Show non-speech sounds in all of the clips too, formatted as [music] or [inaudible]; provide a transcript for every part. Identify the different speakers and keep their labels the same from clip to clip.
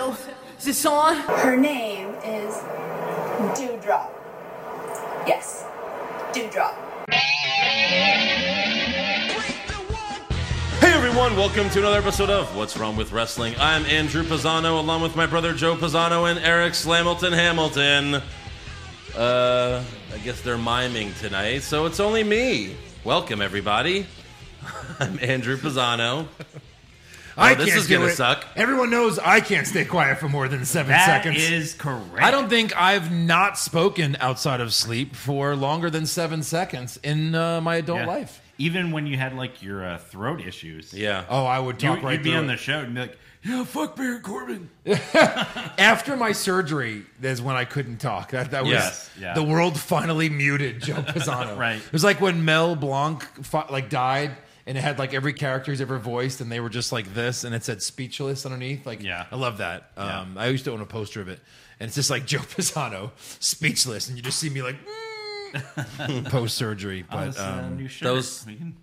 Speaker 1: Oh, this on?
Speaker 2: Her name is Dewdrop. Yes, Dewdrop.
Speaker 3: Hey everyone, welcome to another episode of What's Wrong with Wrestling. I'm Andrew Pisano, along with my brother Joe Pisano and Eric Slamilton Hamilton. Uh, I guess they're miming tonight, so it's only me. Welcome everybody. [laughs] I'm Andrew Pisano.
Speaker 4: I
Speaker 3: Oh, this
Speaker 4: can't
Speaker 3: is gonna
Speaker 4: do it.
Speaker 3: suck.
Speaker 4: Everyone knows I can't stay quiet for more than seven
Speaker 5: That is
Speaker 4: seconds.
Speaker 5: correct.
Speaker 4: I don't think I've not spoken outside of sleep for longer than seven seconds in uh, my adult
Speaker 5: Yeah.
Speaker 4: life.
Speaker 5: Even when you had like your uh, throat issues,
Speaker 3: Yeah.
Speaker 4: Oh, I would
Speaker 5: you,
Speaker 4: talk right
Speaker 5: would be
Speaker 4: through
Speaker 5: on
Speaker 4: it.
Speaker 5: the show and be like, "Yeah, fuck Baron Corbin."
Speaker 4: After my surgery is when I couldn't talk. That, that was
Speaker 3: Yes,
Speaker 5: yeah.
Speaker 4: the world finally muted
Speaker 5: [laughs]
Speaker 4: Joe Pisano.
Speaker 5: Right.
Speaker 4: It was like when Mel Blanc fought, like died and it had like every character he's ever voiced and they were just like this and it said speechless underneath. Like,
Speaker 5: Yeah.
Speaker 4: I love that.
Speaker 5: Yeah.
Speaker 4: Um, I used to own a poster of it and it's just like Joe [laughs] Pisano speechless and you just see me like
Speaker 5: [laughs]
Speaker 4: post surgery. But
Speaker 5: That's a
Speaker 4: um,
Speaker 5: new shirt.
Speaker 3: those-
Speaker 5: we, can,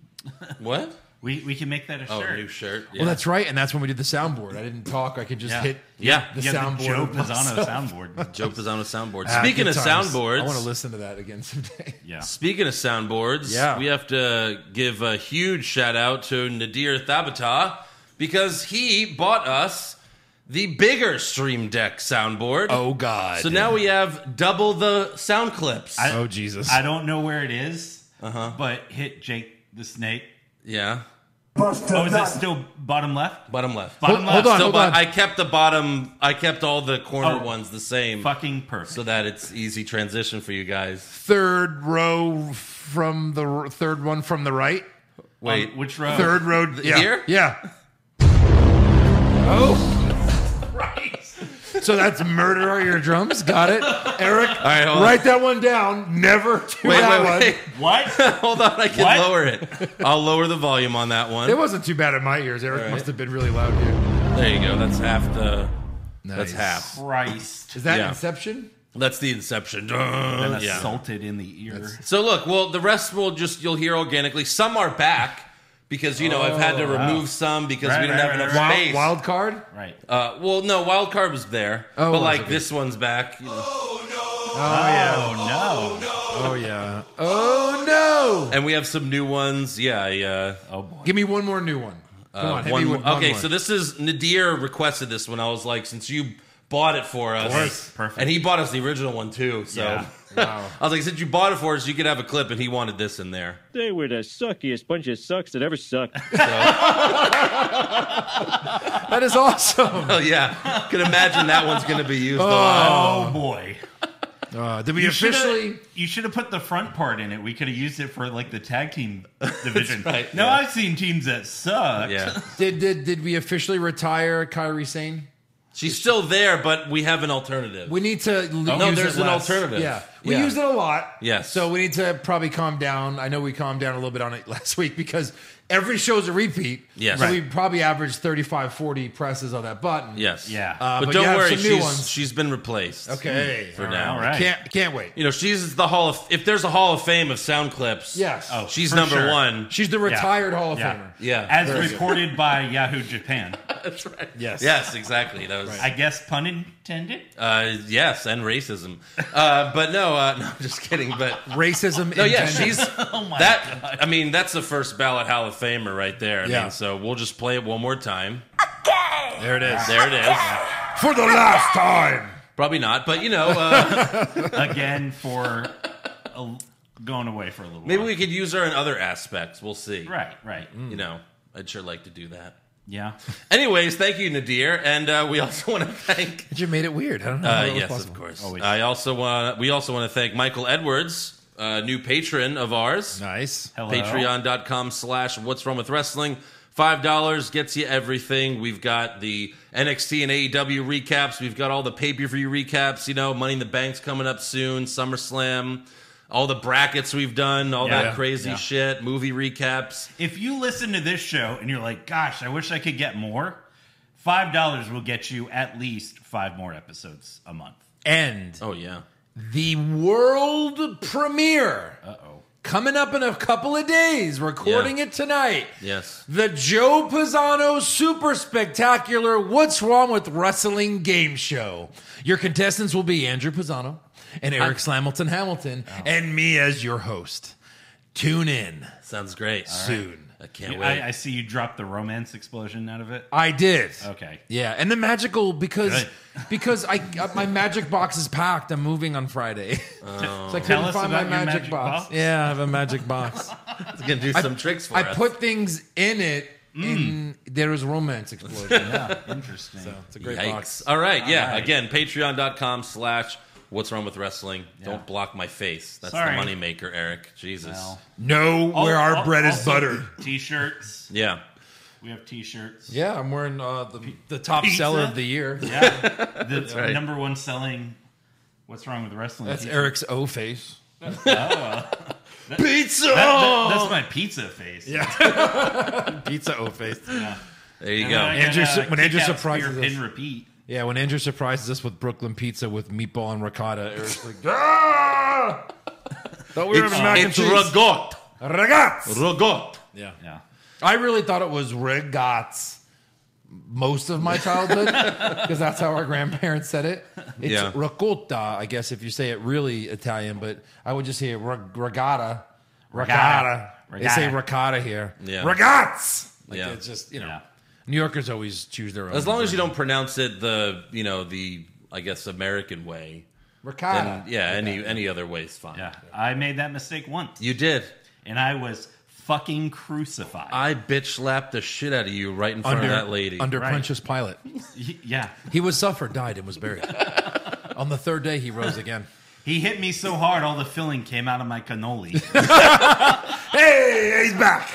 Speaker 3: What?
Speaker 5: we we can make that a
Speaker 3: Oh,
Speaker 5: shirt.
Speaker 3: new shirt. Yeah.
Speaker 4: well, that's right. And that's when we did the soundboard. I didn't talk. I could just
Speaker 5: Yeah.
Speaker 4: hit
Speaker 3: yeah.
Speaker 4: the
Speaker 5: You have
Speaker 4: soundboard.
Speaker 5: the Joe
Speaker 4: of [laughs]
Speaker 5: Pisano
Speaker 4: myself.
Speaker 5: soundboard.
Speaker 3: Joe Pisano soundboard.
Speaker 4: Ah,
Speaker 3: Speaking
Speaker 4: good
Speaker 3: of
Speaker 4: times.
Speaker 3: soundboards,
Speaker 4: I want to listen to that again someday.
Speaker 5: Yeah,
Speaker 3: Speaking of soundboards,
Speaker 4: Yeah.
Speaker 3: we have to give a huge shout out to Nadir Thabata because he bought us the bigger Stream Deck soundboard.
Speaker 4: Oh God!
Speaker 3: so now we have double the sound clips.
Speaker 5: I-
Speaker 4: oh Jesus!
Speaker 5: I don't know where it is, uh-huh. but hit Jake the Snake.
Speaker 3: yeah.
Speaker 5: Oh, is it still bottom left?
Speaker 3: Bottom left.
Speaker 5: Bottom
Speaker 4: Hold- hold
Speaker 5: left.
Speaker 4: on.
Speaker 3: Still bot- I kept the bottom, I kept all the corner
Speaker 5: Oh.
Speaker 3: ones the same
Speaker 5: Fucking perfect.
Speaker 3: so that it's easy transition for you
Speaker 4: Um,
Speaker 3: guys.
Speaker 4: third row from the r- third one from the right.
Speaker 3: Wait.
Speaker 5: Um, which row?
Speaker 4: Third row
Speaker 3: Oh. th-
Speaker 4: yeah,
Speaker 3: here?
Speaker 4: Yeah. Oh. Christ. [laughs] So that's murder on your drums. Got it, Eric. All
Speaker 3: right, hold on.
Speaker 4: write that one down. Never do
Speaker 3: wait,
Speaker 4: that
Speaker 3: wait,
Speaker 4: one.
Speaker 3: wait. [laughs]
Speaker 5: What? [laughs]
Speaker 3: Hold on, I can
Speaker 5: What?
Speaker 3: lower it. I'll lower the volume on that one.
Speaker 4: It wasn't too bad in my ears. Eric
Speaker 3: right.
Speaker 4: must have been really loud here.
Speaker 3: There you go. That's half the. That's
Speaker 4: Nice.
Speaker 3: half.
Speaker 5: Christ.
Speaker 4: Is that
Speaker 3: Yeah.
Speaker 4: Inception?
Speaker 3: That's the inception.
Speaker 5: Been
Speaker 3: Dun, yeah.
Speaker 5: assaulted in the ear.
Speaker 3: So look, well, the rest will just you'll hear organically. Some are back because you know I've had to remove some because
Speaker 5: Oh, Right,
Speaker 3: we didn't
Speaker 5: right,
Speaker 3: have
Speaker 5: right,
Speaker 3: enough
Speaker 5: right.
Speaker 4: Wild,
Speaker 3: space.
Speaker 4: wild card.
Speaker 5: right.
Speaker 3: Uh, well, no, wild card was there,
Speaker 4: Oh,
Speaker 3: but
Speaker 4: was
Speaker 3: like
Speaker 4: it?
Speaker 3: this one's back. You know.
Speaker 5: oh no.
Speaker 4: Oh yeah. Oh no.
Speaker 3: And we have some new ones. Yeah, yeah.
Speaker 5: Oh boy.
Speaker 4: Give me one more new one. Come on. hit me
Speaker 3: Uh, One
Speaker 4: with
Speaker 3: more- okay,
Speaker 4: more.
Speaker 3: so this is Nadir requested this one. I was like, since you bought it for us,
Speaker 5: course, perfect.
Speaker 3: And he bought us the original one too. So
Speaker 5: Yeah.
Speaker 4: Wow.
Speaker 3: I was like, since you bought it for us, you could have a clip, and he wanted this in there. [laughs]
Speaker 6: They were the suckiest bunch of sucks that ever sucked.
Speaker 4: that is awesome.
Speaker 3: Oh yeah, can imagine that one's going to be used a lot.
Speaker 5: Oh boy.
Speaker 4: Uh, did we
Speaker 5: Should've-
Speaker 4: officially?
Speaker 5: you should have put the front part in it. We could have used it for like the
Speaker 3: [laughs]
Speaker 5: tag team division.
Speaker 3: right,
Speaker 5: no,
Speaker 3: yeah.
Speaker 5: I've seen teams that suck.
Speaker 3: Yeah.
Speaker 4: Did did did we officially retire Kyrie Sane?
Speaker 3: She's still there, but we have an alternative.
Speaker 4: We need to. l-
Speaker 3: no,
Speaker 4: use
Speaker 3: there's
Speaker 4: it
Speaker 3: an
Speaker 4: less.
Speaker 3: alternative.
Speaker 4: Yeah, we
Speaker 3: Yeah.
Speaker 4: used it a lot.
Speaker 3: Yes.
Speaker 4: So we need to probably calm down. I know we calmed down a little bit on it [laughs] last week because every show's a repeat.
Speaker 3: Yes.
Speaker 4: So
Speaker 3: Right.
Speaker 4: we probably averaged 35, 40 presses on that button.
Speaker 3: yes.
Speaker 5: Yeah.
Speaker 4: Uh,
Speaker 3: but,
Speaker 4: but,
Speaker 3: don't
Speaker 4: yeah,
Speaker 3: worry,
Speaker 4: some new
Speaker 3: she's
Speaker 4: ones.
Speaker 3: she's been replaced.
Speaker 4: Okay.
Speaker 3: For now.
Speaker 5: All right.
Speaker 4: Can't can't wait.
Speaker 3: You know, she's the hall of if there's a hall of fame of sound clips.
Speaker 4: Yes.
Speaker 5: Oh,
Speaker 3: She's
Speaker 5: for
Speaker 3: number
Speaker 5: sure.
Speaker 3: one.
Speaker 4: She's the retired Hall of
Speaker 5: Yeah.
Speaker 4: Famer.
Speaker 3: Yeah.
Speaker 5: As reported by Yahoo Japan.
Speaker 3: That's right.
Speaker 4: Yes.
Speaker 3: Yes, exactly. That was
Speaker 5: I guess pun intended.
Speaker 3: [laughs] uh, yes, and racism. Uh, but no, uh, [laughs] no, just kidding. But
Speaker 4: Racism.
Speaker 3: no, yeah,
Speaker 4: intended. [laughs]
Speaker 3: she's
Speaker 5: my
Speaker 3: that. I mean, that's the first ballot Hall of Famer right there. I
Speaker 4: Yeah.
Speaker 3: mean, so we'll just play it one more time.
Speaker 4: there. It is
Speaker 3: There it is.
Speaker 4: [laughs] for the last time.
Speaker 3: Probably not, but you know, uh,
Speaker 5: Again for a, going away for a little
Speaker 3: maybe
Speaker 5: while.
Speaker 3: we could Mm. use her in other aspects. We'll see.
Speaker 5: Right, right.
Speaker 3: You know, I'd sure like to do that.
Speaker 5: Yeah.
Speaker 3: Anyways, thank you, Nadir, and uh, we [laughs] also want to thank.
Speaker 4: You made it weird. I don't know. how
Speaker 3: Uh,
Speaker 4: Oh, that was
Speaker 3: yes,
Speaker 4: possible.
Speaker 3: of course.
Speaker 5: Always.
Speaker 3: I also want. We also want to thank Michael Edwards, uh, new patron of ours.
Speaker 4: Nice.
Speaker 5: Hello.
Speaker 3: Patreon.com slash What's Wrong with Wrestling. Five dollars gets you everything. We've got the NXT and AEW recaps. We've got all the pay per view recaps. You know, Money in the Bank's coming up soon. SummerSlam. All the brackets we've done. All
Speaker 5: Yeah.
Speaker 3: that crazy
Speaker 5: Yeah.
Speaker 3: shit. Movie recaps.
Speaker 5: If you listen to this show and you're like, gosh, I wish I could get more, five dollars will get you at least five more episodes a month.
Speaker 4: And
Speaker 3: Oh yeah.
Speaker 4: the world premiere
Speaker 5: Uh oh.
Speaker 4: coming up in a couple of days, recording
Speaker 3: Yeah.
Speaker 4: it tonight.
Speaker 3: Yes.
Speaker 4: The Joe Pisano Super Spectacular What's Wrong with Wrestling Game Show. Your contestants will be Andrew Pisano and Eric Slamilton Hamilton and me as your host. Tune in
Speaker 3: Sounds great.
Speaker 4: soon.
Speaker 3: I can't wait.
Speaker 5: I, I see you dropped the romance explosion out of it.
Speaker 4: I did. [laughs]
Speaker 5: Okay.
Speaker 4: Yeah, and the magical because
Speaker 5: Good.
Speaker 4: because I uh, my magic box is packed. I'm moving on Friday. [laughs] so I couldn't
Speaker 5: Oh. Tell us
Speaker 4: find my
Speaker 5: about your
Speaker 4: magic,
Speaker 5: magic
Speaker 4: box.
Speaker 5: box.
Speaker 4: Yeah, I have a
Speaker 5: [laughs]
Speaker 4: magic box.
Speaker 3: It's gonna do some tricks for
Speaker 4: I
Speaker 3: us.
Speaker 4: put things in it,
Speaker 5: Mm.
Speaker 4: and there is romance
Speaker 5: [laughs]
Speaker 4: explosion.
Speaker 5: Yeah, interesting.
Speaker 4: It's a great
Speaker 3: Yikes.
Speaker 4: box.
Speaker 3: All right, yeah.
Speaker 5: right.
Speaker 3: Again, patreon.com slash what's wrong with wrestling. Don't block my face. That's
Speaker 5: Sorry.
Speaker 3: the moneymaker, Eric. Jesus.
Speaker 5: Well,
Speaker 4: Know where our
Speaker 5: al-
Speaker 4: bread is
Speaker 5: also
Speaker 4: buttered.
Speaker 5: T-shirts.
Speaker 3: Yeah.
Speaker 5: We have T-shirts.
Speaker 4: Yeah, I'm wearing uh, the the top
Speaker 5: Pizza?
Speaker 4: seller of the year. [laughs]
Speaker 5: Yeah, the
Speaker 3: right.
Speaker 5: number one selling. What's wrong with wrestling?
Speaker 4: That's
Speaker 5: T-shirt.
Speaker 4: Eric's O face.
Speaker 3: Pizza!
Speaker 4: Oh!
Speaker 5: That- that's my pizza face. Yeah,
Speaker 4: Pizza O face.
Speaker 3: there you go.
Speaker 4: Andrew su- when Andrew surprises us.
Speaker 5: pin repeat.
Speaker 4: [laughs] Yeah, when Andrew surprises us with Brooklyn pizza with meatball and ricotta, Eric's [laughs] like, ah! Thought we were having mac and
Speaker 3: It's, it's
Speaker 4: cheese.
Speaker 3: ragot.
Speaker 4: Ragazzi.
Speaker 3: Ragot.
Speaker 4: Yeah.
Speaker 5: Yeah,
Speaker 4: I really thought it was regats most of my
Speaker 3: [laughs]
Speaker 4: childhood because that's how our grandparents said it. It's
Speaker 3: Yeah.
Speaker 4: ricotta, I guess, if you say it really Italian, but I would just hear reg- regatta. Regatta.
Speaker 5: Regatta.
Speaker 4: They say
Speaker 5: Regatta.
Speaker 4: ricotta here.
Speaker 3: Yeah.
Speaker 4: Regats. Like
Speaker 3: Yeah.
Speaker 4: it's just, you know,
Speaker 5: yeah.
Speaker 4: New Yorkers always choose their own.
Speaker 3: As long as you don't pronounce it the, you know, the, I guess, American way.
Speaker 4: Ricotta.
Speaker 3: Then, yeah, any any other way is fine.
Speaker 5: Yeah, I made that mistake once,
Speaker 3: You did.
Speaker 5: and I was fucking crucified.
Speaker 3: I bitch slapped the shit out of you right in front
Speaker 4: Under,
Speaker 3: of that lady.
Speaker 4: under
Speaker 5: Right.
Speaker 4: Pontius Pilate.
Speaker 5: Y- yeah,
Speaker 4: He was suffered, died, and was buried.
Speaker 3: [laughs]
Speaker 4: On the third day, he rose again.
Speaker 5: he hit me so hard, all the filling came out of my cannoli.
Speaker 3: [laughs]
Speaker 4: Hey, he's back.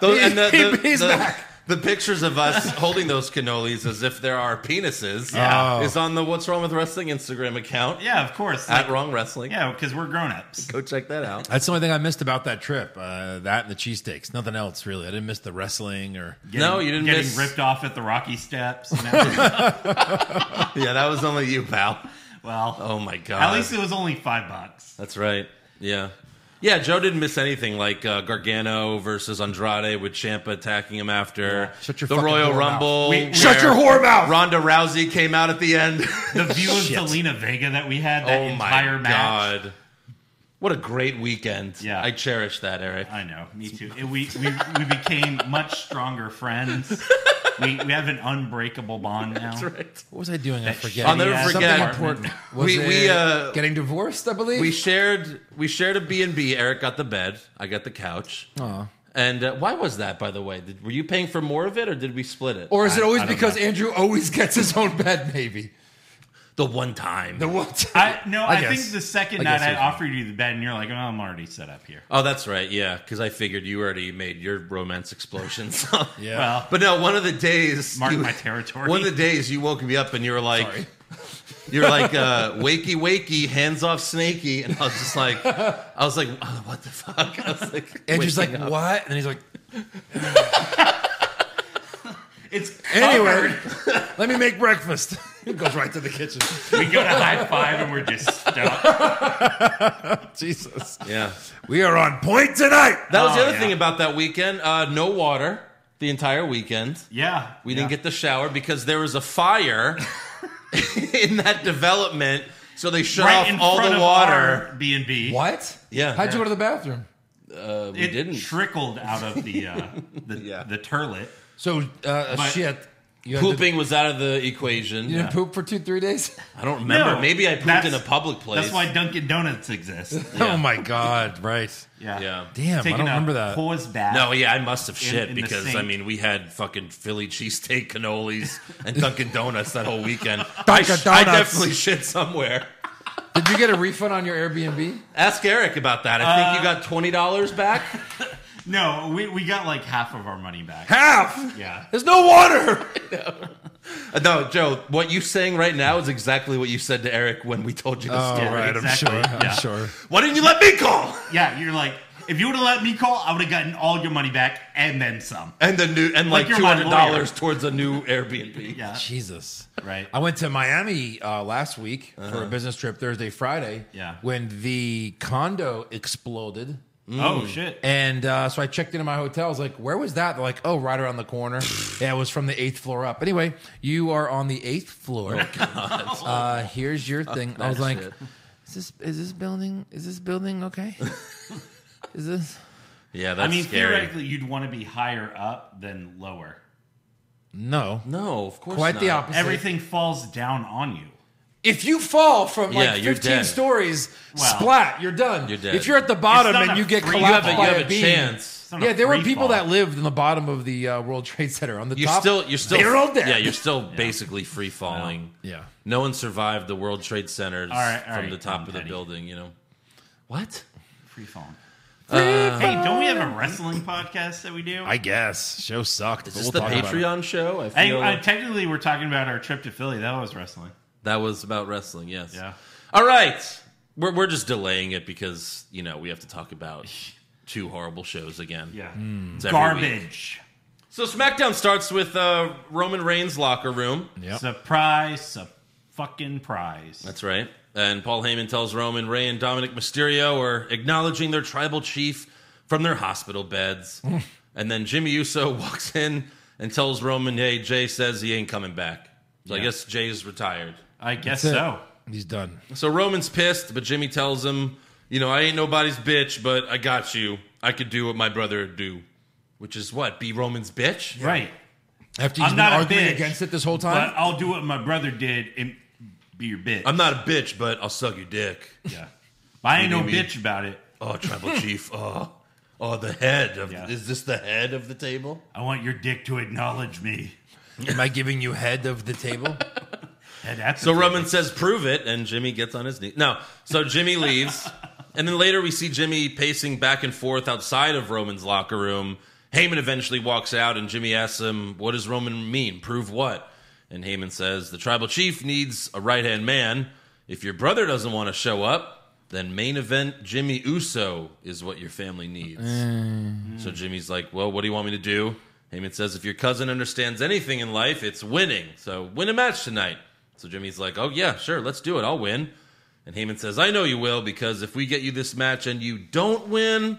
Speaker 3: Those- and the,
Speaker 4: He-
Speaker 3: the,
Speaker 4: he's
Speaker 3: the-
Speaker 4: back.
Speaker 3: the pictures of us [laughs] holding those cannolis as if there are penises
Speaker 5: Yeah.
Speaker 4: Oh.
Speaker 3: is on the What's Wrong with Wrestling Instagram account
Speaker 5: yeah, of course.
Speaker 3: at
Speaker 5: Like,
Speaker 3: Wrong Wrestling.
Speaker 5: yeah, because we're grown ups.
Speaker 3: Go check that out.
Speaker 4: That's the only thing I missed about that trip. Uh, that and the cheesesteaks. Nothing else, really. I didn't miss the wrestling or.
Speaker 3: No, you didn't
Speaker 5: Getting
Speaker 3: miss-
Speaker 5: ripped off at the Rocky
Speaker 3: [laughs]
Speaker 5: Steps. and everything.
Speaker 3: yeah, that was only you, pal.
Speaker 5: well,
Speaker 3: Oh my god.
Speaker 5: at least it was only five bucks.
Speaker 3: That's right. Yeah. Yeah, Joe didn't miss anything like uh, Gargano versus Andrade with Champa attacking him after
Speaker 4: Shut your
Speaker 3: the
Speaker 4: fucking
Speaker 3: Royal
Speaker 4: whore mouth.
Speaker 3: Rumble.
Speaker 5: We-
Speaker 3: where
Speaker 5: Shut
Speaker 4: whore mouth.
Speaker 3: Ronda Rousey came out at
Speaker 4: [laughs]
Speaker 3: the end.
Speaker 5: The view of
Speaker 4: Shit.
Speaker 5: Selena Vega that we had that
Speaker 3: oh my
Speaker 5: entire match.
Speaker 3: god. What a great weekend.
Speaker 5: Yeah.
Speaker 3: I cherish that, Eric.
Speaker 5: I know, me too. It- we, we we became much stronger friends.
Speaker 3: [laughs]
Speaker 5: We we have an unbreakable bond now.
Speaker 3: That's right.
Speaker 4: What was I doing? I forget.
Speaker 3: I'll never
Speaker 5: Yeah,
Speaker 4: Something
Speaker 3: forget.
Speaker 4: important. Was
Speaker 3: We-
Speaker 4: it
Speaker 3: we, uh,
Speaker 4: getting divorced? I believe.
Speaker 3: We shared we shared a B and B. Eric got the bed. I got the couch.
Speaker 4: Aw.
Speaker 3: And uh, why was that, by the way? Did, were you paying for more of it, or did we split it?
Speaker 4: or is it always
Speaker 5: I don't
Speaker 4: because Andrew always gets his own bed? Maybe
Speaker 3: the one time?
Speaker 4: the one time.
Speaker 5: I no, I,
Speaker 4: guess.
Speaker 5: think the second
Speaker 4: I
Speaker 5: night
Speaker 4: guess
Speaker 5: I
Speaker 4: so.
Speaker 5: offered you the bed, and you're like, "Oh, I'm already set up here."
Speaker 3: oh, that's right. Yeah, because I figured you already made your romance explosion.
Speaker 5: [laughs]
Speaker 3: [laughs] So.
Speaker 4: yeah.
Speaker 5: Well,
Speaker 3: But no, one of the days
Speaker 5: Mark
Speaker 3: you-
Speaker 5: my territory.
Speaker 3: One of the days you woke me up and you were like, [laughs]
Speaker 4: Sorry.
Speaker 3: you were like,
Speaker 5: [laughs]
Speaker 3: uh, wakey, wakey, hands off, snaky, and I was just like, I was like, oh, what the fuck? [laughs] I was like,
Speaker 4: Andrew's like,
Speaker 3: waking
Speaker 5: [laughs]
Speaker 3: up.
Speaker 4: what? And he's like,
Speaker 5: it's
Speaker 4: anyway, [laughs] let me make breakfast. [laughs] he goes right to the kitchen. [laughs]
Speaker 5: we go to high five, and we're just stuck.
Speaker 4: Jesus.
Speaker 3: yeah.
Speaker 4: We are on point tonight.
Speaker 3: That was the
Speaker 5: Oh,
Speaker 3: other
Speaker 5: yeah.
Speaker 3: thing about that weekend. Uh, no water the entire weekend.
Speaker 5: Yeah,
Speaker 3: We didn't get the shower because there was a
Speaker 5: [laughs]
Speaker 3: fire [laughs] in that development, so they shut off all the water.
Speaker 5: B and B.
Speaker 4: What?
Speaker 3: Yeah.
Speaker 4: How'd you go to the bathroom?
Speaker 3: Uh, we
Speaker 5: It
Speaker 3: didn't.
Speaker 5: trickled out of
Speaker 3: [laughs]
Speaker 5: the uh, the,
Speaker 3: Yeah.
Speaker 5: the turlet.
Speaker 4: So uh,
Speaker 5: But-
Speaker 4: shit. You had to-
Speaker 3: Pooping was out of the equation.
Speaker 4: you didn't poop for two, three
Speaker 5: [laughs]
Speaker 4: days.
Speaker 3: I don't remember.
Speaker 5: No,
Speaker 3: Maybe I pooped
Speaker 5: that's-
Speaker 3: in a public place.
Speaker 5: That's why Dunkin' Donuts exists.
Speaker 4: Oh my god! Right.
Speaker 5: Yeah,
Speaker 3: Yeah.
Speaker 4: Damn, I don't
Speaker 5: a
Speaker 4: remember that.
Speaker 5: Pause bath.
Speaker 3: No, yeah, I must have shit
Speaker 5: in the
Speaker 3: because
Speaker 5: sink.
Speaker 3: I mean we had fucking Philly cheesesteak
Speaker 5: [laughs]
Speaker 3: cannolis and Dunkin' Donuts that whole weekend. I,
Speaker 4: Dunkin'
Speaker 3: I
Speaker 4: Donuts.
Speaker 3: definitely shit somewhere.
Speaker 4: Did you get a refund on your Airbnb?
Speaker 3: Ask Eric about that. I think you
Speaker 5: Uh,
Speaker 3: got twenty dollars back.
Speaker 5: [laughs] No, we, we got like half of our money back.
Speaker 4: Half.
Speaker 5: Yeah.
Speaker 4: There's no water.
Speaker 3: Uh, No, Joe, what you saying right now is exactly what you said to Eric when we told you to
Speaker 5: Oh,
Speaker 4: All
Speaker 3: stay.
Speaker 4: Oh, right,
Speaker 5: exactly.
Speaker 4: I'm sure. I'm
Speaker 5: Yeah.
Speaker 4: sure.
Speaker 3: Why didn't you let me call? [laughs]
Speaker 5: Yeah, you're like, if you would have let me call, I would have gotten all your money back and then some.
Speaker 3: And the new and like,
Speaker 5: Like you're
Speaker 3: two
Speaker 5: my
Speaker 3: hundred dollars towards a new Airbnb.
Speaker 5: Yeah.
Speaker 4: Jesus.
Speaker 5: Right. Oh, Uh-huh.
Speaker 4: I went to Miami uh, last week for a business trip Thursday, Friday.
Speaker 5: Yeah.
Speaker 4: When the condo exploded
Speaker 5: Oh
Speaker 3: Mm.
Speaker 5: shit!
Speaker 4: And uh, so I checked into my hotel. I was like, where was that? They're like, oh, right around the
Speaker 3: [laughs]
Speaker 4: corner. yeah, it was from the eighth floor up. Anyway, you are on the eighth floor. [laughs] Uh, here's your thing. I was like,
Speaker 3: Oh, shit.
Speaker 4: is this is this building is this building
Speaker 3: [laughs]
Speaker 4: okay? is this
Speaker 3: Yeah,
Speaker 5: I
Speaker 3: that's
Speaker 5: mean,
Speaker 3: scary.
Speaker 5: theoretically, you'd want to be higher up than lower.
Speaker 4: no?
Speaker 3: No, of course
Speaker 4: Quite the
Speaker 3: not.
Speaker 4: opposite.
Speaker 5: Everything falls down on you.
Speaker 4: If you fall from like
Speaker 3: Yeah, you're
Speaker 4: 15
Speaker 3: dead.
Speaker 4: stories,
Speaker 5: Wow.
Speaker 4: splat, you're done.
Speaker 3: You're dead.
Speaker 4: If you're at the bottom
Speaker 5: It's not
Speaker 4: and
Speaker 5: a
Speaker 4: you get
Speaker 5: free-
Speaker 3: You have
Speaker 4: collapsed
Speaker 3: a, you
Speaker 4: by
Speaker 3: have a
Speaker 4: beam,
Speaker 3: chance.
Speaker 5: It's not a
Speaker 4: yeah, there were
Speaker 5: free
Speaker 4: people
Speaker 5: fall.
Speaker 4: that lived in the bottom of the uh, World Trade Center. On the
Speaker 3: You're
Speaker 4: top,
Speaker 3: still you're still
Speaker 4: they're all dead.
Speaker 3: Yeah, you're still basically free falling.
Speaker 4: yeah.
Speaker 3: No one survived the World Trade Centers
Speaker 5: All right, all
Speaker 3: from
Speaker 5: right,
Speaker 3: the top
Speaker 5: Tom
Speaker 3: of the
Speaker 5: Petty.
Speaker 3: building, you know. What? Uh,
Speaker 5: Free falling. hey, don't we have a wrestling podcast that we do?
Speaker 4: Uh, I guess show sucked.
Speaker 3: Is this the Patreon show? I
Speaker 5: Hey,
Speaker 3: feel
Speaker 5: uh, technically, we're talking about our trip to Philly. That was wrestling.
Speaker 3: that was about wrestling, yes.
Speaker 5: Yeah.
Speaker 3: All right. We're we're just delaying it because, you know, we have to talk
Speaker 5: [laughs]
Speaker 3: about two horrible shows again.
Speaker 4: Hmm.
Speaker 3: It's every week.
Speaker 5: Garbage.
Speaker 3: So SmackDown starts with uh, Roman Reigns' locker room.
Speaker 4: Yep.
Speaker 5: Surprise. Su- fucking prize.
Speaker 3: That's right. And Paul Heyman tells Roman, Ray, and Dominic Mysterio are acknowledging their tribal chief from their hospital beds. and then Jimmy Uso [laughs] walks in and tells Roman, hey, Jay says he ain't coming back. So I guess Jay's retired.
Speaker 5: I guess
Speaker 4: That's it.
Speaker 5: so.
Speaker 4: He's done.
Speaker 3: So Roman's pissed, but Jimmy tells him, you know, I ain't nobody's bitch, but I got you. I could do what my brother would do, which is what? Be Roman's bitch?
Speaker 5: Right.
Speaker 4: After he's
Speaker 5: I'm
Speaker 4: been
Speaker 5: not a
Speaker 4: arguing
Speaker 5: bitch,
Speaker 4: against it this whole time.
Speaker 5: But I'll do what my brother did and be your bitch.
Speaker 3: I'm not a bitch, but I'll suck your dick.
Speaker 5: Yeah. But I ain't no
Speaker 3: You mean-
Speaker 5: bitch about it.
Speaker 3: Oh, tribal chief. Oh, oh, the head of
Speaker 5: Yeah.
Speaker 3: is this the head of the table?
Speaker 5: I want your dick to acknowledge me.
Speaker 4: Am I giving you head of the table?
Speaker 5: And that's
Speaker 3: So Roman says, "Prove it," and Jimmy gets on his knee. No, so Jimmy leaves, and then later we see Jimmy pacing back and forth outside of Roman's locker room. Heyman eventually walks out, and Jimmy asks him, "What does Roman mean? Prove what?" And Heyman says, "The tribal chief needs a right hand man. If your brother doesn't want to show up, then main event Jimmy Uso is what your family needs." So Jimmy's like, "Well, what do you want me to do?" Heyman says, "If your cousin understands anything in life, it's winning. So win a match tonight." So Jimmy's like, "Oh yeah, sure, let's do it. I'll win." And Heyman says, "I know you will because if we get you this match and you don't win,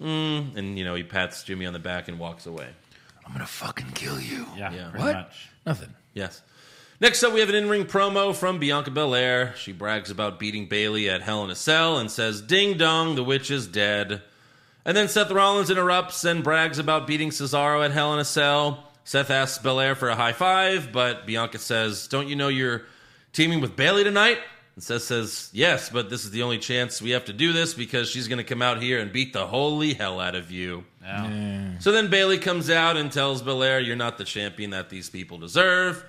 Speaker 3: mm, and you know he pats Jimmy on the back and walks away."
Speaker 4: I'm gonna fucking kill you.
Speaker 5: Yeah,
Speaker 3: Yeah.
Speaker 5: pretty
Speaker 4: What?
Speaker 5: much. [laughs]
Speaker 4: Nothing.
Speaker 3: Yes. Next up, we have an in ring promo from Bianca Belair. She brags about beating Bailey at Hell in a Cell and says, Ding dong, the witch is dead. And then Seth Rollins interrupts and brags about beating Cesaro at Hell in a Cell. Seth asks Belair for a high five, but Bianca says, Don't you know you're teaming with Bailey tonight? And Seth says, Yes, but this is the only chance we have to do this because she's going to come out here and beat the holy hell out of you.
Speaker 5: Yeah.
Speaker 3: So then Bailey comes out and tells Belair, "You're not the champion that these people deserve."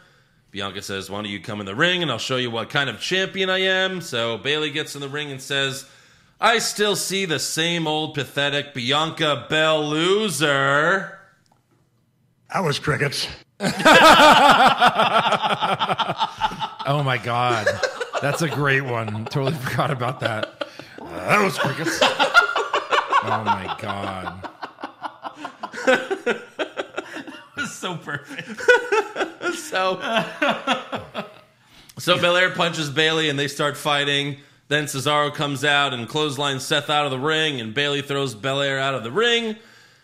Speaker 3: Bianca says, "Why don't you come in the ring and I'll show you what kind of champion I am?" So Bailey gets in the ring and says, "I still see the same old pathetic Bianca Bell loser."
Speaker 1: That was crickets.
Speaker 4: Oh my god, that's a great one. Totally forgot about that. Uh, that was crickets. Oh my god.
Speaker 5: That's so perfect.
Speaker 3: So, [laughs] so Belair punches Bailey and they start fighting. Then Cesaro comes out and clotheslines Seth out of the ring, and Bailey throws Belair out of the ring.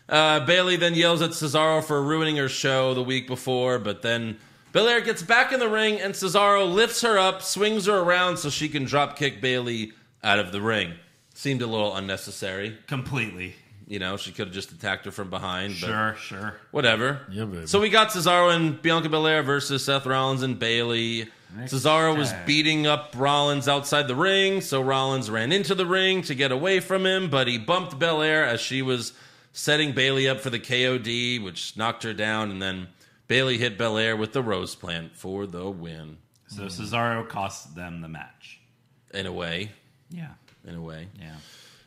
Speaker 3: Uh, Bailey then yells at Cesaro for ruining her show the week before, but then Belair gets back in the ring and Cesaro lifts her up, swings her around so she can drop kick Bailey out of the ring. Seemed a little unnecessary.
Speaker 5: Completely.
Speaker 3: You know, she could have just attacked her from behind. But
Speaker 5: Sure, sure.
Speaker 3: Whatever.
Speaker 4: Yeah, baby.
Speaker 3: So we got Cesaro and Bianca Belair versus Seth Rollins and Bailey. Cesaro was
Speaker 5: time.
Speaker 3: beating up Rollins outside the ring, so Rollins ran into the ring to get away from him, but he bumped Belair as she was setting Bailey up for the KOD, which knocked her down, and then Bailey hit Belair with the rose plant for the win.
Speaker 5: So Cesaro cost them the match.
Speaker 3: In a way.
Speaker 5: Yeah.
Speaker 3: In a way.
Speaker 5: Yeah.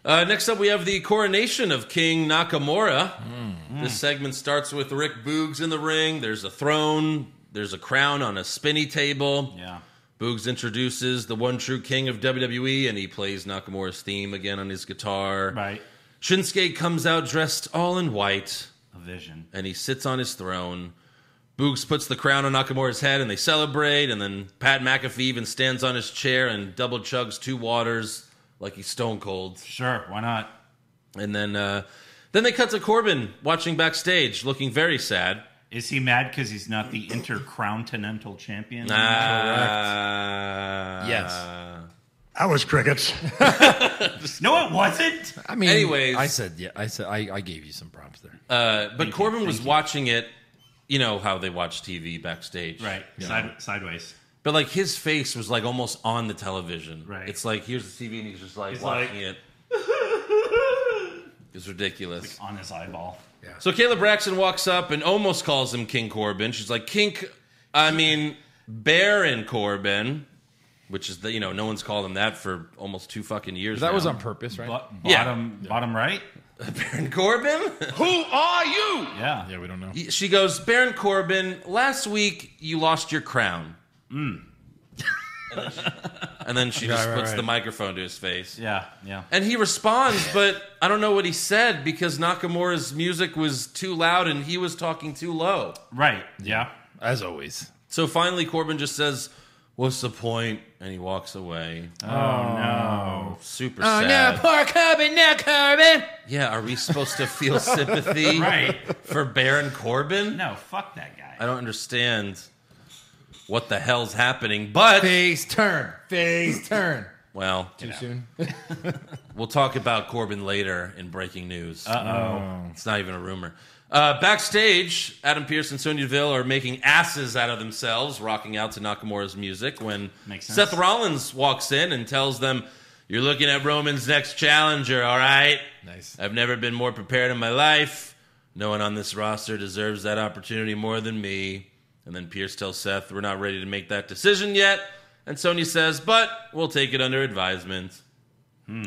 Speaker 3: Uh, next up, we have the coronation of King Nakamura.
Speaker 5: Hmm.
Speaker 3: This segment starts with Rick Boogs in the ring. There's a throne. There's a crown on a spinny table.
Speaker 5: Yeah.
Speaker 3: Boogs introduces the one true king of WWE, and he plays Nakamura's theme again on his guitar.
Speaker 5: Right.
Speaker 3: Shinsuke comes out dressed all in white,
Speaker 5: A vision.
Speaker 3: and he sits on his throne. Boogs puts the crown on Nakamura's head, and they celebrate. And then Pat McAfee even stands on his chair and double chugs two waters like he's stone cold.
Speaker 5: Sure, why not?
Speaker 3: And then uh, then they cut to Corbin watching backstage, looking very sad.
Speaker 5: Is he mad because he's not the intercontinental champion?
Speaker 3: Ah.
Speaker 4: Yes.
Speaker 1: I was crickets.
Speaker 5: No, it wasn't.
Speaker 4: I mean,
Speaker 3: Anyways.
Speaker 4: I said yeah. I said I, I gave you some prompts there.
Speaker 3: Uh, but Corbin was watching it. You know how they watch TV backstage,
Speaker 5: Right. Side, sideways.
Speaker 3: But like his face was like almost on the television.
Speaker 5: Right.
Speaker 3: It's like here's the TV and he's just like
Speaker 5: He's
Speaker 3: watching
Speaker 5: [laughs]
Speaker 3: it. It's ridiculous.
Speaker 5: On his eyeball.
Speaker 3: So Kayla Braxton walks up and almost calls him King Corbin. She's like King, I mean Baron Corbin, which is the you know no one's called him that for almost two fucking years.
Speaker 4: That was
Speaker 3: now.
Speaker 4: on purpose, right?
Speaker 5: Bu- bottom,
Speaker 3: Yeah.
Speaker 5: bottom right.
Speaker 3: Baron Corbin.
Speaker 4: Who are you?
Speaker 5: Yeah.
Speaker 4: Yeah, we don't know.
Speaker 3: she goes, Baron Corbin. Last week you lost your crown. And
Speaker 4: [laughs]
Speaker 3: then she, and then she just
Speaker 4: Hmm. right,
Speaker 3: puts
Speaker 4: right.
Speaker 3: the microphone to his face.
Speaker 5: Yeah. Yeah.
Speaker 3: And he responds, but I don't know what he said because Nakamura's music was too loud and he was talking too low.
Speaker 5: Right. Yeah.
Speaker 4: As always.
Speaker 3: So finally, Corbin just says, What's the point? And he walks away. Oh, no. Super
Speaker 5: Oh,
Speaker 3: sad.
Speaker 4: poor Corbin, no Corbin.
Speaker 3: Yeah, are we supposed to
Speaker 5: [laughs]
Speaker 3: feel sympathy
Speaker 5: Right.
Speaker 3: for Baron Corbin?
Speaker 5: No, fuck that guy.
Speaker 3: I don't understand what the hell's happening, but,
Speaker 4: Face turn. Face turn.
Speaker 3: well,
Speaker 4: Too soon.
Speaker 3: we'll talk about Corbin later in breaking news. Oh. It's not even a rumor. Uh, backstage, Adam Pearce and Sonya Deville are making asses out of themselves, rocking out to Nakamura's music when
Speaker 5: Makes sense.
Speaker 3: Seth Rollins walks in and tells them, You're looking at Roman's next challenger, all right?
Speaker 4: Nice.
Speaker 3: I've never been more prepared in my life. No one on this roster deserves that opportunity more than me. And then Pierce tells Seth, We're not ready to make that decision yet. And Sonya says, But we'll take it under advisement.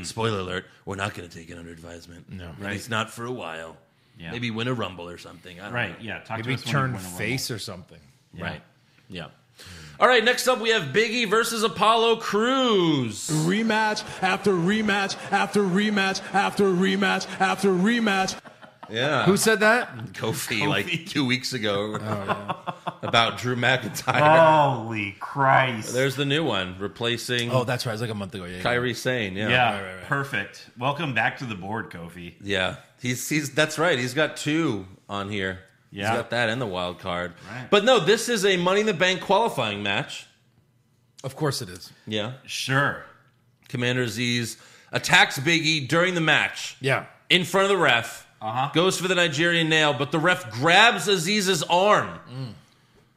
Speaker 3: Spoiler alert, we're not going to take it under advisement. No, At
Speaker 5: Right.
Speaker 3: least not for a while.
Speaker 5: Yeah.
Speaker 3: Maybe win a rumble or something. I don't
Speaker 5: Right.
Speaker 3: know.
Speaker 5: Yeah. Talk
Speaker 4: Maybe
Speaker 5: to us when you
Speaker 4: turn
Speaker 5: win a Rumble.
Speaker 4: face or something.
Speaker 3: Right. Yeah. All right, next up we have Biggie versus Apollo Cruz.
Speaker 7: rematch after rematch after rematch after rematch after rematch.
Speaker 3: Yeah.
Speaker 4: Who said that?
Speaker 3: Kofi, like two weeks ago about Drew
Speaker 5: Oh,
Speaker 3: McIntyre.
Speaker 5: Holy Christ.
Speaker 3: There's the new one replacing
Speaker 4: Oh, that's right. It was like a month ago. Yeah, yeah.
Speaker 3: Kyrie Sane. Yeah.
Speaker 5: yeah.
Speaker 4: right, right.
Speaker 5: Perfect. Welcome back to the board, Kofi.
Speaker 3: Yeah. He's he's that's right. He's got two on here.
Speaker 5: Yeah.
Speaker 3: He's got that and the wild card.
Speaker 5: Right.
Speaker 3: But no, this is a Money in the Bank qualifying match.
Speaker 4: Of course it is.
Speaker 3: Yeah.
Speaker 5: Sure.
Speaker 3: Commander Aziz attacks Biggie during the match
Speaker 4: Yeah.
Speaker 3: in front of the ref.
Speaker 5: Uh-huh.
Speaker 3: Goes for the Nigerian nail, but the ref grabs Aziz's arm.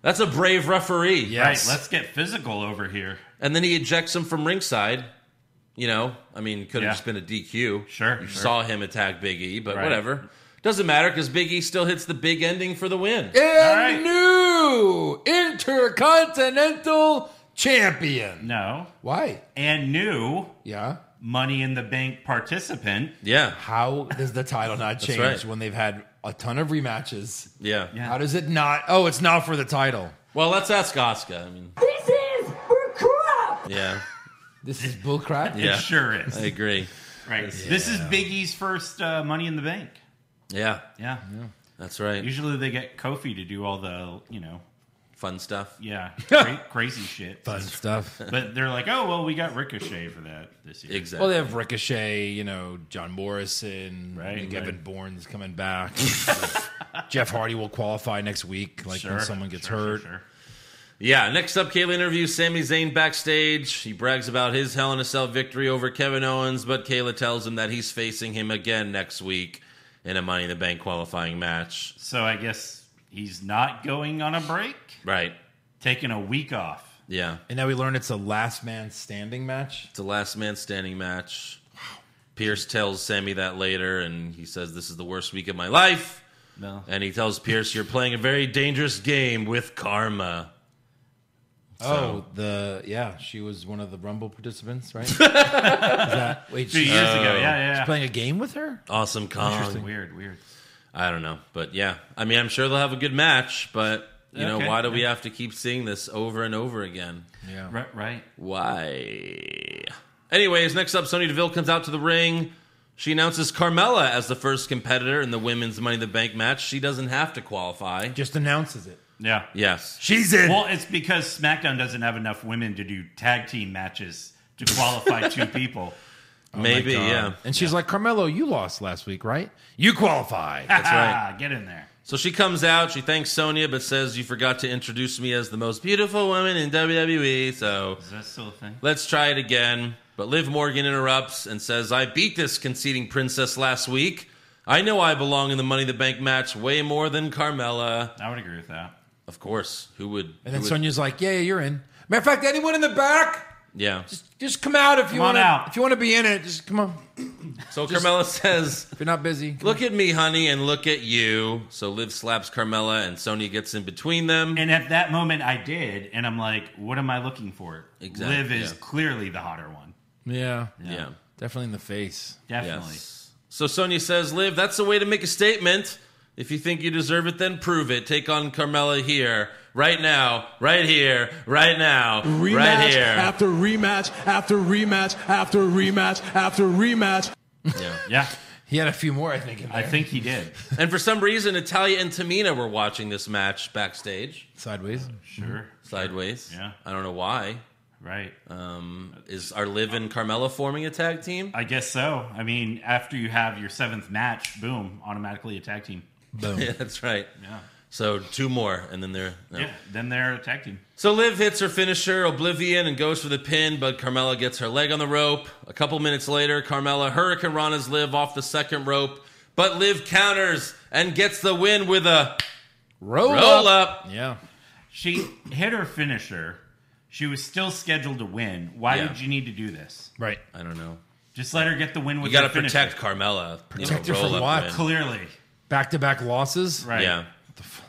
Speaker 3: That's a brave referee.
Speaker 4: Yes.
Speaker 5: Right. Let's get physical over here.
Speaker 3: And then he ejects him from ringside. You know, I mean, could have
Speaker 5: Yeah.
Speaker 3: just been a DQ.
Speaker 5: Sure,
Speaker 3: You
Speaker 5: sure.
Speaker 3: saw him attack Big E, but
Speaker 5: Right.
Speaker 3: whatever. Doesn't matter because Big E still hits the big ending for the win.
Speaker 4: And
Speaker 5: right.
Speaker 4: new intercontinental champion.
Speaker 5: No.
Speaker 4: Why?
Speaker 5: And new
Speaker 4: Yeah.
Speaker 5: Money in the Bank participant.
Speaker 3: Yeah.
Speaker 4: How does the title not change
Speaker 3: right.
Speaker 4: when they've had a ton of rematches?
Speaker 3: Yeah.
Speaker 5: Yeah.
Speaker 4: How does it not? Oh, it's not for the title.
Speaker 3: Well, let's ask Asuka. I mean,
Speaker 2: This is for crap.
Speaker 3: yeah.
Speaker 4: This is bullcrap.
Speaker 3: Yeah.
Speaker 5: It sure is.
Speaker 3: I agree.
Speaker 5: right. This is Biggie's first uh, Money in the Bank.
Speaker 3: Yeah.
Speaker 5: Yeah.
Speaker 3: That's right.
Speaker 5: Usually they get Kofi to do all the, you know,
Speaker 3: Fun stuff.
Speaker 5: yeah,
Speaker 4: [laughs]
Speaker 5: cra- crazy shit.
Speaker 4: Fun stuff.
Speaker 5: But they're like, oh, well, we got Ricochet for that this year.
Speaker 3: Exactly.
Speaker 4: Well, they have Ricochet, you know, John Morrison,
Speaker 5: Right,
Speaker 4: I think
Speaker 5: right.
Speaker 4: Evan Bourne's coming back. [laughs] Jeff Hardy will qualify next week, like when someone gets
Speaker 5: sure,
Speaker 4: hurt.
Speaker 5: Sure, sure.
Speaker 3: Yeah, next up, Kayla interviews Sami Zayn backstage. He brags about his Hell in a Cell victory over Kevin Owens, but Kayla tells him that he's facing him again next week in a Money in the Bank qualifying match.
Speaker 5: So I guess he's not going on a break,
Speaker 3: Right.
Speaker 5: taking a week off.
Speaker 3: Yeah.
Speaker 4: And now we learn it's a last man standing match.
Speaker 3: It's a last man standing match. Pierce tells Sammy that later, and he says, This is the worst week of my life.
Speaker 5: No.
Speaker 3: And he tells Pierce, You're playing a very dangerous game with karma.
Speaker 4: Oh, the yeah, she was one of the Rumble participants,
Speaker 5: [laughs]
Speaker 4: right? Is that, wait,
Speaker 5: Two
Speaker 4: she's
Speaker 5: years ago. Yeah, yeah.
Speaker 4: playing a game with her.
Speaker 3: Awesome
Speaker 5: yeah.
Speaker 3: Kong.
Speaker 5: Weird, weird.
Speaker 3: I don't know. But yeah, I mean, I'm sure they'll have a good match, but. You know,
Speaker 5: Okay.
Speaker 3: why do we have to keep seeing this over and over again?
Speaker 4: Yeah,
Speaker 5: Right, right.
Speaker 3: Why? Anyways, next up, Sonya Deville comes out to the ring. She announces Carmella as the first competitor in the women's Money in the Bank match. She doesn't have to qualify.
Speaker 4: just announces it.
Speaker 5: Yeah.
Speaker 3: Yes.
Speaker 4: She's in.
Speaker 5: Well, it's because
Speaker 3: [laughs]
Speaker 5: SmackDown doesn't have enough women to do tag team matches to qualify two people.
Speaker 3: Maybe,
Speaker 5: um,
Speaker 4: God.
Speaker 3: yeah.
Speaker 4: And she's like, Carmelo, you lost last week, right? You
Speaker 5: [laughs]
Speaker 4: qualify.
Speaker 5: That's
Speaker 3: right.
Speaker 5: Ah, Get in there.
Speaker 3: So she comes out, she thanks Sonya, but says, You forgot to introduce me as the most beautiful woman in WWE, so
Speaker 5: Is that still a thing?
Speaker 3: let's try it again. But Liv Morgan interrupts and says, I beat this conceding princess last week. I know I belong in the Money in the Bank match way more than Carmella.
Speaker 5: I would agree with that.
Speaker 3: Of course, who would?
Speaker 4: and
Speaker 3: who
Speaker 4: then
Speaker 3: would-
Speaker 4: Sonya's like, Yeah, yeah, you're in. Matter of fact, anyone in the back,
Speaker 3: yeah.
Speaker 4: just come out if you
Speaker 5: on
Speaker 4: want to.
Speaker 5: out.
Speaker 4: If you want to be in it, just come on.
Speaker 3: So Carmella says,
Speaker 4: If you're not busy,
Speaker 3: Look at me, honey, and look at you. So Liv slaps Carmella, and Sonya gets in between them.
Speaker 5: And at that moment, I did, and I'm like, "What am I looking for?"
Speaker 3: Exactly,
Speaker 5: Liv is
Speaker 3: yeah.
Speaker 5: clearly the hotter one.
Speaker 4: yeah,
Speaker 3: yeah.
Speaker 4: definitely in the face.
Speaker 5: Definitely.
Speaker 3: Yes. So Sonya says, Liv, that's a way to make a statement. If you think you deserve it, then prove it. Take on Carmella here, right now, right here, right now,
Speaker 7: Rematch
Speaker 3: right here.
Speaker 7: after rematch after rematch after rematch after rematch.
Speaker 5: Yeah,
Speaker 4: He had a few more, I think. In there.
Speaker 5: I think he did.
Speaker 3: [laughs] and for some reason, Natalia and Tamina were watching this match backstage,
Speaker 4: sideways.
Speaker 5: Sure.
Speaker 3: sideways.
Speaker 5: Yeah.
Speaker 3: I don't know why.
Speaker 5: Right.
Speaker 3: Uh. Is our Liv and Carmella forming a tag team? [laughs]
Speaker 5: I guess so. I mean, after you have your seventh match, boom, automatically a tag team.
Speaker 4: Boom.
Speaker 3: Yeah, that's right.
Speaker 5: Yeah.
Speaker 3: So two more, and then they're no.
Speaker 5: Yeah. Then they're a tag team.
Speaker 3: So Liv hits her finisher, Oblivion, and goes for the pin, but Carmella gets her leg on the rope. A couple minutes later, Carmella hurricane runs Liv off the second rope, but Liv counters and gets the win with a
Speaker 4: Roll,
Speaker 3: roll
Speaker 4: up.
Speaker 3: up.
Speaker 4: Yeah.
Speaker 5: She hit her finisher. She was still scheduled to win. Why
Speaker 3: Yeah.
Speaker 5: did you need to do this?
Speaker 4: Right.
Speaker 3: I don't know.
Speaker 5: Just let her get the win with
Speaker 3: You got to
Speaker 5: her finisher.
Speaker 3: protect Carmella.
Speaker 4: Protect her
Speaker 3: roll
Speaker 4: from
Speaker 3: up
Speaker 4: what?
Speaker 3: win.
Speaker 5: Clearly.
Speaker 4: Back to back losses.
Speaker 5: Right.
Speaker 3: Yeah.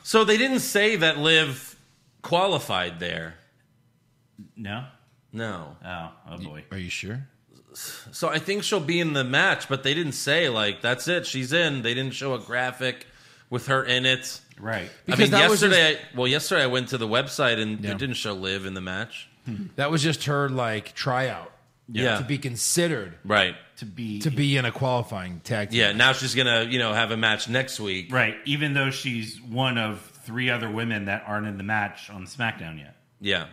Speaker 3: So they didn't say that Liv qualified there.
Speaker 5: No?
Speaker 3: No.
Speaker 5: Oh, oh boy.
Speaker 4: Are you sure?
Speaker 3: So I think she'll be in the match, but they didn't say like that's it. She's in. They didn't show a graphic with her in it.
Speaker 5: Right.
Speaker 4: Because
Speaker 3: I mean,
Speaker 4: that was
Speaker 3: yesterday, I, well, yesterday I went to the website and
Speaker 4: Yeah.
Speaker 3: it didn't show Liv in the match.
Speaker 4: That was just her like tryout
Speaker 3: Yeah.
Speaker 4: to be considered
Speaker 3: Right.
Speaker 5: To be
Speaker 4: to be in a qualifying tag team.
Speaker 3: Yeah. Now she's gonna, you know, have a match next week.
Speaker 5: Right. Even though she's one of three other women that aren't in the match on SmackDown yet.
Speaker 3: Yeah.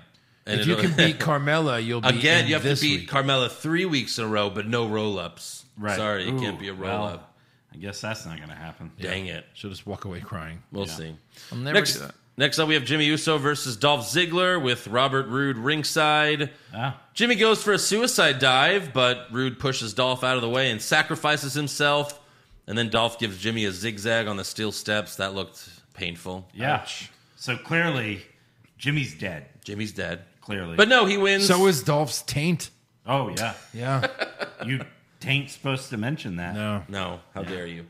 Speaker 3: And
Speaker 4: If you
Speaker 3: it'll-
Speaker 4: can
Speaker 3: [laughs]
Speaker 4: beat Carmella, you'll be
Speaker 3: again,
Speaker 4: in
Speaker 3: you have to
Speaker 4: this
Speaker 3: beat
Speaker 4: week.
Speaker 3: Carmella three weeks in a row, but no roll ups.
Speaker 5: Right.
Speaker 3: Sorry, it
Speaker 5: Ooh,
Speaker 3: can't be a roll
Speaker 5: well,
Speaker 3: up.
Speaker 5: I guess that's not going to happen.
Speaker 3: Dang it.
Speaker 4: She'll just walk away crying.
Speaker 3: We'll see.
Speaker 4: I'll never
Speaker 3: Next,
Speaker 4: do that.
Speaker 3: next up, we have Jimmy Uso versus Dolph Ziggler with Robert Roode ringside.
Speaker 5: Ah.
Speaker 3: Jimmy goes for a suicide dive, but Rude pushes Dolph out of the way and sacrifices himself. And then Dolph gives Jimmy a zigzag on the steel steps. That looked painful.
Speaker 5: Yeah. So clearly, Jimmy's dead.
Speaker 3: Jimmy's dead.
Speaker 5: Clearly.
Speaker 3: But no, he wins.
Speaker 4: So is Dolph's taint.
Speaker 5: oh, yeah.
Speaker 4: [laughs] Yeah.
Speaker 5: You ain't supposed to mention that.
Speaker 4: No.
Speaker 3: No, how dare you.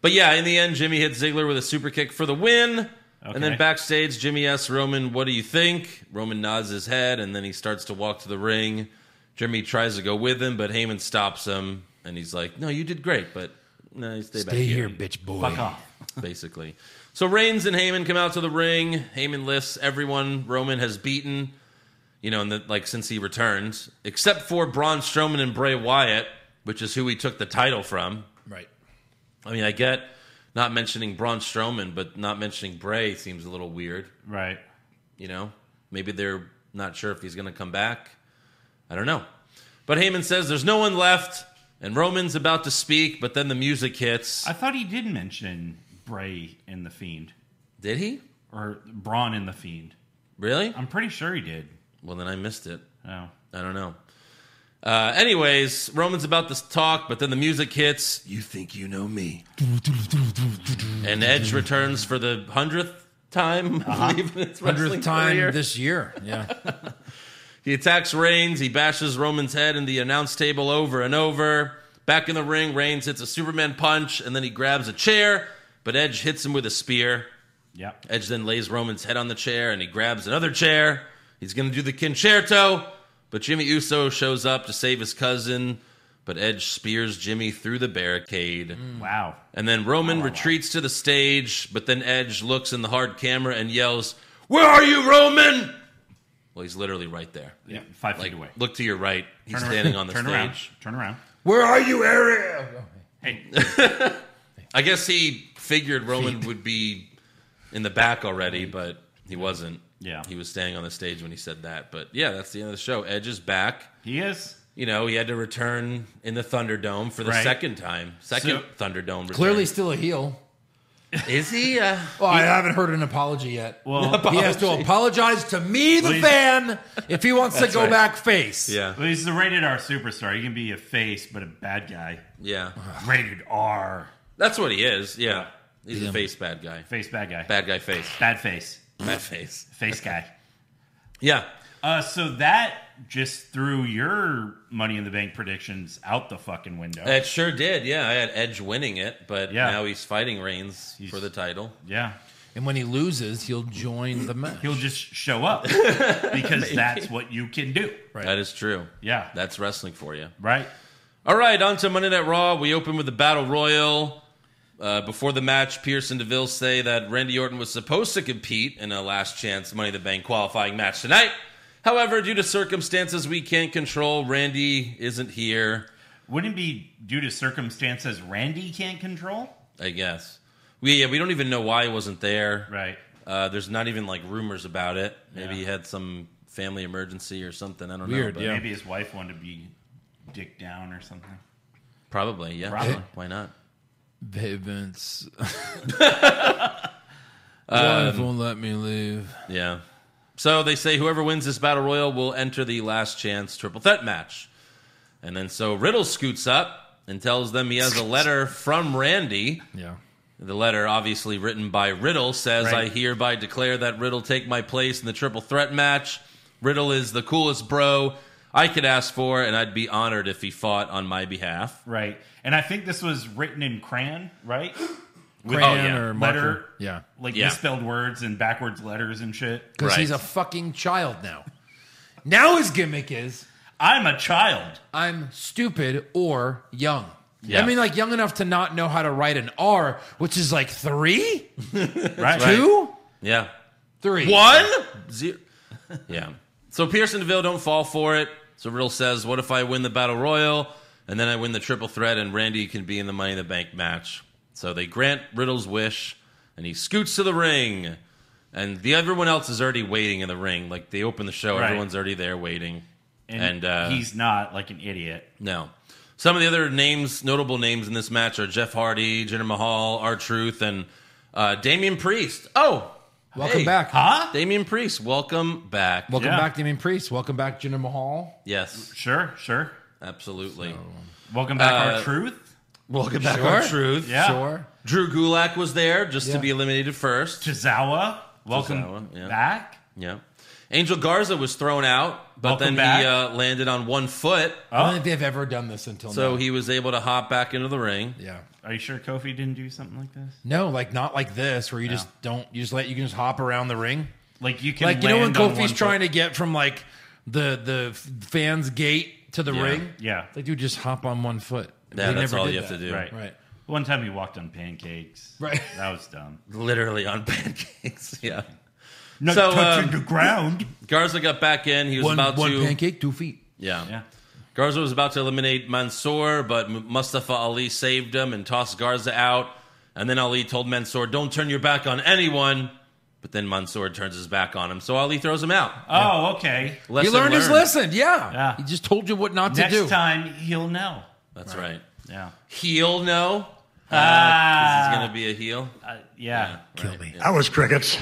Speaker 3: But yeah, in the end, Jimmy hits Ziggler with a super kick for the win. And then
Speaker 5: Okay.
Speaker 3: backstage, Jimmy asks Roman, What do you think? Roman nods his head, and then he starts to walk to the ring. Jimmy tries to go with him, but Heyman stops him. And he's like, No, you did great, but no, you stay, back
Speaker 4: Stay
Speaker 3: here.
Speaker 4: here, bitch boy.
Speaker 5: Fuck off.
Speaker 3: basically. So Reigns and Heyman come out to the ring. Heyman lists everyone Roman has beaten, you know, and the, like since he returned, except for Braun Strowman and Bray Wyatt, which is who he took the title from.
Speaker 4: Right.
Speaker 3: I mean, I get not mentioning Braun Strowman, but not mentioning Bray seems a little weird.
Speaker 5: Right.
Speaker 3: You know, maybe they're not sure if he's going to come back. I don't know. But Heyman says there's no one left, and Roman's about to speak, but then the music hits.
Speaker 5: I thought he did mention Bray in The Fiend
Speaker 3: Did he
Speaker 5: or Braun in The Fiend.
Speaker 3: really?
Speaker 5: I'm pretty sure he did.
Speaker 3: Well, then I missed it.
Speaker 5: Oh.
Speaker 3: I don't know. Uh, anyways, Roman's about to talk, but then the music hits. You think you know me. and
Speaker 4: [laughs]
Speaker 3: Edge returns for the hundredth time, I believe, in his wrestling
Speaker 4: Uh-huh. Hundredth time
Speaker 3: career.
Speaker 4: this year. Yeah.
Speaker 3: [laughs] He attacks Reigns. He bashes Roman's head in the announce table over and over. Back in the ring, Reigns hits a Superman punch, and then he grabs a chair, but Edge hits him with a spear.
Speaker 5: Yep.
Speaker 3: Edge then lays Roman's head on the chair and he grabs another chair. He's going to do the concerto, but Jimmy Uso shows up to save his cousin. But Edge spears Jimmy through the barricade.
Speaker 5: Wow.
Speaker 3: And then
Speaker 5: Oh.
Speaker 3: Roman retreats to the stage, but then Edge looks in the hard camera and yells, Where are you, Roman? Well, he's literally right there.
Speaker 5: Yeah. Five
Speaker 3: Like,
Speaker 5: feet away.
Speaker 3: look to your right. He's
Speaker 5: Turn around-
Speaker 3: standing on the
Speaker 5: [laughs] turn
Speaker 3: stage.
Speaker 5: Around. Turn around.
Speaker 4: Where are you, Ariel?
Speaker 5: Hey.
Speaker 3: I guess he figured Roman would be in the back already, but he wasn't.
Speaker 5: Yeah.
Speaker 3: He was staying on the stage when he said that. But yeah, that's the end of the show. Edge is back.
Speaker 5: He is.
Speaker 3: you know, he had to return in the Thunderdome for the
Speaker 5: Right.
Speaker 3: second time. Second
Speaker 5: So-
Speaker 3: Thunderdome return.
Speaker 4: Clearly, still a heel.
Speaker 3: Is he?
Speaker 5: [laughs]
Speaker 3: Uh,
Speaker 4: Well, I haven't heard an apology yet.
Speaker 5: Well,
Speaker 4: [laughs] he has to apologize to me, the
Speaker 5: Please.
Speaker 4: fan, if he wants to go
Speaker 5: right.
Speaker 4: back face.
Speaker 3: yeah.
Speaker 5: well, he's the rated R superstar. He can be a face, but a bad
Speaker 3: [sighs]
Speaker 5: guy.
Speaker 3: Yeah.
Speaker 5: Rated R.
Speaker 3: That's what he is. Yeah. He's a face bad guy.
Speaker 5: Face, bad guy.
Speaker 3: Bad guy face.
Speaker 5: Bad face.
Speaker 3: Bad face.
Speaker 5: Face guy.
Speaker 3: Yeah.
Speaker 5: Uh, so that just threw your Money in the Bank predictions out the fucking window.
Speaker 3: It sure did. Yeah. I had Edge winning it, but
Speaker 5: Yeah.
Speaker 3: now he's fighting Reigns for the title.
Speaker 5: yeah.
Speaker 4: And when he loses, he'll join the match.
Speaker 5: He'll just
Speaker 3: [laughs]
Speaker 5: show up because that's what you can do. Right.
Speaker 3: That is true.
Speaker 5: Yeah.
Speaker 3: That's wrestling for you.
Speaker 5: Right.
Speaker 3: All right, on to Monday Night Raw. We open with the Battle Royal. Uh, before the match, Pierce and DeVille say that Randy Orton was supposed to compete in a last chance Money in the Bank qualifying match tonight. However, due to circumstances we can't control, Randy isn't here,
Speaker 5: Wouldn't it be due to circumstances Randy can't control?
Speaker 3: I guess. We, yeah, we don't even know why he wasn't there.
Speaker 5: Right.
Speaker 3: Uh, there's not even like rumors about it. Maybe
Speaker 5: Yeah.
Speaker 3: he had some family emergency or something. I don't
Speaker 4: Weird,
Speaker 3: know. but
Speaker 4: yeah.
Speaker 5: Maybe his wife wanted to be dick down or something.
Speaker 3: Probably, yeah.
Speaker 5: Probably.
Speaker 3: Why not?
Speaker 8: [laughs]
Speaker 4: Pavements.
Speaker 8: Um,
Speaker 4: Wife won't let me leave.
Speaker 3: Yeah. So they say whoever wins this battle royal will enter the last chance triple threat match. And then so Riddle scoots up and tells them he has a letter from Randy.
Speaker 4: Yeah.
Speaker 3: The letter, obviously written by Riddle, says,
Speaker 5: Right.
Speaker 3: I hereby declare that Riddle take my place in the triple threat match. Riddle is the coolest bro I could ask for, and I'd be honored if he fought on my behalf.
Speaker 5: Right. And I think this was written in crayon, right? With
Speaker 4: Crayon
Speaker 3: yeah.
Speaker 4: or marker.
Speaker 5: letter,
Speaker 4: Yeah.
Speaker 5: like
Speaker 3: Yeah.
Speaker 5: misspelled words and backwards letters and shit.
Speaker 4: Because
Speaker 3: Right.
Speaker 4: he's a fucking child now. now his gimmick is
Speaker 5: I'm a child.
Speaker 4: I'm stupid or young.
Speaker 3: Yeah.
Speaker 4: I mean, like young enough to not know how to write an R, which is like three,
Speaker 5: Right.
Speaker 4: two,
Speaker 3: Yeah.
Speaker 4: three.
Speaker 3: One? Zero. Yeah. So Pierce and DeVille don't fall for it. So Riddle says, What if I win the Battle Royal and then I win the Triple Threat and Randy can be in the Money in the Bank match? So they grant Riddle's wish and he scoots to the ring. And the everyone else is already waiting in the ring. Like they open the show,
Speaker 5: Right.
Speaker 3: everyone's already there waiting. And, uh,
Speaker 5: he's not like an idiot.
Speaker 3: no. Some of the other names, notable names in this match are Jeff Hardy, Jinder Mahal, R Truth, and uh, Damian Priest. Oh,
Speaker 4: Welcome
Speaker 3: hey.
Speaker 4: back.
Speaker 5: Huh?
Speaker 3: Damian Priest, welcome back.
Speaker 4: Welcome
Speaker 5: Yeah.
Speaker 4: back, Damien Priest. Welcome back, Jinder Mahal.
Speaker 3: yes,
Speaker 5: Sure, sure.
Speaker 3: absolutely.
Speaker 5: Welcome back,
Speaker 3: Uh,
Speaker 5: our truth.
Speaker 3: Welcome back,
Speaker 4: Sure.
Speaker 3: our truth.
Speaker 5: Yeah.
Speaker 4: Sure.
Speaker 3: Drew Gulak was there just to
Speaker 4: Yeah.
Speaker 3: be eliminated first.
Speaker 5: Tozawa. Welcome
Speaker 3: Tozawa, yeah.
Speaker 5: back.
Speaker 3: Yeah. Angel Garza was thrown out, but
Speaker 5: Welcome
Speaker 3: then
Speaker 5: back.
Speaker 3: he uh, landed on one foot,
Speaker 4: I don't think they've ever done this until
Speaker 3: so
Speaker 4: now.
Speaker 3: he was able to hop back into the ring.
Speaker 4: yeah.
Speaker 5: Are you sure Kofi didn't do something like this?
Speaker 4: No, like not like this, where you just don't. You just let you can just hop around the ring.
Speaker 5: Like you can
Speaker 4: Like you know when
Speaker 5: land on
Speaker 4: Kofi's
Speaker 5: one
Speaker 4: trying
Speaker 5: foot.
Speaker 4: to get from like the the f- fans gate to the
Speaker 3: Yeah.
Speaker 4: ring.
Speaker 5: Yeah.
Speaker 4: Like dude, just hop on one foot.
Speaker 3: Yeah,
Speaker 4: They
Speaker 3: that's
Speaker 4: never
Speaker 3: all
Speaker 4: did
Speaker 3: you have
Speaker 4: that.
Speaker 3: to do.
Speaker 5: Right.
Speaker 4: Right.
Speaker 5: One time he walked on pancakes.
Speaker 4: Right.
Speaker 5: That was
Speaker 3: [laughs]
Speaker 5: dumb.
Speaker 3: Literally on pancakes. Yeah.
Speaker 5: Not
Speaker 3: So, um, touching
Speaker 5: the ground.
Speaker 3: Garza got back in. He was
Speaker 4: One,
Speaker 3: about
Speaker 4: one
Speaker 3: to.
Speaker 4: pancake, two feet.
Speaker 3: Yeah.
Speaker 5: Yeah.
Speaker 3: Garza was about to eliminate Mansoor, but M- Mustafa Ali saved him and tossed Garza out. And then Ali told Mansoor, "Don't turn your back on anyone." But then Mansoor turns his back on him, so Ali throws him out.
Speaker 5: Oh, okay.
Speaker 3: Lesson
Speaker 4: he learned, his lesson. Yeah.
Speaker 5: Yeah.
Speaker 4: He just told you what not
Speaker 5: Next
Speaker 4: to do.
Speaker 5: time he'll know.
Speaker 3: That's right.
Speaker 5: Yeah.
Speaker 3: Heel, no. Uh, 'cause he's gonna be a heel.
Speaker 5: Uh, Ah, yeah.
Speaker 4: Kill me.
Speaker 1: That was crickets.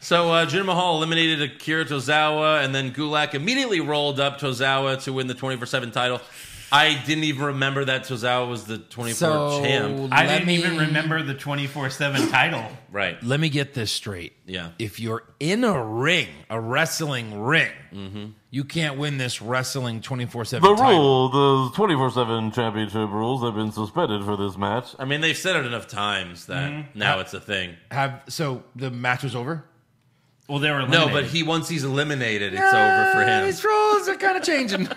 Speaker 3: So uh, Jinder Mahal eliminated Akira Tozawa, and then Gulak immediately rolled up Tozawa to win the twenty four seven title. I didn't even remember that Tozawa was the twenty four
Speaker 4: So
Speaker 3: champ.
Speaker 5: I
Speaker 4: let
Speaker 5: didn't
Speaker 4: me,
Speaker 5: even remember the 24 7 title.
Speaker 3: Right.
Speaker 4: Let me get this straight.
Speaker 3: Yeah.
Speaker 4: If you're in a ring, a wrestling ring,
Speaker 3: Mm-hmm.
Speaker 4: you can't win this wrestling 24 7
Speaker 9: The
Speaker 4: title.
Speaker 9: rule, the 24 7 championship rules have been suspended for this match.
Speaker 3: I mean, they've said it enough times that
Speaker 4: Mm-hmm.
Speaker 3: now it's a thing.
Speaker 4: Have so the match was over.
Speaker 5: Well, they were
Speaker 3: No,
Speaker 5: eliminated.
Speaker 3: but he once he's eliminated, it's over for him.
Speaker 4: These rules are kind of changing.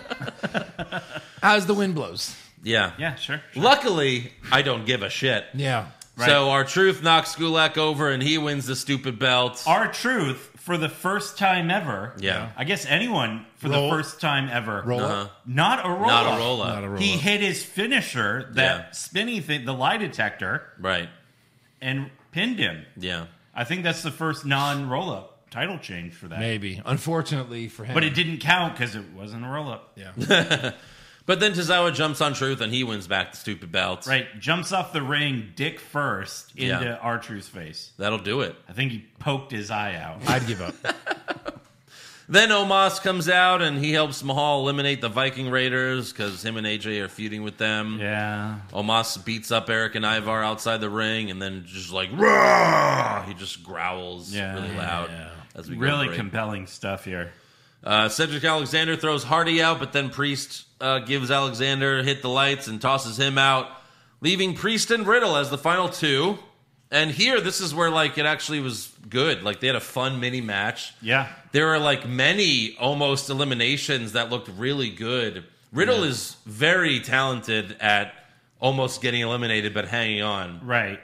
Speaker 4: As the wind blows.
Speaker 3: Yeah.
Speaker 5: Yeah, sure. sure.
Speaker 3: Luckily, I don't give a shit.
Speaker 4: Yeah.
Speaker 3: So our truth knocks Gulak over, and he wins the stupid belt.
Speaker 5: Our truth for the first time ever.
Speaker 3: Yeah.
Speaker 5: I guess anyone for
Speaker 4: Roll-
Speaker 5: the first time ever.
Speaker 4: Roll up.
Speaker 5: Not a roll.
Speaker 3: Not
Speaker 5: up.
Speaker 3: a roll
Speaker 4: Not a
Speaker 3: up,
Speaker 4: roll
Speaker 5: He
Speaker 4: up.
Speaker 5: hit his finisher, that
Speaker 3: Yeah.
Speaker 5: spinny thing, the lie detector,
Speaker 3: right?
Speaker 5: and pinned him.
Speaker 3: Yeah.
Speaker 5: I think that's the first non roll up. title change for that.
Speaker 4: Maybe. Unfortunately for him.
Speaker 5: But it didn't count because it wasn't a roll up.
Speaker 3: But then Tozawa jumps on Truth and he wins back the stupid belt.
Speaker 5: Right, jumps off the ring, dick first, into
Speaker 3: Yeah.
Speaker 5: R Truth's face.
Speaker 3: That'll do it.
Speaker 5: I think he poked his eye out.
Speaker 4: I'd give up.
Speaker 3: Then Omos comes out and he helps Mahal eliminate the Viking Raiders because him and AJ are feuding with them.
Speaker 5: yeah.
Speaker 3: Omos beats up Eric and Ivar outside the ring and then just like, Rah! he just growls
Speaker 5: Yeah.
Speaker 3: really loud. As we go to
Speaker 5: Really
Speaker 3: break.
Speaker 5: compelling stuff here.
Speaker 3: Uh, Cedric Alexander throws Hardy out, but then Priest uh, gives Alexander hit the lights and tosses him out, leaving Priest and Riddle as the final two. And here, this is where like it actually was good. Like they had a fun mini match.
Speaker 5: Yeah.
Speaker 3: There were like many almost eliminations that looked really good. Riddle is very talented at almost getting eliminated but hanging on.
Speaker 5: Right.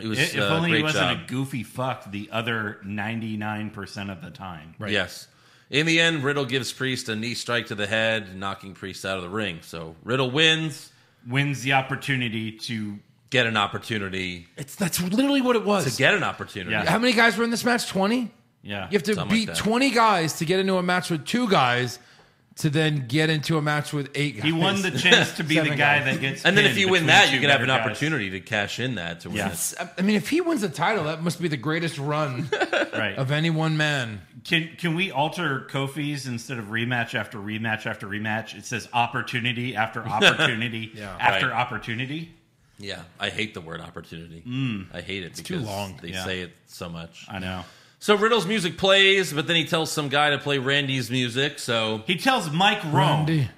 Speaker 3: It was
Speaker 5: if
Speaker 3: uh,
Speaker 5: only
Speaker 3: great
Speaker 5: he wasn't
Speaker 3: job.
Speaker 5: a goofy fuck the other 99% of the time. Right.
Speaker 3: Yes. In the end, Riddle gives Priest a knee strike to the head, knocking Priest out of the ring. So Riddle wins,
Speaker 5: Wins the opportunity to.
Speaker 3: get an opportunity
Speaker 4: It's that's literally what it
Speaker 3: to
Speaker 4: was.
Speaker 3: get an opportunity.
Speaker 5: Yeah.
Speaker 4: How many guys were in this match? Twenty?
Speaker 5: Yeah.
Speaker 4: You have to
Speaker 3: Something like
Speaker 4: beat
Speaker 3: that.
Speaker 4: 20 guys to get into a match with two guys to then get into a match with eight guys.
Speaker 5: he
Speaker 3: [laughs]
Speaker 5: won the chance to be the
Speaker 4: Seven
Speaker 5: guy
Speaker 4: guys.
Speaker 5: that gets.
Speaker 3: And then if
Speaker 5: pinned
Speaker 3: you win
Speaker 5: between
Speaker 3: that,
Speaker 5: two
Speaker 3: you can have an
Speaker 5: better guys.
Speaker 3: opportunity to cash in that to win.
Speaker 5: Yeah.
Speaker 3: it.
Speaker 4: It's- [laughs] I- I mean, if he wins the title, that must be the greatest run
Speaker 5: Right.
Speaker 4: of any one man.
Speaker 5: Can can we alter Kofi's instead of rematch after rematch after rematch? It says opportunity
Speaker 3: [laughs]
Speaker 5: after opportunity
Speaker 4: Yeah.
Speaker 5: after
Speaker 3: Right.
Speaker 5: opportunity.
Speaker 3: Yeah. I hate the word opportunity.
Speaker 5: Mm.
Speaker 3: I hate it it's
Speaker 4: too
Speaker 3: because
Speaker 4: long.
Speaker 3: they
Speaker 5: Yeah.
Speaker 3: say it so much.
Speaker 5: I know.
Speaker 3: So Riddle's music plays, but then he tells some guy to play Randy's music. So
Speaker 5: He tells Mike Rome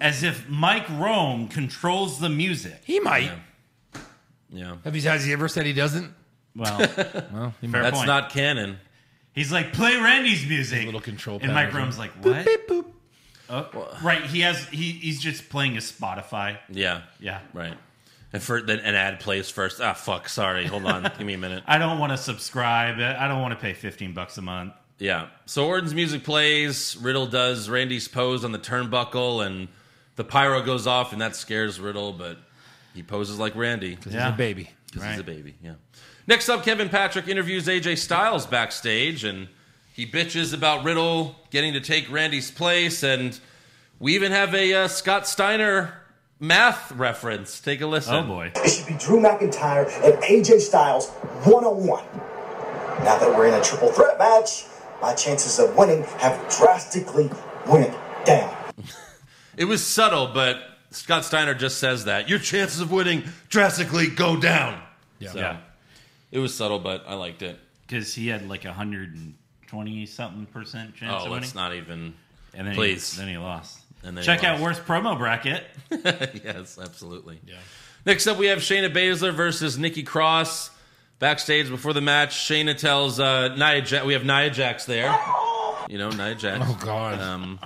Speaker 5: as if Mike Rome controls the music.
Speaker 4: He might.
Speaker 3: yeah,
Speaker 4: Have he, has he ever said he doesn't?
Speaker 3: [laughs]
Speaker 5: Well, fair
Speaker 3: that's
Speaker 5: point.
Speaker 3: not canon.
Speaker 5: He's like play Randy's music.
Speaker 4: little control
Speaker 5: And
Speaker 4: panel.
Speaker 5: Mike Rome's like what?
Speaker 4: Beep, boop.
Speaker 5: Oh, right. He has. He, he's just playing his Spotify.
Speaker 3: Yeah.
Speaker 5: Yeah.
Speaker 3: Right. And for then an ad plays first. Ah, fuck. Sorry. Hold on. Give me a minute.
Speaker 5: I don't want to subscribe. I don't want to pay fifteen bucks a month.
Speaker 3: Yeah. So Orton's music plays. Riddle does Randy's pose on the turnbuckle, and the pyro goes off, and that scares Riddle, but he poses like Randy because
Speaker 5: Yeah.
Speaker 4: He's a baby.
Speaker 3: he's
Speaker 5: Right.
Speaker 3: a baby. Yeah. Next up, Kevin Patrick interviews AJ Styles backstage, and he bitches about Riddle getting to take Randy's place, and we even have a uh, Scott Steiner math reference. Take a listen.
Speaker 5: Oh boy.
Speaker 10: It should be Drew McIntyre and AJ Styles one on one. Now that we're in a triple threat match, my chances of winning have drastically went down.
Speaker 3: It was subtle, but Scott Steiner just says that your chances of winning drastically go down.
Speaker 4: Yeah.
Speaker 5: Yeah.
Speaker 3: It was subtle, but I liked it.
Speaker 5: because he had like a hundred and twenty something percent chance
Speaker 3: Oh,
Speaker 5: of winning.
Speaker 3: let's not even. [laughs]
Speaker 5: and then
Speaker 3: please.
Speaker 5: he, then he lost.
Speaker 3: And then he
Speaker 5: check out
Speaker 3: lost.
Speaker 5: worst promo bracket.
Speaker 3: [laughs] yes, absolutely. Yeah. Next up, we have Shayna Baszler versus Nikki Cross. Backstage before the match, Shayna tells uh, Nia Jax. We have Nia Jax there. You know, Nia Jax.
Speaker 4: Oh, God.
Speaker 3: Um,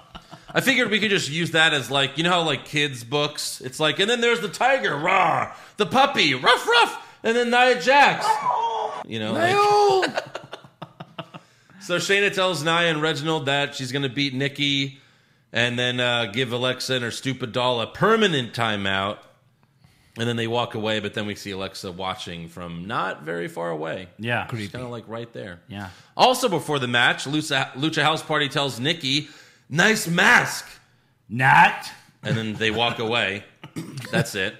Speaker 3: I figured we could just use that as like you know how like kids books. It's like and then there's the tiger, rah, the puppy, rough, rough, and then Nia Jax. You know, like,
Speaker 4: Nail!
Speaker 3: So Shayna tells Nia and Reginald that she's going to beat Nikki and then uh, give Alexa and her stupid doll a permanent timeout. And then they walk away, but then we see Alexa watching from not very far away.
Speaker 5: Yeah,
Speaker 3: She's kind of like right there.
Speaker 5: yeah.
Speaker 3: Also, before the match, Lucha, Lucha House Party tells Nikki, nice mask.
Speaker 5: Not
Speaker 3: And then they walk away. That's it.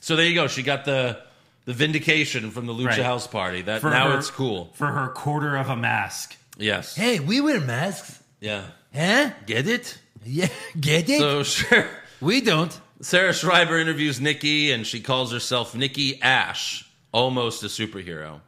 Speaker 3: So there you go. She got the. The vindication from the Lucha
Speaker 5: Right.
Speaker 3: House Party. That
Speaker 5: For
Speaker 3: now
Speaker 5: her-
Speaker 3: it's cool.
Speaker 5: for her quarter of a mask.
Speaker 3: Yes.
Speaker 4: hey, we wear masks.
Speaker 3: Yeah.
Speaker 4: Huh?
Speaker 3: Get it?
Speaker 4: Yeah. Get it?
Speaker 3: So sure.
Speaker 4: we don't.
Speaker 3: Sarah Schreiber interviews Nikki, and she calls herself Nikki Ash, almost a superhero.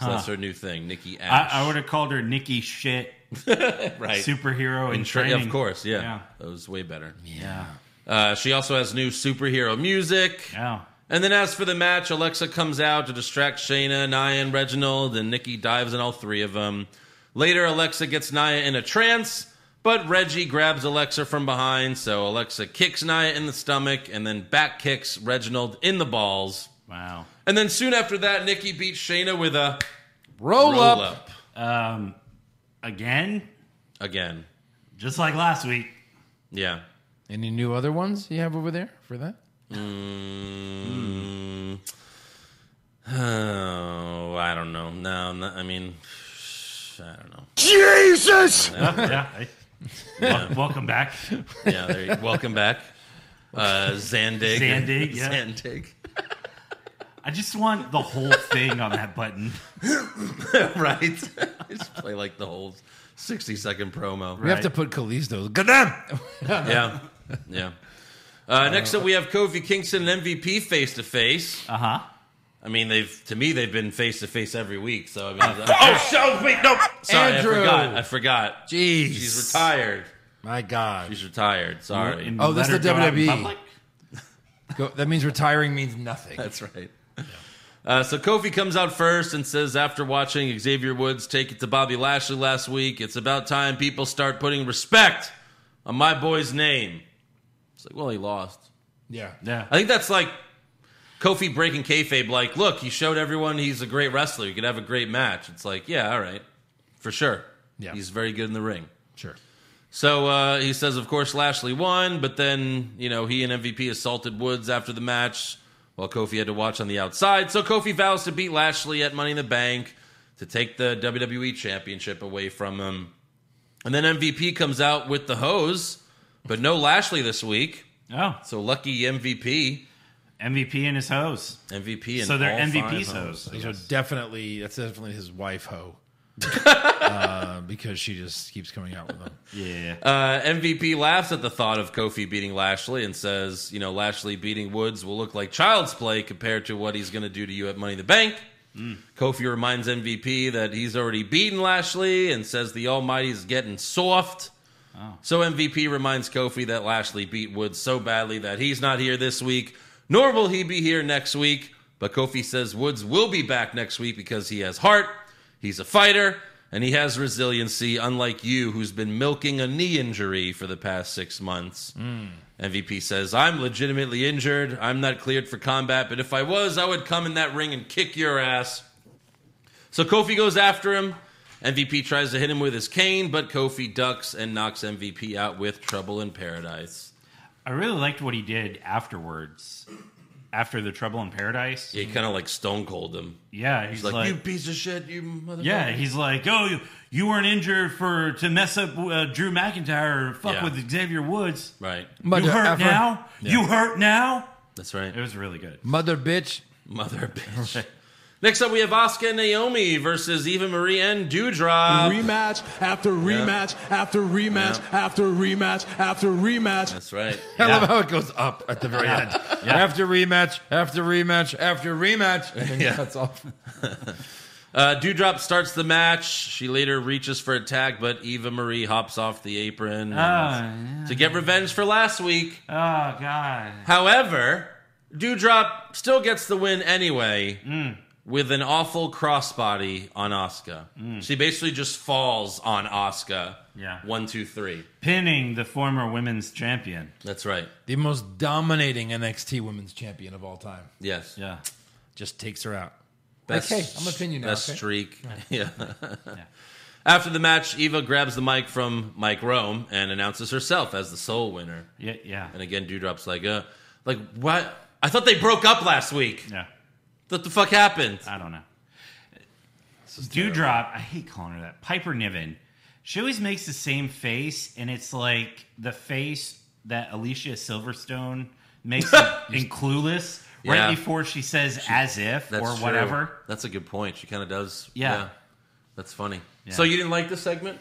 Speaker 3: So that's her new thing, Nikki Ash.
Speaker 5: I, I would have called her Nikki shit
Speaker 3: [laughs] right.
Speaker 5: superhero in,
Speaker 3: In tra-
Speaker 5: training.
Speaker 3: of course, yeah.
Speaker 5: Yeah.
Speaker 3: That was way better.
Speaker 5: Yeah,
Speaker 3: Uh, she also has new superhero music.
Speaker 5: yeah.
Speaker 3: And then as for the match, Alexa comes out to distract Shayna, Nia, and Reginald, and Nikki dives in all three of them. Later, Alexa gets Nia in a trance, but Reggie grabs Alexa from behind, so Alexa kicks Nia in the stomach and then back kicks Reginald in the balls.
Speaker 5: Wow.
Speaker 3: And then soon after that, Nikki beats Shayna with a
Speaker 4: Roll,
Speaker 3: roll
Speaker 4: up.
Speaker 3: up,
Speaker 5: Um, again,
Speaker 3: again.
Speaker 5: just like last week.
Speaker 3: Yeah.
Speaker 4: Any new other ones you have over there for that?
Speaker 3: [sighs] Mm. Oh, I don't know. No, I'm not- I mean, [sighs] Sh- I don't know.
Speaker 1: Jesus!
Speaker 5: yeah.
Speaker 3: [laughs]
Speaker 5: Hey. Wel- Welcome back.
Speaker 3: Yeah, there you, welcome back. Uh, Zandig.
Speaker 5: Zandig, yeah.
Speaker 3: Zandig. [laughs]
Speaker 5: I just want the whole thing on
Speaker 3: [laughs]
Speaker 5: that button.
Speaker 3: right? [laughs] Just play like the whole 60 second promo.
Speaker 4: We have to put Kalisto. Goddamn!
Speaker 3: Yeah. Yeah. Uh, next up, we have Kofi Kingston and MVP face to face.
Speaker 5: Uh huh.
Speaker 3: I mean, they've to me they've been face to face every week. So I mean, oh, so wait, no, sorry,
Speaker 4: Andrew.
Speaker 3: I forgot. I forgot.
Speaker 4: Jeez.
Speaker 3: She's retired.
Speaker 4: [laughs] My God.
Speaker 3: She's retired. Sorry,
Speaker 5: And
Speaker 4: Oh, that's
Speaker 5: let
Speaker 4: the
Speaker 5: her go out in
Speaker 4: WWE.
Speaker 5: public?
Speaker 4: Go, that means retiring means nothing.
Speaker 3: that's right. Uh, so Kofi comes out first and says, after watching Xavier Woods take it to Bobby Lashley last week, it's about time people start putting respect on my boy's name. It's like, well, he lost.
Speaker 4: Yeah.
Speaker 5: Yeah.
Speaker 3: I think that's like Kofi breaking kayfabe. Like, look, he showed everyone he's a great wrestler. You could have a great match. It's like, yeah, all right, for sure.
Speaker 4: Yeah.
Speaker 3: he's very good in the ring.
Speaker 4: Sure.
Speaker 3: So uh, he says, of course, Lashley won, but then you know he and MVP assaulted Woods after the match, while Kofi had to watch on the outside. So Kofi vows to beat Lashley at Money in the Bank to take the WWE Championship away from him. And then MVP comes out with the hose, but no Lashley this week.
Speaker 5: Oh,
Speaker 3: So lucky MVP.
Speaker 5: MVP and his hose.
Speaker 3: MVP and
Speaker 5: So they're
Speaker 3: all
Speaker 5: MVP's
Speaker 3: five
Speaker 5: hose.
Speaker 4: Those are definitely, that's definitely his wife,
Speaker 3: [laughs]
Speaker 4: Ho. uh, because she just keeps coming out with them.
Speaker 5: Yeah.
Speaker 3: Uh, MVP laughs at the thought of Kofi beating Lashley and says, you know, Lashley beating Woods will look like child's play compared to what he's going to do to you at Money in the Bank. Kofi reminds MVP that he's already beaten Lashley and says the Almighty's getting soft. So MVP reminds Kofi that Lashley beat Woods so badly that he's not here this week, nor will he be here next week. But Kofi says Woods will be back next week because he has heart, he's a fighter, and he has resiliency, unlike you, who's been milking a knee injury for the past six months. MVP says, I'm legitimately injured. I'm not cleared for combat, but if I was, I would come in that ring and kick your ass. So Kofi goes after him. MVP tries to hit him with his cane, but Kofi ducks and knocks MVP out with Trouble in Paradise.
Speaker 5: I really liked what he did afterwards, after the Trouble in Paradise.
Speaker 3: He kind of like stone cold him.
Speaker 5: Yeah, he's,
Speaker 3: He's
Speaker 5: like,
Speaker 3: like, You piece of shit, you motherfucker.
Speaker 5: yeah, he's like, oh, you, you weren't injured for to mess up uh, Drew McIntyre or fuck
Speaker 3: Yeah.
Speaker 5: with Xavier Woods.
Speaker 3: Right.
Speaker 4: Mother
Speaker 5: you hurt
Speaker 4: effer.
Speaker 5: now. You hurt now.
Speaker 3: That's right.
Speaker 5: It was really good.
Speaker 4: Mother bitch.
Speaker 5: [laughs]
Speaker 3: Mother bitch. Next up, we have Asuka and Naomi versus Eva Marie and
Speaker 7: [laughs]
Speaker 3: Dewdrop.
Speaker 7: rematch after rematch after rematch after rematch after rematch.
Speaker 3: That's
Speaker 5: [laughs]
Speaker 3: right.
Speaker 4: I love how it goes up at the very end. After rematch, after rematch, after rematch. And then yeah. that's off.
Speaker 3: Uh, Dewdrop starts the match. She later reaches for a tag, but Eva Marie hops off the apron and-
Speaker 5: yeah.
Speaker 3: to get revenge for last week.
Speaker 5: Uh, Oh god.
Speaker 3: However, Dewdrop still gets the win anyway with an awful crossbody on Asuka. She basically just falls on Asuka.
Speaker 5: Yeah.
Speaker 3: One, two, three.
Speaker 5: Pinning the former women's champion.
Speaker 3: That's right.
Speaker 4: The most dominating NXT women's champion of all time.
Speaker 3: Yes.
Speaker 5: Yeah.
Speaker 4: Just takes her out. okay, I'm gonna pin you now.
Speaker 3: Best
Speaker 4: okay?
Speaker 3: streak. [laughs] Yeah. After the match, Eva grabs the mic from Mike Rome and announces herself as the sole winner.
Speaker 5: Yeah. Yeah.
Speaker 3: And again, Dewdrop's like, uh, like what? I thought they broke up last week.
Speaker 5: Yeah.
Speaker 3: What the fuck happened?
Speaker 5: I don't know. Dewdrop, I hate calling her that. Piper Niven. She always makes the same face, and it's like the face that Alicia Silverstone
Speaker 3: [laughs]
Speaker 5: makes in in Clueless right
Speaker 3: Yeah.
Speaker 5: before she says as if
Speaker 3: That's
Speaker 5: or
Speaker 3: true.
Speaker 5: whatever.
Speaker 3: That's a good point. She kind of does.
Speaker 5: Yeah.
Speaker 3: That's funny. So you didn't like this segment?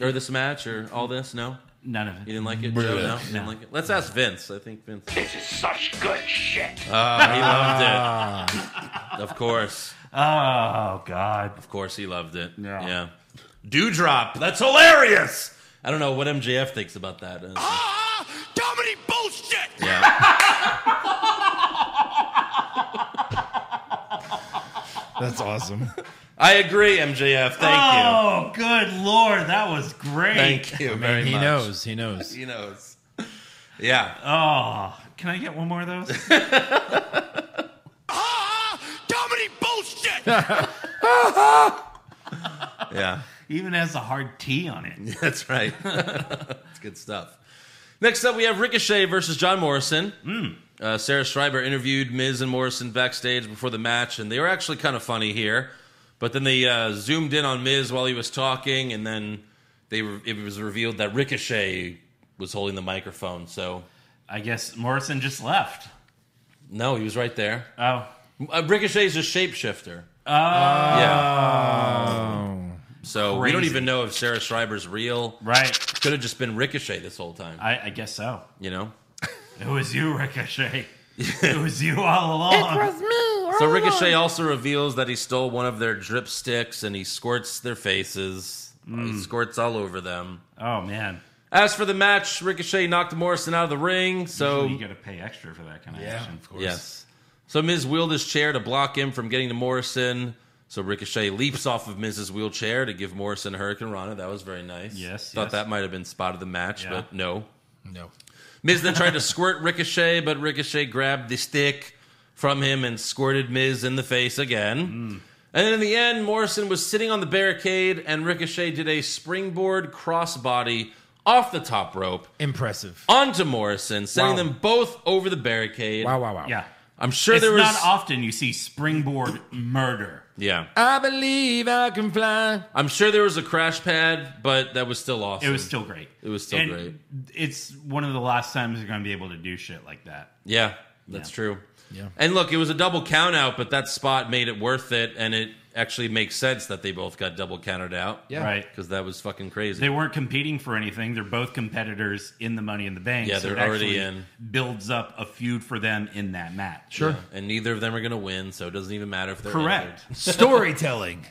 Speaker 3: Or this match or all this? No?
Speaker 5: None of
Speaker 3: You
Speaker 5: it.
Speaker 3: didn't like it? Joe? No? You didn't
Speaker 5: No.
Speaker 3: like it? Let's ask Vince. I think Vince. Oh,
Speaker 8: This is such good shit.
Speaker 3: he loved
Speaker 4: Ah.
Speaker 3: it. of course.
Speaker 5: Oh, God.
Speaker 3: Of course he loved it. Yeah. yeah. Dewdrop. That's hilarious. I don't know what MJF thinks about that.
Speaker 7: Ah,
Speaker 3: Uh,
Speaker 4: [laughs]
Speaker 8: Comedy bullshit.
Speaker 3: Yeah.
Speaker 4: That's awesome.
Speaker 3: I agree, MJF. Thank you.
Speaker 5: Oh, good Lord. That was great.
Speaker 3: Thank you very
Speaker 4: he
Speaker 3: much.
Speaker 4: knows. He knows. Uh,
Speaker 3: He knows. Yeah.
Speaker 5: Oh, can I get one more of those? [laughs]
Speaker 7: Ah,
Speaker 8: Comedy
Speaker 4: [laughs]
Speaker 8: bullshit.
Speaker 4: Oh,
Speaker 3: yeah. [laughs]
Speaker 5: Even has a hard T on it.
Speaker 3: That's right. It's good stuff. Next up, we have Ricochet versus John Morrison.
Speaker 4: Hmm.
Speaker 3: Uh, Sarah Schreiber interviewed Miz and Morrison backstage before the match, and they were actually kind of funny here. But then they uh, zoomed in on Miz while he was talking, and then they re- it was revealed that Ricochet was holding the microphone. So
Speaker 5: I guess Morrison just left.
Speaker 3: no, he was right there.
Speaker 5: Oh,
Speaker 3: Uh, Ricochet is a shapeshifter. Oh. Yeah. So we don't
Speaker 5: Ah. Oh. Crazy.
Speaker 3: even know if Sarah Schreiber's real.
Speaker 5: right.
Speaker 3: Could have just been Ricochet this whole time.
Speaker 5: I, I guess so.
Speaker 3: you know.
Speaker 5: It was you,
Speaker 3: [laughs]
Speaker 5: Ricochet. it was you all along.
Speaker 3: So Ricochet also reveals that he stole one of their drip sticks and he squirts their faces.
Speaker 5: Mm.
Speaker 3: He squirts all over them.
Speaker 5: oh man,
Speaker 3: As for the match, Ricochet knocked Morrison out of the ring. So
Speaker 5: you got to pay extra for that kind of action. Of course.
Speaker 3: Yes. So Miz wheeled his chair to block him from getting to Morrison. So Ricochet leaps off of Miz's wheelchair to give Morrison a Hurricane Rana. That was very nice.
Speaker 5: Yes,
Speaker 3: Thought
Speaker 5: yes.
Speaker 3: that might have been spot of the match,
Speaker 5: Yeah.
Speaker 3: but no.
Speaker 4: No.
Speaker 3: Miz then tried to squirt Ricochet, but Ricochet grabbed the stick from him and squirted Miz in the face again.
Speaker 5: Hmm.
Speaker 3: And then in the end, Morrison was sitting on the barricade, and Ricochet did a springboard crossbody off the top rope
Speaker 4: Impressive.
Speaker 3: onto Morrison, sending
Speaker 4: Wow.
Speaker 3: them both over the barricade.
Speaker 4: Wow, wow, wow.
Speaker 5: Yeah.
Speaker 3: I'm sure
Speaker 5: it's
Speaker 3: there was
Speaker 5: not often you see springboard murder.
Speaker 3: Yeah.
Speaker 4: I believe I can fly.
Speaker 3: I'm sure there was a crash pad, but that was still awesome.
Speaker 5: It was still great.
Speaker 3: It was still
Speaker 5: And
Speaker 3: great.
Speaker 5: It's one of the last times you're going to be able to do shit like that.
Speaker 3: Yeah, that's
Speaker 5: Yeah.
Speaker 3: true.
Speaker 4: Yeah.
Speaker 3: And look, it was a double count out, but that spot made it worth it and it actually makes sense that they both got double counted out.
Speaker 4: Yeah.
Speaker 5: Right.
Speaker 3: Because that was fucking crazy.
Speaker 5: They weren't competing for anything. They're both competitors in the Money in the Bank.
Speaker 3: Yeah,
Speaker 5: so it
Speaker 3: they're already
Speaker 5: actually
Speaker 3: in.
Speaker 5: Builds up a feud for them in that match.
Speaker 4: Sure.
Speaker 3: and neither of them are gonna win, so it doesn't even matter if they're
Speaker 5: Correct.
Speaker 3: [laughs]
Speaker 4: Storytelling.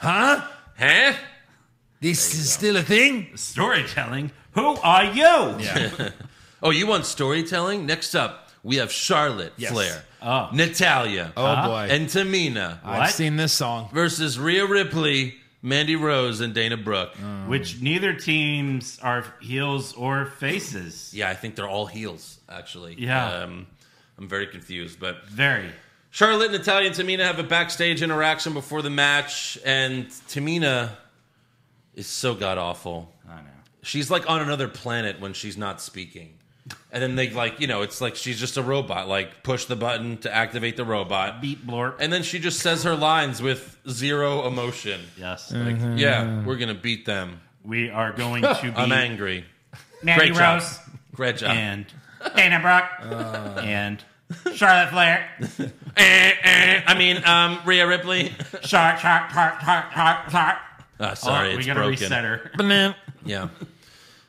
Speaker 4: huh?
Speaker 3: injured. Huh?
Speaker 4: This is still a thing?
Speaker 5: Storytelling. Who are you?
Speaker 3: Oh, you want storytelling? Next up, we have Charlotte
Speaker 4: Yes.
Speaker 3: Flair,
Speaker 5: Oh.
Speaker 3: Natalia,
Speaker 4: Oh,
Speaker 11: Uh-huh.
Speaker 4: boy.
Speaker 3: and Tamina
Speaker 5: What?
Speaker 4: I've seen this song.
Speaker 3: versus Rhea Ripley, Mandy Rose, and Dana Brooke.
Speaker 5: Which neither teams are heels or faces.
Speaker 3: Yeah, I think they're all heels, actually.
Speaker 5: Yeah.
Speaker 3: Um, I'm very confused. But
Speaker 5: Very.
Speaker 3: Charlotte, Natalia, and Tamina have a backstage interaction before the match, and Tamina is so god awful.
Speaker 5: I know.
Speaker 3: She's like on another planet when she's not speaking. And then they like, you know, it's like she's just a robot. Like, push the button to activate the robot.
Speaker 5: Beat blorp.
Speaker 3: And then she just says her lines with zero emotion.
Speaker 5: yes.
Speaker 3: Mm-hmm. Yeah, we're going to beat them.
Speaker 5: We
Speaker 3: [laughs]
Speaker 5: are going to
Speaker 3: I'm
Speaker 5: be
Speaker 3: angry.
Speaker 5: Mandy
Speaker 3: Oh, Great job. Uh.
Speaker 5: Rose
Speaker 3: Great job.
Speaker 5: and Dana Brooke
Speaker 3: Uh.
Speaker 5: and
Speaker 3: [laughs]
Speaker 5: Charlotte Flair.
Speaker 3: Eh, eh, I mean, um, Rhea Ripley. [laughs]
Speaker 5: Shark, shark, shark, shark, shark, shark.
Speaker 3: Ah, sorry,
Speaker 5: oh, we
Speaker 3: it's
Speaker 5: gotta
Speaker 3: broken. [laughs]
Speaker 5: reset her.
Speaker 3: Yeah.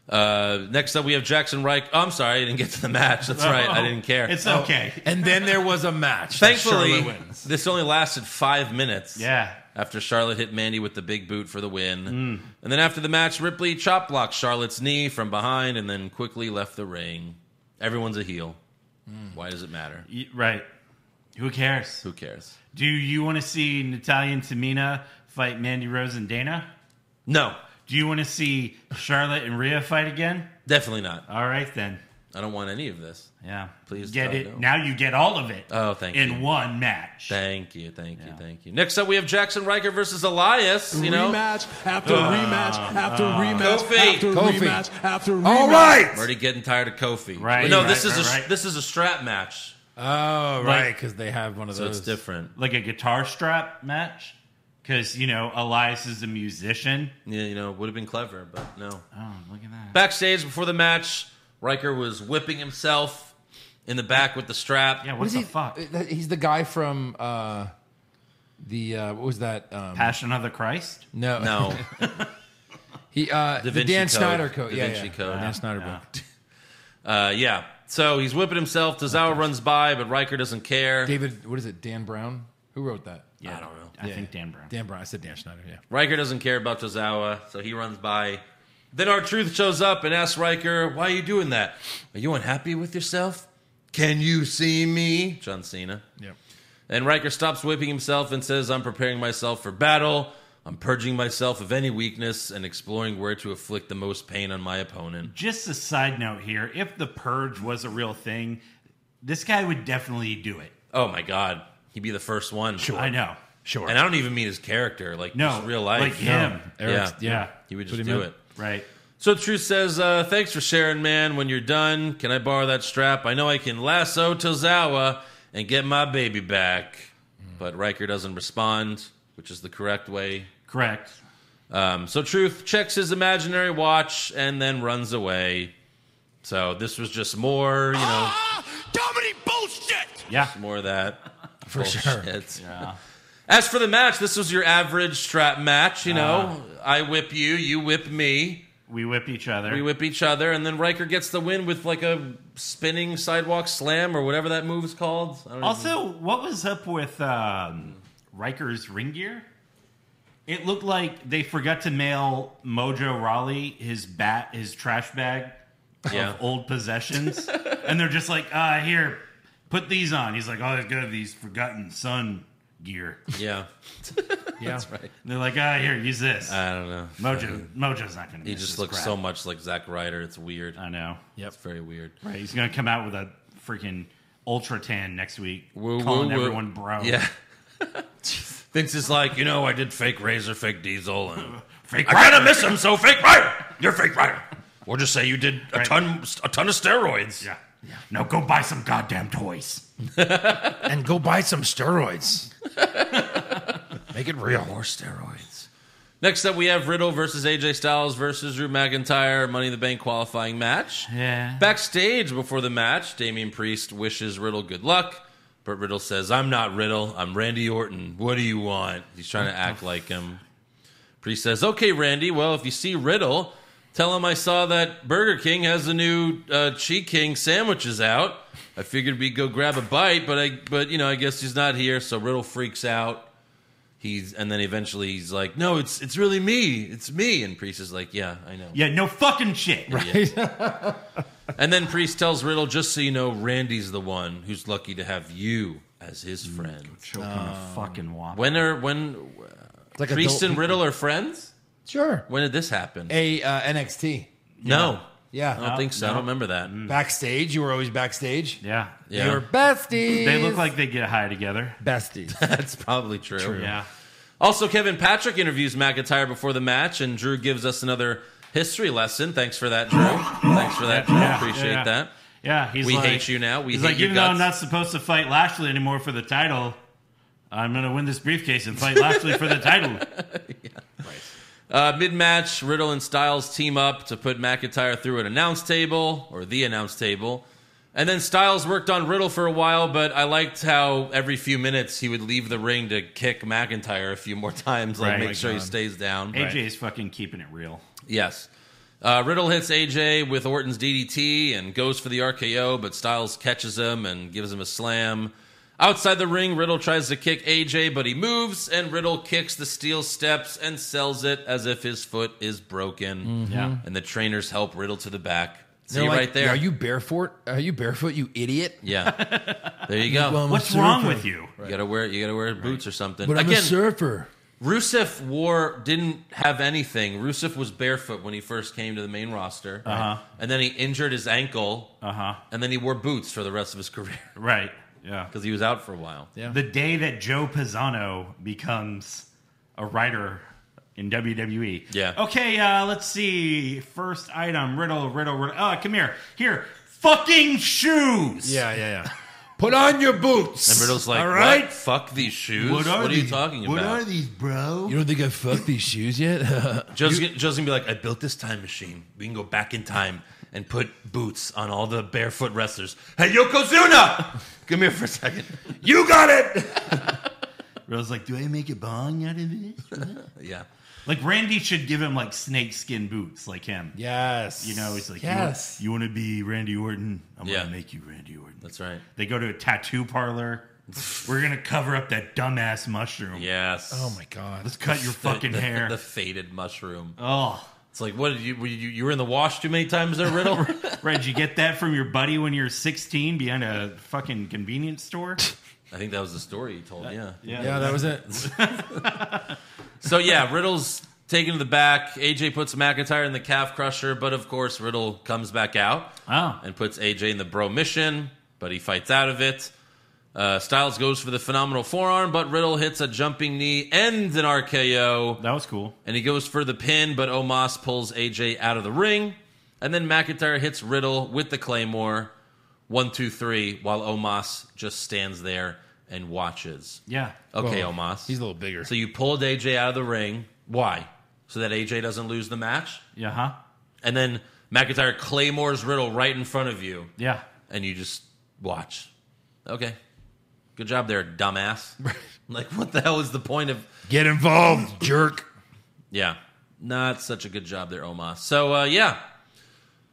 Speaker 3: Uh, next up, we have Jackson Reich. Oh, I'm sorry, I didn't get to the match. That's right,
Speaker 5: [laughs]
Speaker 3: I didn't care.
Speaker 5: Oh.
Speaker 3: Oh.
Speaker 5: It's okay.
Speaker 4: [laughs] And then there was a match.
Speaker 3: Thankfully,
Speaker 4: Charlotte wins.
Speaker 3: this only lasted five minutes.
Speaker 5: Yeah.
Speaker 3: After Charlotte hit Mandy with the big boot for the win.
Speaker 5: Hmm.
Speaker 3: And then after the match, Ripley chop blocked Charlotte's knee from behind and then quickly left the ring. Everyone's a heel.
Speaker 5: Hmm.
Speaker 3: Why does it matter?
Speaker 5: Y- Right. Who cares?
Speaker 3: Who cares?
Speaker 5: Do you want to see Natalia and Tamina fight Mandy Rose and Dana?
Speaker 3: No,
Speaker 5: Do you want to see Charlotte and Rhea fight again?
Speaker 3: definitely not.
Speaker 5: All right then.
Speaker 3: I don't want any of this.
Speaker 5: Yeah.
Speaker 3: Please
Speaker 5: get
Speaker 3: don't,
Speaker 5: it.
Speaker 3: no.
Speaker 5: Now you get all of it.
Speaker 3: Oh, thank
Speaker 5: in
Speaker 3: you.
Speaker 5: one match.
Speaker 3: Thank you, thank you, thank you. Next up, we have Jackson Riker versus Elias. You know,
Speaker 7: rematch after
Speaker 11: Uh-huh.
Speaker 7: rematch after rematch
Speaker 3: Kofi.
Speaker 7: after
Speaker 4: Kofi.
Speaker 7: rematch after rematch.
Speaker 4: All right.
Speaker 3: I'm already getting tired of Kofi.
Speaker 5: Right,
Speaker 3: But no,
Speaker 5: right,
Speaker 3: this is
Speaker 5: right,
Speaker 3: a
Speaker 5: right.
Speaker 3: this is a strap match,
Speaker 4: Oh, right, because they have one of
Speaker 3: so
Speaker 4: those.
Speaker 3: it's different.
Speaker 5: Like a guitar strap match. Because, you know, Elias is a musician.
Speaker 3: Yeah, you know, would have been clever, but no.
Speaker 5: Oh, look at that.
Speaker 3: Backstage before the match, Riker was whipping himself in the back with the strap.
Speaker 5: Yeah, what,
Speaker 4: What is
Speaker 5: the
Speaker 4: he?
Speaker 5: fuck?
Speaker 4: uh, that- He's the guy from uh, the uh, what was that? Um,
Speaker 5: Passion of the Christ?
Speaker 4: no,
Speaker 5: [laughs]
Speaker 3: No,
Speaker 4: He uh, the
Speaker 3: Vinci
Speaker 4: Dan
Speaker 3: Code.
Speaker 4: Snyder code.
Speaker 3: Da
Speaker 4: yeah,
Speaker 3: Vinci
Speaker 4: yeah.
Speaker 3: Code.
Speaker 4: Dan Snyder book.
Speaker 3: uh, yeah. So he's whipping himself. Tozawa runs by, but Riker doesn't care.
Speaker 4: David, what is it? Dan Brown. Who wrote that?
Speaker 5: Yeah,
Speaker 3: I don't know.
Speaker 5: I
Speaker 4: Yeah,
Speaker 5: think
Speaker 4: yeah.
Speaker 5: Dan Brown.
Speaker 4: Dan Brown. I said Dan Schneider. Yeah.
Speaker 3: Riker doesn't care about Tozawa, so he runs by. Then our truth shows up and asks Riker, "Why are you doing that? Are you unhappy with yourself? Can you see me?" John Cena.
Speaker 4: Yep.
Speaker 3: And Riker stops whipping himself and says, I'm preparing myself for battle. I'm purging myself of any weakness and exploring where to inflict the most pain on my opponent.
Speaker 5: Just a side note here if the purge was a real thing, this guy would definitely do it.
Speaker 3: Oh my God. He'd be the first one. Sure.
Speaker 5: I know.
Speaker 4: Sure.
Speaker 3: And I don't even mean his character, like
Speaker 5: No,
Speaker 3: just real life.
Speaker 5: like him.
Speaker 4: Eric's-
Speaker 3: yeah.
Speaker 5: Yeah.
Speaker 3: He would
Speaker 4: Pretty
Speaker 3: just do
Speaker 4: much.
Speaker 3: it.
Speaker 5: Right.
Speaker 3: So Truth says, uh, Thanks for sharing, man. When you're done, can I borrow that strap? I know I can lasso Tozawa and get my baby back. But Riker doesn't respond. which is the correct way.
Speaker 5: Correct.
Speaker 3: Um, so Truth checks his imaginary watch and then runs away. So this was just more, you
Speaker 11: [gasps]
Speaker 3: know,
Speaker 8: Ah, Dominic bullshit.
Speaker 5: Yeah.
Speaker 3: more of that.
Speaker 4: for sure.
Speaker 3: Bullshit.
Speaker 5: Yeah.
Speaker 3: As for the match, this was your average strap match. You know, I whip you, you whip me.
Speaker 5: We whip each other.
Speaker 3: We whip each other, and then Riker gets the win with like a spinning sidewalk slam or whatever that move's called. I don't even-
Speaker 5: Also, what was up with um, Riker's ring gear? It looked like they forgot to mail Mojo Raleigh his bat, his trash bag
Speaker 3: Yeah.
Speaker 5: of old
Speaker 3: [laughs]
Speaker 5: possessions, and they're just like, uh, "Here, put these on." He's like, "Oh, I've got these forgotten sun gear." And
Speaker 3: yeah,
Speaker 4: Yeah.
Speaker 5: they're like, "Ah, here, use this."
Speaker 3: I don't know. Uh,
Speaker 5: Mojo, Mojo's not gonna.
Speaker 3: He
Speaker 5: miss
Speaker 3: just
Speaker 5: this
Speaker 3: looks
Speaker 5: crap.
Speaker 3: so much like Zack Ryder. It's weird.
Speaker 5: I know.
Speaker 3: It's very weird.
Speaker 5: Right, he's gonna come out with a freaking ultra tan next week,
Speaker 3: Woo,
Speaker 5: calling
Speaker 3: woo, woo.
Speaker 5: everyone bro.
Speaker 3: Yeah. Oh. [laughs] Thinks it's like, you know, I did fake Razor, fake Diesel, [laughs] and
Speaker 5: Fake
Speaker 3: I kind of miss him, so fake Ryder. You're fake Ryder. Or just say you did a
Speaker 5: Right.
Speaker 3: ton a ton of steroids.
Speaker 5: Yeah. yeah. No, go buy some goddamn toys.
Speaker 4: And go buy some steroids. Make it real. More steroids.
Speaker 3: Next up, we have Riddle versus AJ Styles versus Drew McIntyre Money in the Bank qualifying match.
Speaker 5: Yeah.
Speaker 3: Backstage before the match, Damian Priest wishes Riddle good luck, but Riddle says, "I'm not Riddle. I'm Randy Orton. What do you want?" He's trying to act like him. Priest says, "Okay, Randy. Well, if you see Riddle, tell him I saw that Burger King has the new uh, Cheek King sandwiches out. I figured we'd go grab a bite, but I, but you know, I guess he's not here. So Riddle freaks out." He's and then eventually he's like, "No, it's it's really me. It's me." And Priest is like, "Yeah, I know."
Speaker 5: Yeah, no fucking shit.
Speaker 3: And then Priest tells Riddle, just so you know, Randy's the one who's lucky to have you as his
Speaker 5: Mm.
Speaker 3: friend.
Speaker 5: Choking a fucking wop.
Speaker 3: Uh, When are when
Speaker 4: It's like
Speaker 3: Priest
Speaker 4: adult
Speaker 3: and
Speaker 4: people.
Speaker 3: Riddle are friends?
Speaker 4: Sure.
Speaker 3: When did this happen?
Speaker 4: A uh, NXT.
Speaker 3: No,
Speaker 4: Yeah.
Speaker 3: I don't think so. I
Speaker 5: Eh, no. Mm.
Speaker 3: don't remember that.
Speaker 4: backstage. You were always backstage.
Speaker 5: Yeah.
Speaker 3: Yeah,
Speaker 4: You were besties.
Speaker 5: They look like they get high together. [laughs]
Speaker 4: besties.
Speaker 3: [laughs] that's probably true.
Speaker 5: Yeah.
Speaker 3: Also, Kevin Patrick interviews McIntyre before the match, and Drew gives us another history lesson. Thanks for that,
Speaker 5: [gasps]
Speaker 3: Drew. Thanks for that, Drew.
Speaker 5: Yeah,
Speaker 3: Appreciate
Speaker 5: yeah.
Speaker 3: that.
Speaker 5: Yeah. He's
Speaker 3: We
Speaker 5: like,
Speaker 3: hate you now. We
Speaker 5: he's
Speaker 3: hate
Speaker 5: like,
Speaker 3: your
Speaker 5: even though I'm not
Speaker 3: guts."
Speaker 5: supposed to fight Lashley anymore for the title, I'm gonna win this briefcase and fight Lashley for
Speaker 3: [laughs]
Speaker 5: the title.
Speaker 3: Uh, Mid match, Riddle and Styles team up to put McIntyre through an announce table or the announce table. And then Styles worked on Riddle for a while, but I liked how every few minutes he would leave the ring to kick McIntyre a few more [laughs] times, like
Speaker 5: Right.
Speaker 3: make sure he stays down.
Speaker 5: AJ is fucking keeping it real.
Speaker 3: Yes. Uh, Riddle hits AJ with Orton's DDT and goes for the RKO, but Styles catches him and gives him a slam. Outside the ring, Riddle tries to kick AJ, but he moves, and Riddle kicks the steel steps and sells it as if his foot is broken.
Speaker 5: Yeah.
Speaker 3: And the trainers help Riddle to the back. See
Speaker 4: Mm-hmm. They're like,
Speaker 3: right there.
Speaker 4: Are you barefoot? Are you barefoot? You idiot. [laughs]
Speaker 3: yeah. There you go.
Speaker 4: Well, I'm a
Speaker 5: What's wrong
Speaker 4: surfer.
Speaker 5: with you?
Speaker 3: you gotta wear you gotta wear boots or something.
Speaker 4: But I'm a
Speaker 3: Again,
Speaker 4: surfer.
Speaker 3: Rusev wore didn't have anything. Rusev was barefoot when he first came to the main roster, uh-huh. and then he injured his ankle,
Speaker 5: Uh huh.
Speaker 3: and then he wore boots for the rest of his [laughs] career
Speaker 5: Right. Yeah.
Speaker 3: because he was out for a while.
Speaker 4: Yeah.
Speaker 5: The day that Joe Pisano becomes a writer in WWE.
Speaker 3: Yeah.
Speaker 5: Okay, uh, let's see. First item Riddle, Riddle, Riddle. Oh, come here. Here. Fucking shoes.
Speaker 4: Yeah, yeah, yeah. [laughs] Put on your boots.
Speaker 3: And Riddle's like,
Speaker 4: all
Speaker 3: "What?
Speaker 4: right.
Speaker 3: fuck these shoes. What are, you talking about?"
Speaker 5: these, bro?
Speaker 4: You don't think I fucked these shoes yet? [laughs]
Speaker 3: Joe's, gonna- Joe's gonna be like, "I built this time machine. We can go back in time and put boots on all the barefoot wrestlers." Hey, [laughs] Yokozuna, come here for a second.
Speaker 4: you got it.
Speaker 5: Riddle's like, do I make a bong out of
Speaker 3: [laughs]
Speaker 5: this?
Speaker 3: [laughs] Yeah,
Speaker 5: like, Randy should give him, like, snakeskin boots, like him.
Speaker 4: Yes.
Speaker 5: You know, he's like, you wa-
Speaker 4: yes.
Speaker 5: you want to be Randy Orton? I'm
Speaker 3: Yeah.
Speaker 5: going to make you Randy Orton.
Speaker 3: that's right.
Speaker 5: They go to a
Speaker 3: [laughs]
Speaker 5: tattoo parlor. We're going to cover up that dumbass mushroom.
Speaker 3: Yes.
Speaker 4: oh my god.
Speaker 5: Let's cut your
Speaker 3: [laughs]
Speaker 5: fucking
Speaker 3: the,
Speaker 5: hair.
Speaker 3: The faded mushroom.
Speaker 5: [laughs] oh,
Speaker 3: It's like, what did you, were you you were in the wash too many times there, Riddle?
Speaker 5: right. Did you get that from your buddy when you were 16 behind a fucking
Speaker 3: [laughs]
Speaker 5: convenience store?
Speaker 3: I think that was the story he told. Yeah.
Speaker 4: Yeah, that was it.
Speaker 5: [laughs]
Speaker 3: So yeah, Riddle's taken to the back. AJ puts McIntyre in the calf crusher, but of course Riddle comes back out
Speaker 5: Oh.
Speaker 3: and puts AJ in the bro mission, but he fights out of it. Uh, Styles goes for the phenomenal forearm, but Riddle hits a jumping knee, ends an RKO.
Speaker 5: That was cool.
Speaker 3: and he goes for the pin, but Omos pulls AJ out of the ring, and then McIntyre hits Riddle with the Claymore, one, two, three, while Omos just stands there and watches.
Speaker 5: Yeah.
Speaker 3: Okay,
Speaker 4: Well,
Speaker 3: Omos.
Speaker 4: he's a little bigger.
Speaker 3: So you pulled AJ out of the ring. Why? So that AJ doesn't lose the match?
Speaker 5: Yeah, huh?
Speaker 3: And then McIntyre claymores Riddle right in front of you,
Speaker 5: Yeah.
Speaker 3: and you just watch. Okay. Good job
Speaker 4: [laughs]
Speaker 3: there, dumbass. like, what the hell is the point of.
Speaker 4: Get
Speaker 3: [laughs]
Speaker 4: involved, jerk.
Speaker 3: Yeah. Not such a good job there, Omos. So, uh, yeah.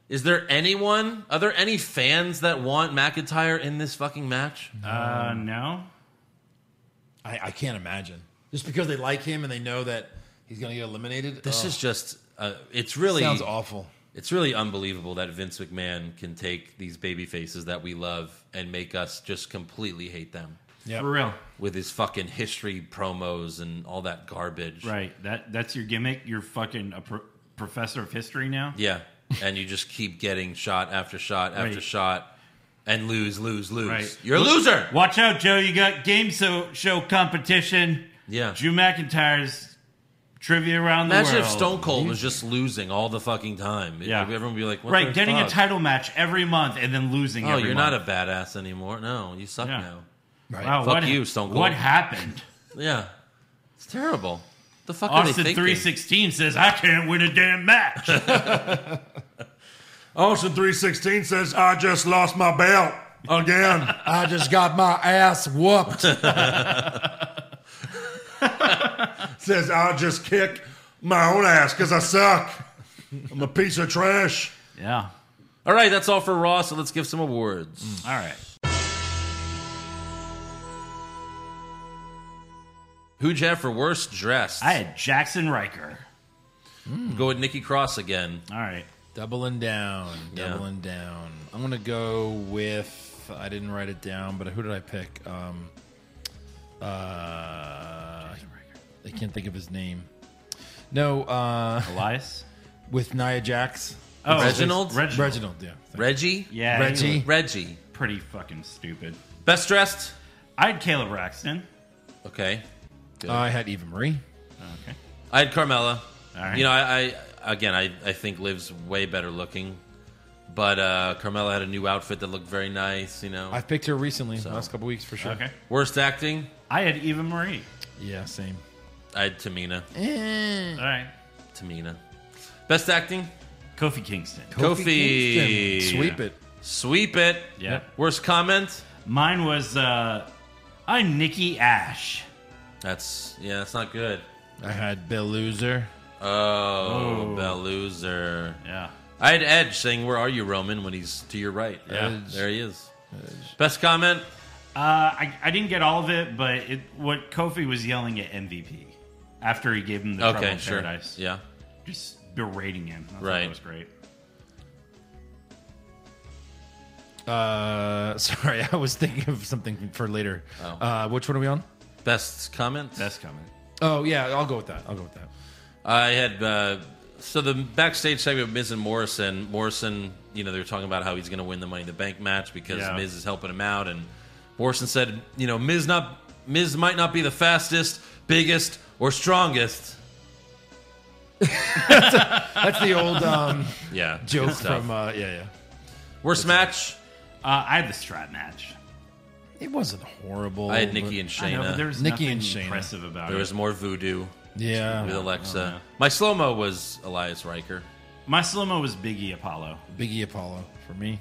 Speaker 3: Is there anyone, are there any fans that want McIntyre in this fucking match?
Speaker 5: Uh,
Speaker 3: Um,
Speaker 5: no.
Speaker 4: I, I can't imagine. Just because they like him and they know that he's going to get eliminated.
Speaker 3: This
Speaker 4: oh,
Speaker 3: is just, uh, it's really.
Speaker 4: sounds awful.
Speaker 3: It's really unbelievable that Vince McMahon can take these baby faces that we love and make us just completely hate them
Speaker 4: Yeah.
Speaker 5: For real.
Speaker 3: with his fucking history promos and all that garbage.
Speaker 5: Right. That that's your gimmick. You're fucking a pro- professor of history now.
Speaker 3: Yeah. and you just keep getting shot after shot after
Speaker 5: Right.
Speaker 3: shot and lose, lose, lose.
Speaker 5: Right.
Speaker 3: You're a loser.
Speaker 5: Watch out, Joe. You got game so- show competition.
Speaker 3: Yeah.
Speaker 5: Drew McIntyre's trivia around the
Speaker 3: Imagine
Speaker 5: world.
Speaker 3: if Stone Cold was just losing all the fucking time.
Speaker 5: Yeah.
Speaker 3: Everyone would be like, what
Speaker 5: right,
Speaker 3: the
Speaker 5: getting a
Speaker 3: fuck?
Speaker 5: title match every month and then losing.
Speaker 3: Oh,
Speaker 5: every
Speaker 3: you're
Speaker 5: month.
Speaker 3: not a badass anymore. No, you suck
Speaker 5: Yeah.
Speaker 3: now.
Speaker 4: Right.
Speaker 5: Wow,
Speaker 3: Fuck
Speaker 5: what,
Speaker 3: you, Stone Cold.
Speaker 5: What
Speaker 3: [laughs]
Speaker 5: happened?
Speaker 3: Yeah. It's terrible. The fuck are they
Speaker 5: Austin
Speaker 3: thinking?
Speaker 5: three sixteen says I can't win a
Speaker 3: [laughs]
Speaker 5: damn match.
Speaker 1: [laughs] Austin 316 says, I just lost my belt
Speaker 6: [laughs]
Speaker 1: again.
Speaker 4: I just got my ass whooped.
Speaker 1: says, I'll just kick my own ass because I suck. I'm a piece of trash.
Speaker 5: yeah.
Speaker 3: All right, that's all for Raw, so let's give some awards.
Speaker 5: All right.
Speaker 3: Who'd you have for worst dressed?
Speaker 5: I had Jackson Riker.
Speaker 3: Go with Nikki Cross again.
Speaker 5: All right.
Speaker 4: Doubling down,
Speaker 3: Yeah.
Speaker 4: doubling down. I'm gonna go with. I didn't write it down, but who did I pick? Um, uh, I can't think of his name. No, uh, [laughs]
Speaker 5: Elias.
Speaker 4: with Nia Jax,
Speaker 5: Oh,
Speaker 3: [laughs] Reginald?
Speaker 5: Reginald.
Speaker 4: Reginald. Yeah,
Speaker 3: Reggie?
Speaker 5: Yeah.
Speaker 4: Reggie.
Speaker 5: he looked
Speaker 3: Reggie.
Speaker 5: Pretty fucking stupid.
Speaker 3: Best dressed?
Speaker 5: I had Caleb Braxton.
Speaker 3: Okay.
Speaker 4: I had Eva Marie.
Speaker 5: Okay.
Speaker 3: I had Carmella.
Speaker 5: All right.
Speaker 3: You know, I, I again, I, I think Liv's way better looking, but uh, Carmella had a new outfit that looked very nice, you know.
Speaker 4: I picked her recently, last couple weeks for sure.
Speaker 5: Okay.
Speaker 3: Worst acting?
Speaker 5: I had Eva Marie.
Speaker 4: Yeah, same.
Speaker 3: I had Tamina.
Speaker 5: All right.
Speaker 3: Tamina. Best acting?
Speaker 5: Kofi Kingston.
Speaker 3: Kofi.
Speaker 4: Kingston, sweep it.
Speaker 3: Sweep it.
Speaker 5: Yeah.
Speaker 3: Worst comment?
Speaker 5: Mine was uh, I'm Nikki Ash.
Speaker 3: That's, yeah, that's not good.
Speaker 4: I had Bill Loser.
Speaker 3: Oh, Bell loser.
Speaker 5: Yeah.
Speaker 3: I had Edge saying, "Where are you, Roman?" When he's to your right.
Speaker 5: Yeah.
Speaker 4: Edge.
Speaker 3: there he is. Best comment.
Speaker 5: Uh, I, I didn't get all of it, but it, what Kofi was yelling at MVP after he gave him the trouble
Speaker 3: okay,
Speaker 5: in
Speaker 3: sure.
Speaker 5: paradise.
Speaker 3: Yeah,
Speaker 5: Just berating him. I thought
Speaker 3: Right.
Speaker 5: That was great.
Speaker 4: Uh, [laughs] sorry, I was thinking of something for later. Uh, which one are we on?
Speaker 3: best comment.
Speaker 5: Best comment.
Speaker 4: Oh yeah, I'll go with that. I'll go with that.
Speaker 3: I had uh, so the backstage segment with Miz and Morrison. Morrison, you know, they were talking about how he's going to win the Money in the Bank match because
Speaker 5: Yeah.
Speaker 3: Miz is helping him out, and Morrison said, "You know, Miz not Miz might not be the fastest, biggest, or strongest."
Speaker 4: That's the
Speaker 3: [laughs]
Speaker 4: old um,
Speaker 3: Yeah,
Speaker 4: joke
Speaker 3: good stuff.
Speaker 4: from uh, yeah, yeah.
Speaker 3: worst match.
Speaker 5: Uh, I had the strap match.
Speaker 4: It wasn't horrible.
Speaker 3: I had Nikki and
Speaker 5: I know, but there
Speaker 3: Shayna.
Speaker 5: was
Speaker 4: Nikki
Speaker 5: nothing
Speaker 4: and Shayna.
Speaker 5: impressive about
Speaker 3: There
Speaker 5: it.
Speaker 3: was more voodoo.
Speaker 4: but- yeah,
Speaker 3: with Alexa. My slow mo was Elias Riker.
Speaker 5: My slow mo was Biggie Apollo.
Speaker 4: Biggie Apollo for me.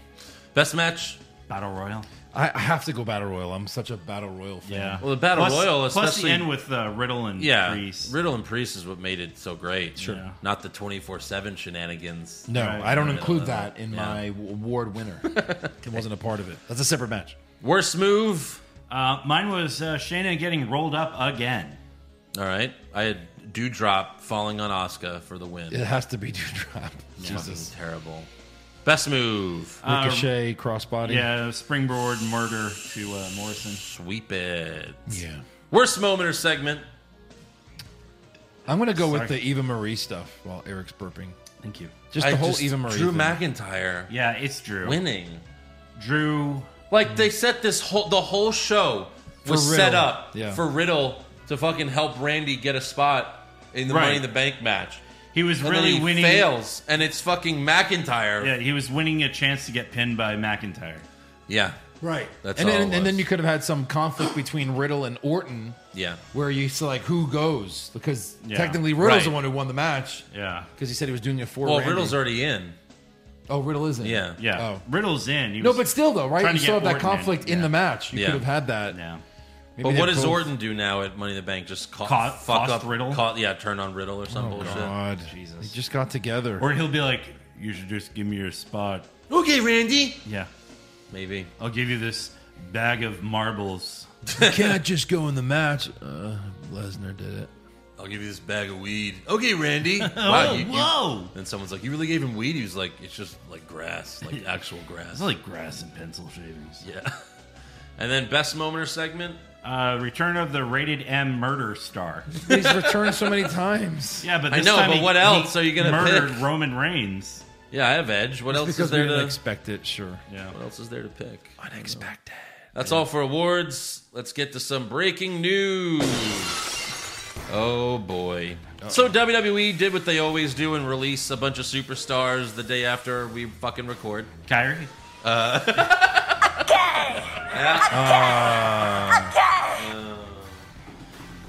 Speaker 3: Best match?
Speaker 5: Battle Royal.
Speaker 4: I, I have to go battle royal. I'm such a battle royal fan.
Speaker 3: Well, the Battle
Speaker 5: plus,
Speaker 3: Royal,
Speaker 5: plus the
Speaker 3: especially-
Speaker 5: end with uh, Riddle and
Speaker 3: Yeah,
Speaker 5: Priest.
Speaker 3: Riddle and Priest is what made it so great.
Speaker 5: Sure. Yeah.
Speaker 3: Not the twenty four seven shenanigans.
Speaker 4: No,
Speaker 5: Right.
Speaker 4: I don't
Speaker 3: Right,
Speaker 4: include
Speaker 3: I love
Speaker 4: that in
Speaker 3: Yeah.
Speaker 4: my award
Speaker 3: [laughs]
Speaker 4: winner. it wasn't a part of it. That's a separate match.
Speaker 3: Worst move?
Speaker 5: Uh, mine was uh, Shayna getting rolled up again.
Speaker 3: All right, I had Dewdrop falling on Oscar for the win.
Speaker 4: It has to be [laughs] Dewdrop.
Speaker 3: Fucking
Speaker 4: Jesus.
Speaker 3: terrible. Best move?
Speaker 4: Ricochet crossbody.
Speaker 5: Yeah, springboard murder to uh, Morrison.
Speaker 3: Sweep it.
Speaker 4: Yeah.
Speaker 3: Worst moment or segment?
Speaker 4: I'm gonna go with the Eva Marie stuff while Eric's burping.
Speaker 5: Thank you.
Speaker 4: Just the
Speaker 3: I
Speaker 4: whole
Speaker 3: just-
Speaker 4: Eva Marie.
Speaker 3: Drew
Speaker 4: thing.
Speaker 3: McIntyre
Speaker 5: Yeah, it's Drew.
Speaker 3: winning.
Speaker 5: Drew.
Speaker 3: Like they set this whole the whole show was
Speaker 4: Riddle.
Speaker 3: set up
Speaker 4: Yeah.
Speaker 3: for Riddle to fucking help Randy get a spot in the Money
Speaker 5: Right.
Speaker 3: in the Bank match.
Speaker 5: He was
Speaker 3: And
Speaker 5: really
Speaker 3: then he
Speaker 5: winning.
Speaker 3: fails, and it's fucking McIntyre.
Speaker 5: Yeah, he was winning a chance to get pinned by McIntyre.
Speaker 3: Yeah.
Speaker 4: Right.
Speaker 3: That's
Speaker 4: and
Speaker 3: all
Speaker 4: then
Speaker 3: it
Speaker 4: and then
Speaker 3: was.
Speaker 4: you could have had some conflict between Riddle and Orton
Speaker 3: Yeah.
Speaker 4: where you select who goes because
Speaker 5: Yeah.
Speaker 4: technically Riddle's the
Speaker 3: Right.
Speaker 4: one who won the match
Speaker 5: Yeah.
Speaker 4: because he said he was doing it for
Speaker 3: Well,
Speaker 4: Randy.
Speaker 3: Riddle's already in.
Speaker 4: oh Riddle isn't
Speaker 3: Yeah.
Speaker 5: Yeah.
Speaker 4: Oh.
Speaker 5: Riddle's in. He
Speaker 4: no
Speaker 5: was-
Speaker 4: but still though right
Speaker 5: Trying
Speaker 4: you
Speaker 5: to
Speaker 4: still have
Speaker 5: get
Speaker 4: that
Speaker 5: Orton in.
Speaker 4: conflict in,
Speaker 5: Yeah.
Speaker 4: the match you
Speaker 3: Yeah.
Speaker 4: could have had that
Speaker 5: Yeah.
Speaker 4: Maybe
Speaker 3: But
Speaker 4: they
Speaker 3: what does
Speaker 4: both-
Speaker 3: Orton do now at Money in the Bank? Just ca-
Speaker 5: Ca-
Speaker 3: fuck
Speaker 5: cost
Speaker 3: up
Speaker 5: Riddle?
Speaker 3: ca- yeah, turn on Riddle or some bullshit.
Speaker 4: Oh, God
Speaker 5: Jesus.
Speaker 4: they just got together
Speaker 5: Or he'll be like, you should just give me your spot.
Speaker 3: Okay, Randy.
Speaker 5: Yeah.
Speaker 3: Maybe.
Speaker 5: I'll give you this bag of marbles.
Speaker 4: can't just go in the match uh, Lesnar did it
Speaker 3: I'll give you this bag of weed. Okay, [laughs] Randy.
Speaker 4: Oh,
Speaker 3: wow, you, you-
Speaker 5: Oh, whoa.
Speaker 3: And someone's like, "You really gave him weed?" He was like, "It's just like grass,
Speaker 4: [laughs]
Speaker 3: like actual grass."
Speaker 5: It's like grass and pencil shavings.
Speaker 3: yeah. [laughs] And then best moment or segment?
Speaker 5: Uh, Return of the Rated M Murder Star.
Speaker 4: he's returned so many times
Speaker 5: Yeah, but
Speaker 3: I
Speaker 5: this
Speaker 3: know,
Speaker 5: time
Speaker 3: but
Speaker 5: he-
Speaker 3: what else
Speaker 5: he
Speaker 3: are you gonna
Speaker 5: murdered
Speaker 3: pick?
Speaker 5: Roman Reigns.
Speaker 3: Yeah, I have Edge. What else is
Speaker 4: because we
Speaker 3: there
Speaker 4: didn't
Speaker 3: to?
Speaker 4: expect it sure
Speaker 5: Yeah.
Speaker 3: what else is there to pick?
Speaker 4: unexpected
Speaker 3: That's all for awards. Let's get to some breaking news. Oh boy. So WWE did what they always do and release a bunch of superstars the day after we fucking record.
Speaker 5: Kyrie.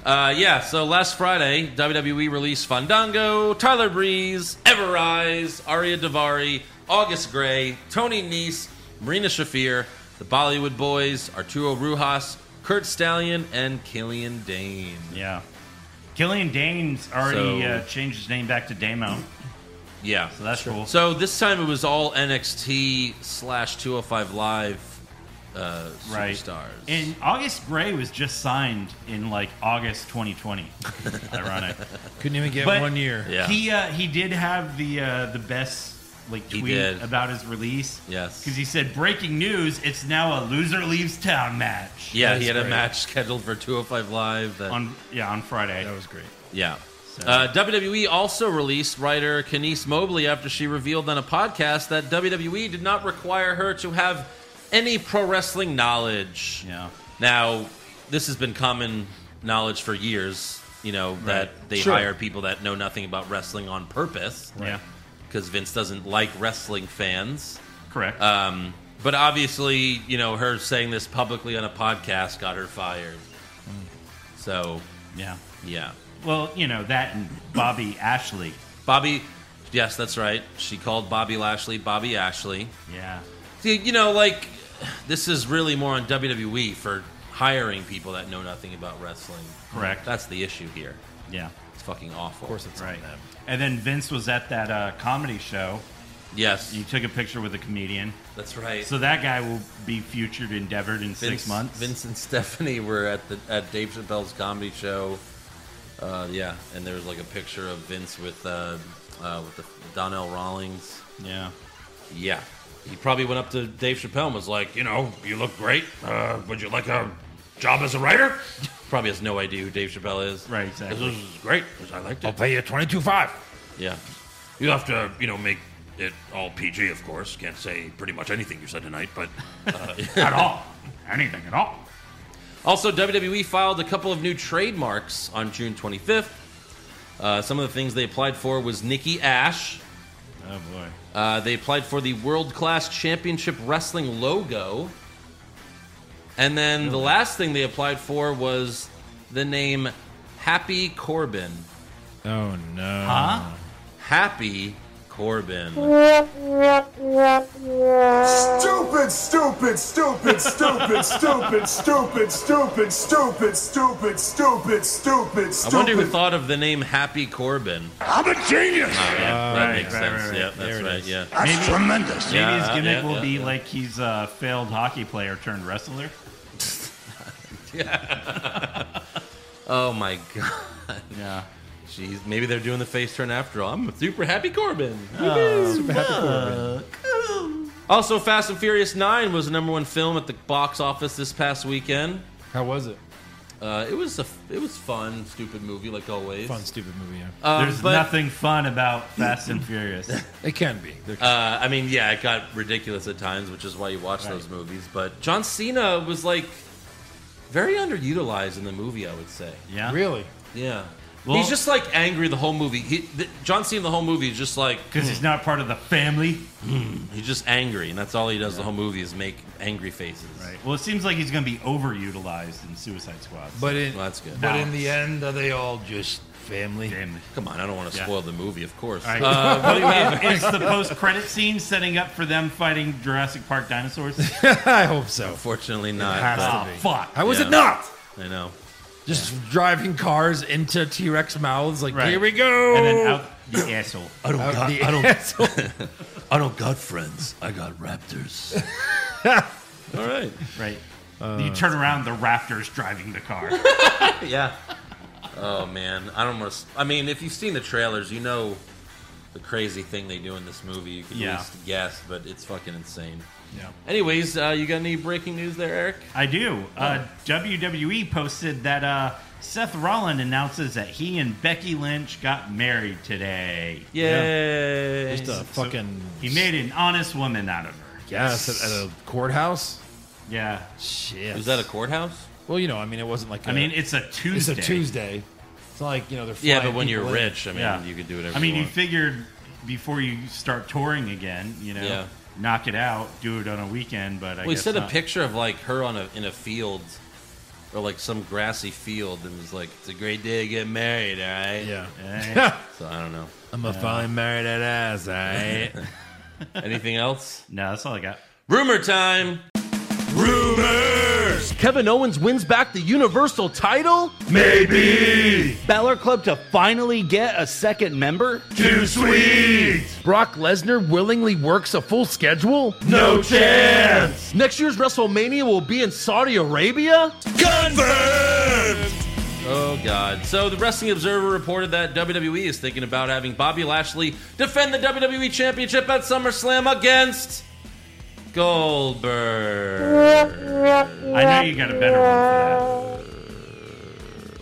Speaker 3: Uh, yeah, so last Friday, WWE released Fandango, Tyler Breeze, Everrise, Aria Davari, August Gray, Tony Nese, Marina Shafir, the Bollywood Boys, Arturo Rujas, Kurt Stallion, and Killian Dane.
Speaker 5: Yeah. Killian Dane's already
Speaker 3: So-
Speaker 5: uh, changed his name back to Damo.
Speaker 3: Yeah.
Speaker 5: So that's cool.
Speaker 3: So this time it was all NXT slash 205 Live uh, superstars.
Speaker 5: And August Gray was just signed in like August
Speaker 3: [laughs]
Speaker 5: 2020. Ironic.
Speaker 4: couldn't even get
Speaker 5: But-
Speaker 4: one year
Speaker 3: Yeah.
Speaker 5: He uh, he did have the uh, the best like
Speaker 3: He
Speaker 5: tweet
Speaker 3: did.
Speaker 5: about his release.
Speaker 3: Yes.
Speaker 5: Because he said, "Breaking news! It's now a loser leaves town match."
Speaker 3: yeah,
Speaker 5: That
Speaker 3: he
Speaker 5: is
Speaker 3: had a
Speaker 5: great.
Speaker 3: match scheduled for 205 Live. That,
Speaker 5: on yeah on Friday.
Speaker 4: that was great
Speaker 3: yeah. Uh, WWE also released writer Kenise Mobley after she revealed on a podcast that WWE did not require her to have any pro wrestling knowledge.
Speaker 5: yeah.
Speaker 3: Now, this has been common knowledge for years, you know, that they
Speaker 4: Sure.
Speaker 3: hire people that know nothing about wrestling on purpose.
Speaker 5: Yeah.
Speaker 3: because Vince doesn't like wrestling fans.
Speaker 5: Correct.
Speaker 3: Um, but obviously, you know, her saying this publicly on a podcast got her fired. So,
Speaker 5: yeah.
Speaker 3: yeah.
Speaker 5: Well, you know that and Bobby Ashley.
Speaker 3: Bobby, yes, that's right. She called Bobby Lashley Bobby Ashley.
Speaker 5: Yeah.
Speaker 3: See, you know, like, this is really more on WWE for hiring people that know nothing about wrestling.
Speaker 5: Correct.
Speaker 3: That's the issue here.
Speaker 5: Yeah.
Speaker 3: It's fucking awful. Of course it's
Speaker 5: Right. And then Vince was at that uh, comedy show.
Speaker 3: Yes,
Speaker 5: You took a picture with a comedian.
Speaker 3: that's right.
Speaker 5: So that guy will be featured endeavored in six months.
Speaker 3: Vince and [laughs] Stephanie were at the at Dave Chappelle's comedy show. Uh, yeah, and there was like a picture of Vince with uh, uh, with the, Donnell Rawlings.
Speaker 5: Yeah.
Speaker 3: Yeah, he probably went up to Dave Chappelle and was like, you know, you look great. Uh, would you like a job as a writer? probably has no idea who Dave Chappelle is.
Speaker 5: Right, exactly.
Speaker 3: This is great. 'cause I liked it.
Speaker 4: pay you 22.5
Speaker 3: Yeah,
Speaker 12: You have to, you know, make it all PG, of course. Can't say pretty much anything you said tonight, but
Speaker 11: uh, [laughs]
Speaker 5: at all. Anything at all.
Speaker 3: Also, WWE filed a couple of new trademarks on June 25th. Uh, some of the things they applied for was Nikki Ash.
Speaker 5: Oh boy.
Speaker 3: Uh, they applied for the World Class Championship Wrestling logo. And then the last thing they applied for was the name Happy Corbin.
Speaker 4: oh no
Speaker 5: Huh?
Speaker 3: Happy Corbin.
Speaker 10: Stupid, stupid, stupid, stupid, stupid, stupid, stupid, stupid, stupid,
Speaker 3: I
Speaker 10: stupid, stupid, stupid.
Speaker 3: wonder who thought of the name Happy Corbin.
Speaker 12: I'm a genius.
Speaker 3: Yeah, that makes
Speaker 5: Oh, right,
Speaker 3: sense.
Speaker 5: right, right.
Speaker 3: Yeah, that's right. Yeah.
Speaker 12: That's tremendous.
Speaker 5: Maybe
Speaker 3: Yeah,
Speaker 5: his gimmick
Speaker 3: yeah,
Speaker 5: will
Speaker 3: yeah,
Speaker 5: be
Speaker 3: yeah.
Speaker 5: like he's a failed hockey player turned wrestler.
Speaker 3: Oh my [laughs] god.
Speaker 5: Yeah.
Speaker 3: Jeez, maybe they're doing the face turn after all. I'm super happy Corbin.
Speaker 5: Oh,
Speaker 3: Also, Fast and Furious 9 was the number one film at the box office this past weekend.
Speaker 4: how was it
Speaker 3: Uh, it was a it was fun, stupid movie like always.
Speaker 4: fun stupid movie yeah
Speaker 3: Um,
Speaker 5: There's
Speaker 3: but,
Speaker 5: nothing fun about Fast and
Speaker 3: [laughs]
Speaker 5: Furious.
Speaker 4: Uh, it can be There-
Speaker 3: Uh, I mean, yeah, it got ridiculous at times, which is why you watch those movies. But John Cena was like very underutilized in the movie, I would say.
Speaker 4: Uh,
Speaker 5: Yeah.
Speaker 4: really
Speaker 3: Yeah. he's just like angry the whole movie. He, th- John Cena the whole movie is just like
Speaker 5: because he's not part of the family.
Speaker 3: He's just angry, and that's all he does the whole movie is make angry faces. Right.
Speaker 5: Well, it seems like he's going to be overutilized in Suicide Squad. [laughs]
Speaker 4: But in,
Speaker 3: Well, that's good.
Speaker 4: But in
Speaker 5: Balance.
Speaker 4: the end, are they all just family?
Speaker 3: Come on, I don't want to
Speaker 5: Yeah.
Speaker 3: spoil the movie, of course.
Speaker 5: All right.
Speaker 3: Uh, what do you have?
Speaker 5: Is the post-credit scene setting up for them fighting Jurassic Park dinosaurs?
Speaker 4: [laughs] I hope so.
Speaker 3: Unfortunately, not.
Speaker 4: has
Speaker 3: but-
Speaker 4: to
Speaker 5: oh, fuck.
Speaker 4: How was
Speaker 3: Yeah.
Speaker 4: it not?
Speaker 3: I know.
Speaker 4: Just driving cars into T Rex mouths, like
Speaker 5: Right.
Speaker 4: here we go.
Speaker 5: And
Speaker 3: [laughs]
Speaker 5: then out the asshole.
Speaker 12: I don't
Speaker 4: [laughs] Out
Speaker 12: got.
Speaker 4: the
Speaker 12: I don't.
Speaker 4: [laughs] asshole.
Speaker 12: I don't got friends. I got
Speaker 3: [laughs]
Speaker 12: raptors.
Speaker 3: All right.
Speaker 5: Right. you turn around, the raptor's driving the car.
Speaker 3: Yeah. Oh man, I don't want to. I mean, if you've seen the trailers, you know the crazy thing they do in this movie. You can
Speaker 5: Yeah.
Speaker 3: at least guess, but it's fucking insane.
Speaker 5: Yeah.
Speaker 3: Anyways, uh, you got any breaking news there, Eric?
Speaker 5: I do. Uh,
Speaker 3: Oh.
Speaker 5: WWE posted that uh, Seth Rollins announces that he and Becky Lynch got married today.
Speaker 3: Yay!
Speaker 4: Just a fucking
Speaker 5: He made an honest woman out of her.
Speaker 4: gas at, at a courthouse.
Speaker 5: Yeah.
Speaker 4: Shit.
Speaker 3: Was that a courthouse?
Speaker 4: well? You know, I mean, it wasn't like
Speaker 5: I
Speaker 4: a-
Speaker 5: mean, it's a
Speaker 4: it's
Speaker 5: Tuesday.
Speaker 4: a Tuesday. It's not like you know they're
Speaker 3: Yeah,
Speaker 4: flying
Speaker 3: but when you're
Speaker 4: people in.
Speaker 3: rich, I mean,
Speaker 5: Yeah.
Speaker 3: you could do whatever.
Speaker 5: I mean,
Speaker 3: you,
Speaker 5: you
Speaker 3: want.
Speaker 5: figured before you start touring again, you know,
Speaker 3: Yeah.
Speaker 5: knock it out, do it on a weekend. But I
Speaker 3: Well, he
Speaker 5: guess
Speaker 3: sent a
Speaker 5: not.
Speaker 3: picture of like her on a in a field, or like some grassy field, and was like, "It's a great day to get married, all right."
Speaker 4: Yeah,
Speaker 5: [laughs] Eh,
Speaker 3: So I don't know.
Speaker 4: I'm gonna finally marry that ass, all [laughs] right?
Speaker 3: Anything else?
Speaker 5: no, that's all I got.
Speaker 3: Rumor time.
Speaker 13: Kevin Owens wins back the Universal title? Maybe. Balor Club to finally get a second member?
Speaker 1: Too sweet.
Speaker 13: Brock Lesnar willingly works a full schedule?
Speaker 1: No chance.
Speaker 13: Next year's WrestleMania will be in Saudi Arabia?
Speaker 3: Oh, God. So, the Wrestling Observer reported that WWE is thinking about having Bobby Lashley defend the WWE Championship at SummerSlam against Goldberg.
Speaker 5: I know you got a better one for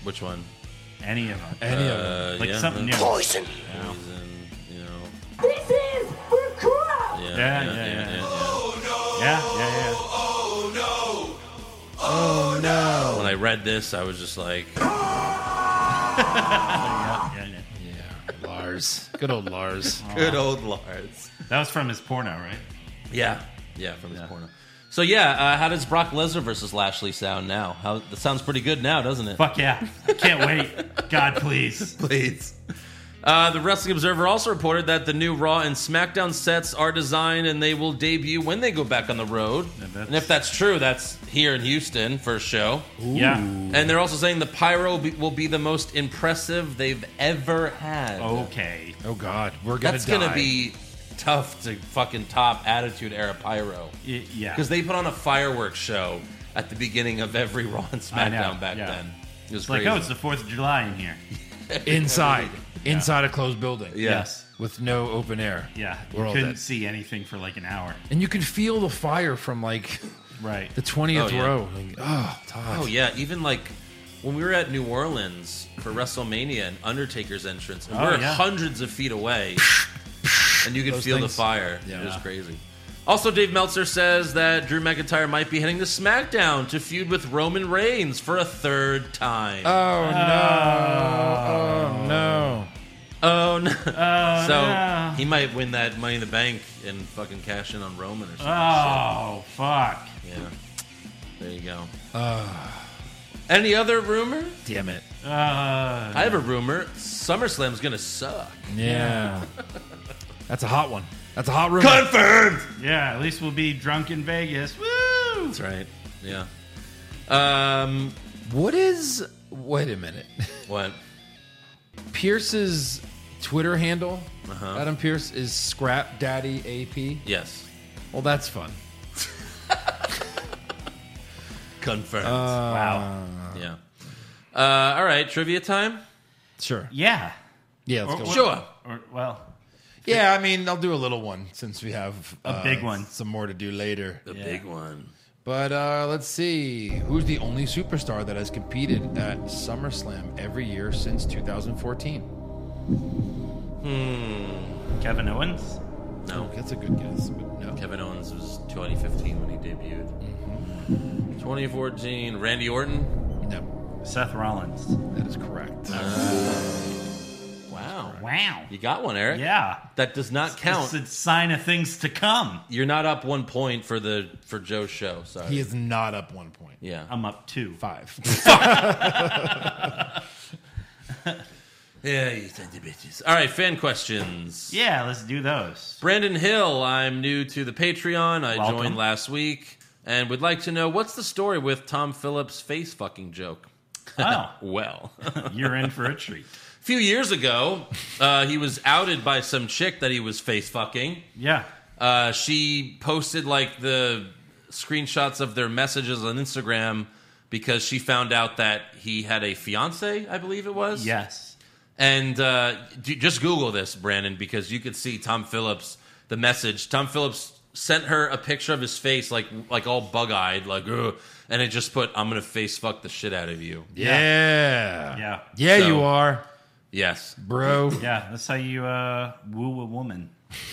Speaker 3: Which one?
Speaker 5: that. Any of them.
Speaker 4: Any of them.
Speaker 3: Uh,
Speaker 5: Like
Speaker 3: yeah,
Speaker 5: something new.
Speaker 3: that's
Speaker 8: Poison.
Speaker 3: reason, you know,
Speaker 2: This is for crap.
Speaker 3: yeah,
Speaker 5: Yeah,
Speaker 3: yeah,
Speaker 5: yeah, yeah.
Speaker 3: yeah.
Speaker 5: Yeah, yeah, yeah.
Speaker 3: When I read this, I was just like,
Speaker 5: Yeah, yeah.
Speaker 4: yeah, Lars, good old Lars.
Speaker 3: good old Lars.
Speaker 5: That was from his porno, right?
Speaker 3: Yeah, yeah, from his porno. So, yeah, uh, how does Brock Lesnar versus Lashley sound now? How That sounds pretty good now, doesn't it?
Speaker 5: Fuck yeah. I can't wait. God, please.
Speaker 3: please. Uh, the Wrestling Observer also reported that the new Raw and SmackDown sets are designed and they will debut when they go back on the road.
Speaker 5: that's-
Speaker 3: And if that's true, that's here in Houston, first show.
Speaker 5: Yeah.
Speaker 3: And they're also saying the pyro be- will be the most impressive they've ever had.
Speaker 5: Okay.
Speaker 4: Oh God, we're gonna
Speaker 3: that's
Speaker 4: die.
Speaker 3: gonna be tough to fucking top Attitude Era pyro
Speaker 5: Y- yeah.
Speaker 3: because they put on a fireworks show at the beginning of every [laughs] Raw and
Speaker 5: I know,
Speaker 3: SmackDown back
Speaker 5: yeah.
Speaker 3: then. It was
Speaker 5: It's like,
Speaker 3: crazy.
Speaker 5: oh, it's the 4th of July in here.
Speaker 4: inside, inside a closed building.
Speaker 3: Yeah.
Speaker 5: Yes.
Speaker 4: with no open air.
Speaker 5: Yeah. You
Speaker 4: we're all
Speaker 5: couldn't
Speaker 4: dead.
Speaker 5: see anything for like an hour.
Speaker 4: And you can feel the fire from like
Speaker 5: Right.
Speaker 4: the twentieth
Speaker 3: Oh, yeah.
Speaker 4: row. Like, oh, Todd.
Speaker 3: Oh yeah, even like when we were at New Orleans for WrestleMania and Undertaker's entrance, and
Speaker 5: Oh,
Speaker 3: we're
Speaker 5: yeah.
Speaker 3: hundreds of feet away, and you could
Speaker 4: Those
Speaker 3: feel
Speaker 4: things-
Speaker 3: the fire.
Speaker 4: Yeah.
Speaker 3: It was crazy. Also, Dave Meltzer says that Drew McIntyre might be heading to SmackDown to feud with Roman Reigns for a third time.
Speaker 4: Oh no! Oh no!
Speaker 3: oh no! so
Speaker 5: no.
Speaker 3: he might win that Money in the Bank and fucking cash in on Roman or something.
Speaker 5: Oh, fuck.
Speaker 3: yeah, there you go. [sighs] Any other rumor?
Speaker 4: Damn it!
Speaker 5: Uh,
Speaker 3: I have a rumor. SummerSlam's gonna suck.
Speaker 4: Yeah, that's a hot one. That's a hot room.
Speaker 12: Confirmed.
Speaker 5: yeah, at least we'll be drunk in Vegas. Woo!
Speaker 3: That's right. Yeah. Um.
Speaker 4: What is? Wait a minute.
Speaker 3: What?
Speaker 4: Pierce's Twitter handle, Adam Pierce, is Scrap Daddy AP.
Speaker 3: Yes.
Speaker 4: Well, that's fun.
Speaker 3: Confirmed.
Speaker 4: Uh,
Speaker 5: Wow.
Speaker 3: yeah. Uh, all right. Trivia time.
Speaker 4: Sure.
Speaker 5: Yeah.
Speaker 4: Yeah, let's go.
Speaker 5: Or-
Speaker 3: Sure.
Speaker 5: Or, well,
Speaker 4: Yeah, I mean, I'll do a little one since we have uh,
Speaker 5: A big one.
Speaker 4: Some more to do later.
Speaker 3: The big one.
Speaker 4: But uh, let's see. Who's the only superstar that has competed at SummerSlam every year since 2014?
Speaker 3: Hmm.
Speaker 5: Kevin Owens.
Speaker 3: No.
Speaker 4: That's a good guess. But no.
Speaker 3: Kevin Owens was 2015 when he debuted. Mm-hmm. 2014. Randy Orton.
Speaker 4: No.
Speaker 5: Seth Rollins.
Speaker 4: That is correct.
Speaker 3: Uh,
Speaker 5: Wow.
Speaker 3: You got one, Eric.
Speaker 5: Yeah.
Speaker 3: That does not count.
Speaker 5: It's a sign of things to come.
Speaker 3: You're not up one point for the for Joe's show. Sorry.
Speaker 4: He is not up one point.
Speaker 3: Yeah.
Speaker 5: I'm up two.
Speaker 4: Five.
Speaker 3: yeah, you tiny bitches. All right, fan questions.
Speaker 5: Yeah, let's do those.
Speaker 3: Brandon Hill, I'm new to the Patreon. I
Speaker 5: Welcome.
Speaker 3: joined last week and would like to know what's the story with Tom Phillips' face fucking joke?
Speaker 5: Oh.
Speaker 3: [laughs] well.
Speaker 5: You're in for a treat.
Speaker 3: A few years ago, uh, he was outed by some chick that he was face fucking.
Speaker 5: Yeah.
Speaker 3: Uh, she posted like the screenshots of their messages on Instagram because she found out that he had a fiance, I believe it was.
Speaker 5: Yes.
Speaker 3: And uh, d- just Google this, Brandon, because you could see Tom Phillips the message. Tom Phillips sent her a picture of his face, like like all bug eyed, like, Ugh, and it just put, "I'm gonna face fuck the shit out of you."
Speaker 4: Yeah.
Speaker 5: Yeah.
Speaker 4: Yeah,
Speaker 3: So-
Speaker 4: you are,
Speaker 3: Yes,
Speaker 5: [laughs]
Speaker 4: bro.
Speaker 5: Yeah, that's how you uh, woo a woman.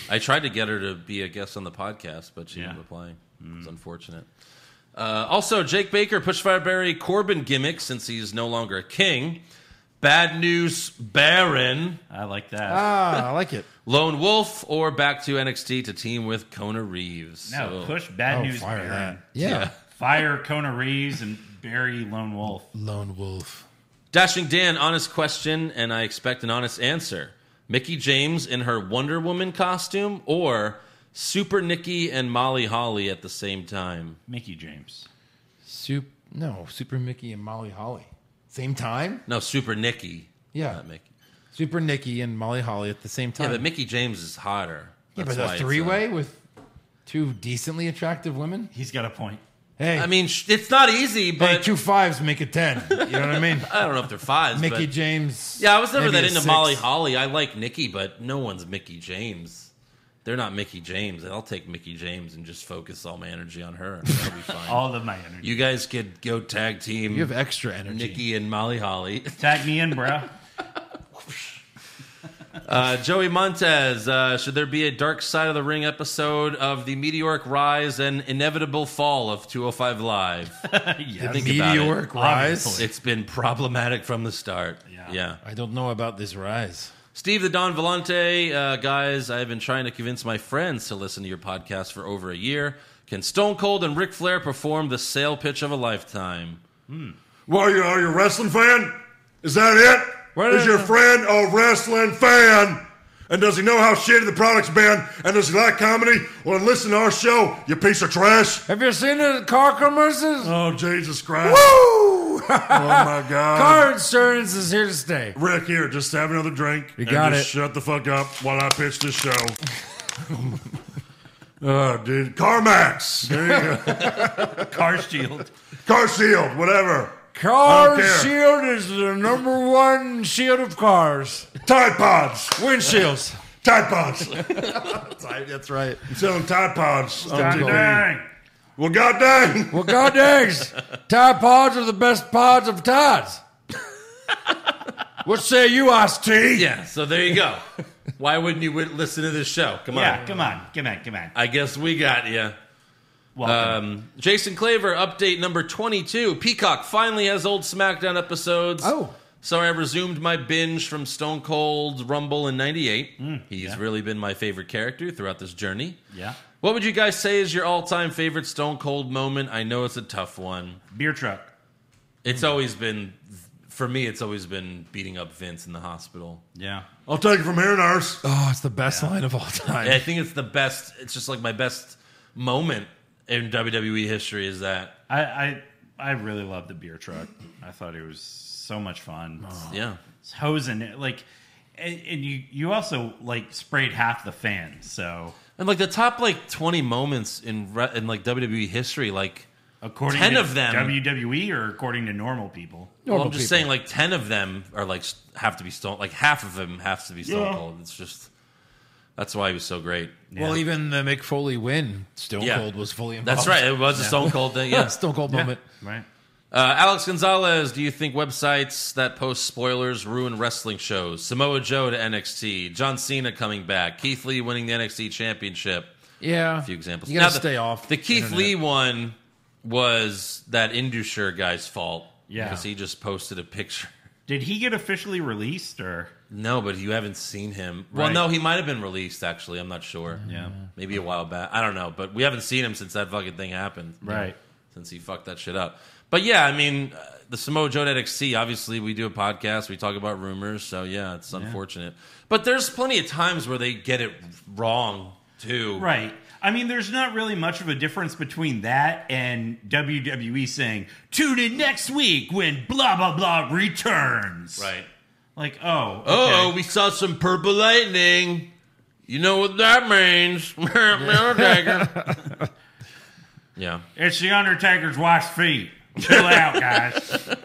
Speaker 3: I tried to get her to be a guest on the podcast, but she didn't
Speaker 5: Yeah. Mm.
Speaker 3: reply. It's unfortunate. Uh, also, Jake Baker pushed Fireberry Corbin gimmick since he's no longer a king. Bad news, Baron.
Speaker 5: I like that.
Speaker 4: Ah, I like it.
Speaker 3: Lone Wolf or back to NXT to team with Kona Reeves.
Speaker 5: No,
Speaker 3: So-
Speaker 5: push bad news. Baron.
Speaker 4: Oh, Yeah.
Speaker 5: Fire Kona Reeves and bury Lone Wolf.
Speaker 4: Lone Wolf.
Speaker 3: Dashing Dan, honest question, and I expect an honest answer. Mickey James in her Wonder Woman costume or Super Nikki and Molly Holly at the same time?
Speaker 5: Mickey James.
Speaker 4: Soup. No, Super Mickey and Molly Holly. Same time.
Speaker 3: No, Super Nikki.
Speaker 4: Yeah.
Speaker 3: Not Mickey.
Speaker 4: Super Nikki and Molly Holly at the same
Speaker 3: Yeah,
Speaker 4: time.
Speaker 3: but Mickey James is hotter.
Speaker 4: Yeah,
Speaker 3: That's
Speaker 4: but
Speaker 3: why
Speaker 4: a
Speaker 3: it's, uh,
Speaker 4: three way with two decently attractive women.
Speaker 5: He's got a point.
Speaker 4: Hey,
Speaker 3: I mean, sh- it's not
Speaker 4: hey,
Speaker 3: easy, but
Speaker 4: two fives make a
Speaker 3: [laughs]
Speaker 4: ten. You know what I mean?
Speaker 3: I don't know if they're fives.
Speaker 4: Mickey
Speaker 3: but-
Speaker 4: James.
Speaker 3: Yeah, I was never
Speaker 4: maybe
Speaker 3: that
Speaker 4: a
Speaker 3: into
Speaker 4: six.
Speaker 3: Molly Holly. I like Nikki, but no one's Mickey James. They're not Mickey James. I'll take Mickey James and just focus all my energy on her. That'll
Speaker 4: [laughs]
Speaker 3: be fine.
Speaker 5: All of my energy.
Speaker 3: you guys could go tag team.
Speaker 4: You have extra energy.
Speaker 3: Nikki and Molly Holly.
Speaker 5: Tag me in,
Speaker 3: [laughs]
Speaker 5: bruh.
Speaker 3: Uh, Joey Montez, uh, should there be a Dark Side of the Ring episode of the meteoric rise and inevitable fall of 205 Live?
Speaker 5: yes.
Speaker 3: Think about it.
Speaker 4: Meteoric rise.
Speaker 3: It's been problematic from the start.
Speaker 5: Yeah.
Speaker 3: yeah.
Speaker 4: I don't know about this rise.
Speaker 3: Steve the Don Vellante, uh, guys, I've been trying to convince my friends to listen to your podcast for over a year. Can Stone Cold and Ric Flair perform the sale pitch of a lifetime?
Speaker 1: Well, you are you a wrestling fan? Is that it? Is your friend a wrestling fan? And does he know how shitty the product's been? And does he like comedy? Well, then listen to our show, you piece of trash.
Speaker 4: Have you seen the car commercials?
Speaker 1: Oh, Jesus Christ.
Speaker 4: [laughs] Woo!
Speaker 1: Oh, my God.
Speaker 4: car insurance is here to stay.
Speaker 1: Rick, here, just have another drink.
Speaker 4: You
Speaker 1: and
Speaker 4: got
Speaker 1: just
Speaker 4: it.
Speaker 1: Shut the fuck up while I pitch this show. [laughs] oh, dude. CarMax. There you go.
Speaker 5: Car
Speaker 4: [laughs]
Speaker 5: shield.
Speaker 1: Car Shield, whatever. I
Speaker 4: Car
Speaker 1: don't care.
Speaker 4: shield is the number one shield of cars.
Speaker 1: Tide Pods.
Speaker 4: Windshields.
Speaker 1: Tide Pods.
Speaker 4: That's right.
Speaker 1: I'm selling Tide Pods on
Speaker 4: Tide
Speaker 1: TV.
Speaker 5: Dang.
Speaker 1: Well, God dang.
Speaker 4: Well, God [laughs] dags, Tide Pods are the best pods of Tides. what say you, Ice T?
Speaker 3: Yeah, so there you
Speaker 5: [laughs]
Speaker 3: go. Why wouldn't you wi- listen to this show? Come on.
Speaker 5: Yeah, come on. Come on. Come on.
Speaker 3: I guess we got you.
Speaker 5: Welcome.
Speaker 3: Um, Jason Claver, update number 22. Peacock finally has old SmackDown episodes.
Speaker 4: Oh.
Speaker 3: Sorry, I resumed my binge from Stone Cold Rumble in 98. He's really been my favorite character throughout this journey.
Speaker 5: Mm, yeah.
Speaker 3: What would you guys say is your all-time favorite Stone Cold moment? I know it's a tough one.
Speaker 5: Beer truck. Mm.
Speaker 3: It's always been, for me, it's always been beating up Vince in the hospital.
Speaker 5: Yeah.
Speaker 3: oh.
Speaker 1: I'll take it from here, nurse.
Speaker 4: Oh, it's the best line of all time.
Speaker 3: And I think it's the best. It's just like my best moment in WWE history is that.
Speaker 5: I, I I really love the beer truck. I thought it was so much fun.
Speaker 3: Yeah,
Speaker 5: It's hosing it like, and, and you you also like sprayed half the fans. So
Speaker 3: and like the top like twenty moments in re- in like WWE history, like.
Speaker 5: according
Speaker 3: 10
Speaker 5: to
Speaker 3: of them.
Speaker 5: WWE or according to normal people,
Speaker 3: Well, I'm just saying, like ten of them are like s- have to be stone. Like half of them has to be Stone Cold. It's just that's why he was so great.
Speaker 4: Well, even the Mick Foley win, Stone
Speaker 3: Yeah.
Speaker 4: Cold was fully involved. [laughs]
Speaker 3: That's right. It was a Stone Cold thing. Yeah,
Speaker 4: Stone Cold moment.
Speaker 5: right?
Speaker 3: Uh, Alex Gonzalez, do you think websites that post spoilers ruin wrestling shows? Samoa Joe to NXT, John Cena coming back, Keith Lee winning the NXT Championship.
Speaker 4: Yeah.
Speaker 3: A few examples.
Speaker 4: You gotta
Speaker 3: Now, the-
Speaker 4: stay off
Speaker 3: The Keith
Speaker 4: internet.
Speaker 3: Lee one was that Indusher guy's fault.
Speaker 5: Yeah.
Speaker 3: Because he just posted a picture
Speaker 5: Did he get officially released or?
Speaker 3: No, but you haven't seen him. Well,
Speaker 5: Right.
Speaker 3: no, he might have been released actually. I'm not sure. Yeah, maybe a while back. I don't know, but we haven't seen him since that fucking thing happened.
Speaker 5: Right.
Speaker 3: Since he fucked that shit up. But yeah, I mean, uh, the Samoa Joe at XC. Obviously, we do a podcast. We talk about rumors. So yeah, it's
Speaker 5: Yeah.
Speaker 3: unfortunate. But there's plenty of times where they get it wrong too.
Speaker 5: Right. I mean, there's not really much of a difference between that and WWE saying, tune in next week when blah, blah, blah returns.
Speaker 3: Right.
Speaker 5: Like, oh. okay.
Speaker 3: Oh, we saw some purple lightning. You know what that
Speaker 5: [laughs]
Speaker 3: means? [laughs] Mirror dagger. yeah.
Speaker 5: It's the Undertaker's wife's feet. Chill
Speaker 3: [laughs]
Speaker 5: out, guys.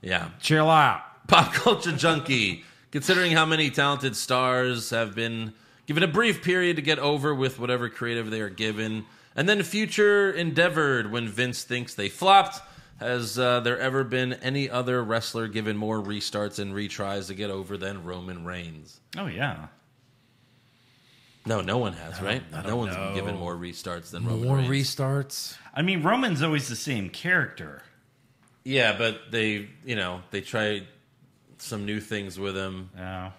Speaker 3: Yeah.
Speaker 4: Chill out.
Speaker 3: Pop [laughs] culture junkie. Considering how many talented stars have been given a brief period to get over with whatever creative they are given, and then future endeavored when Vince thinks they flopped. Has uh, there ever been any other wrestler given more restarts and retries to get over than Roman Reigns?
Speaker 5: Oh, yeah.
Speaker 3: No, no one has,
Speaker 5: I
Speaker 3: right?
Speaker 5: don't- I
Speaker 3: No
Speaker 5: don't
Speaker 3: one's
Speaker 5: know.
Speaker 3: been given more restarts than Roman
Speaker 4: More
Speaker 3: Reigns.
Speaker 4: restarts.
Speaker 5: I mean, Roman's always the same character.
Speaker 3: Yeah, but they, you know, they tried some new things with him.
Speaker 5: Yeah.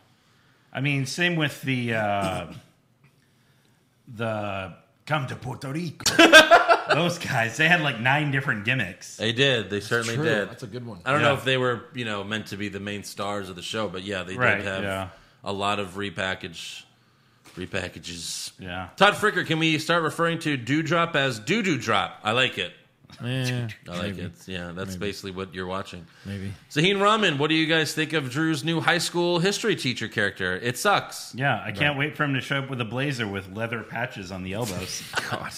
Speaker 5: I mean, same with the uh, the come to Puerto Rico. Those guys, they had like nine different gimmicks.
Speaker 3: They did. They certainly
Speaker 5: true.
Speaker 3: did.
Speaker 5: That's a good
Speaker 1: Uh,
Speaker 5: one.
Speaker 3: I don't know
Speaker 5: Yeah.
Speaker 3: if they were, you know, meant to be the main stars of the show, but yeah, they
Speaker 5: Right,
Speaker 3: did have
Speaker 5: yeah.
Speaker 3: a lot of repackage repackages.
Speaker 5: Yeah.
Speaker 3: Todd Fricker, can we start referring to Dewdrop as Doo Doo Drop? I like it.
Speaker 4: Yeah,
Speaker 3: I like
Speaker 4: maybe.
Speaker 3: it. Yeah, that's
Speaker 4: Maybe.
Speaker 3: basically what you're watching.
Speaker 4: Eh, Maybe.
Speaker 3: Zaheen Rahman, what do you guys think of Drew's new high school history teacher character? It sucks.
Speaker 5: Yeah, I can't wait for him to show up with a blazer with leather patches on the elbows.
Speaker 4: God.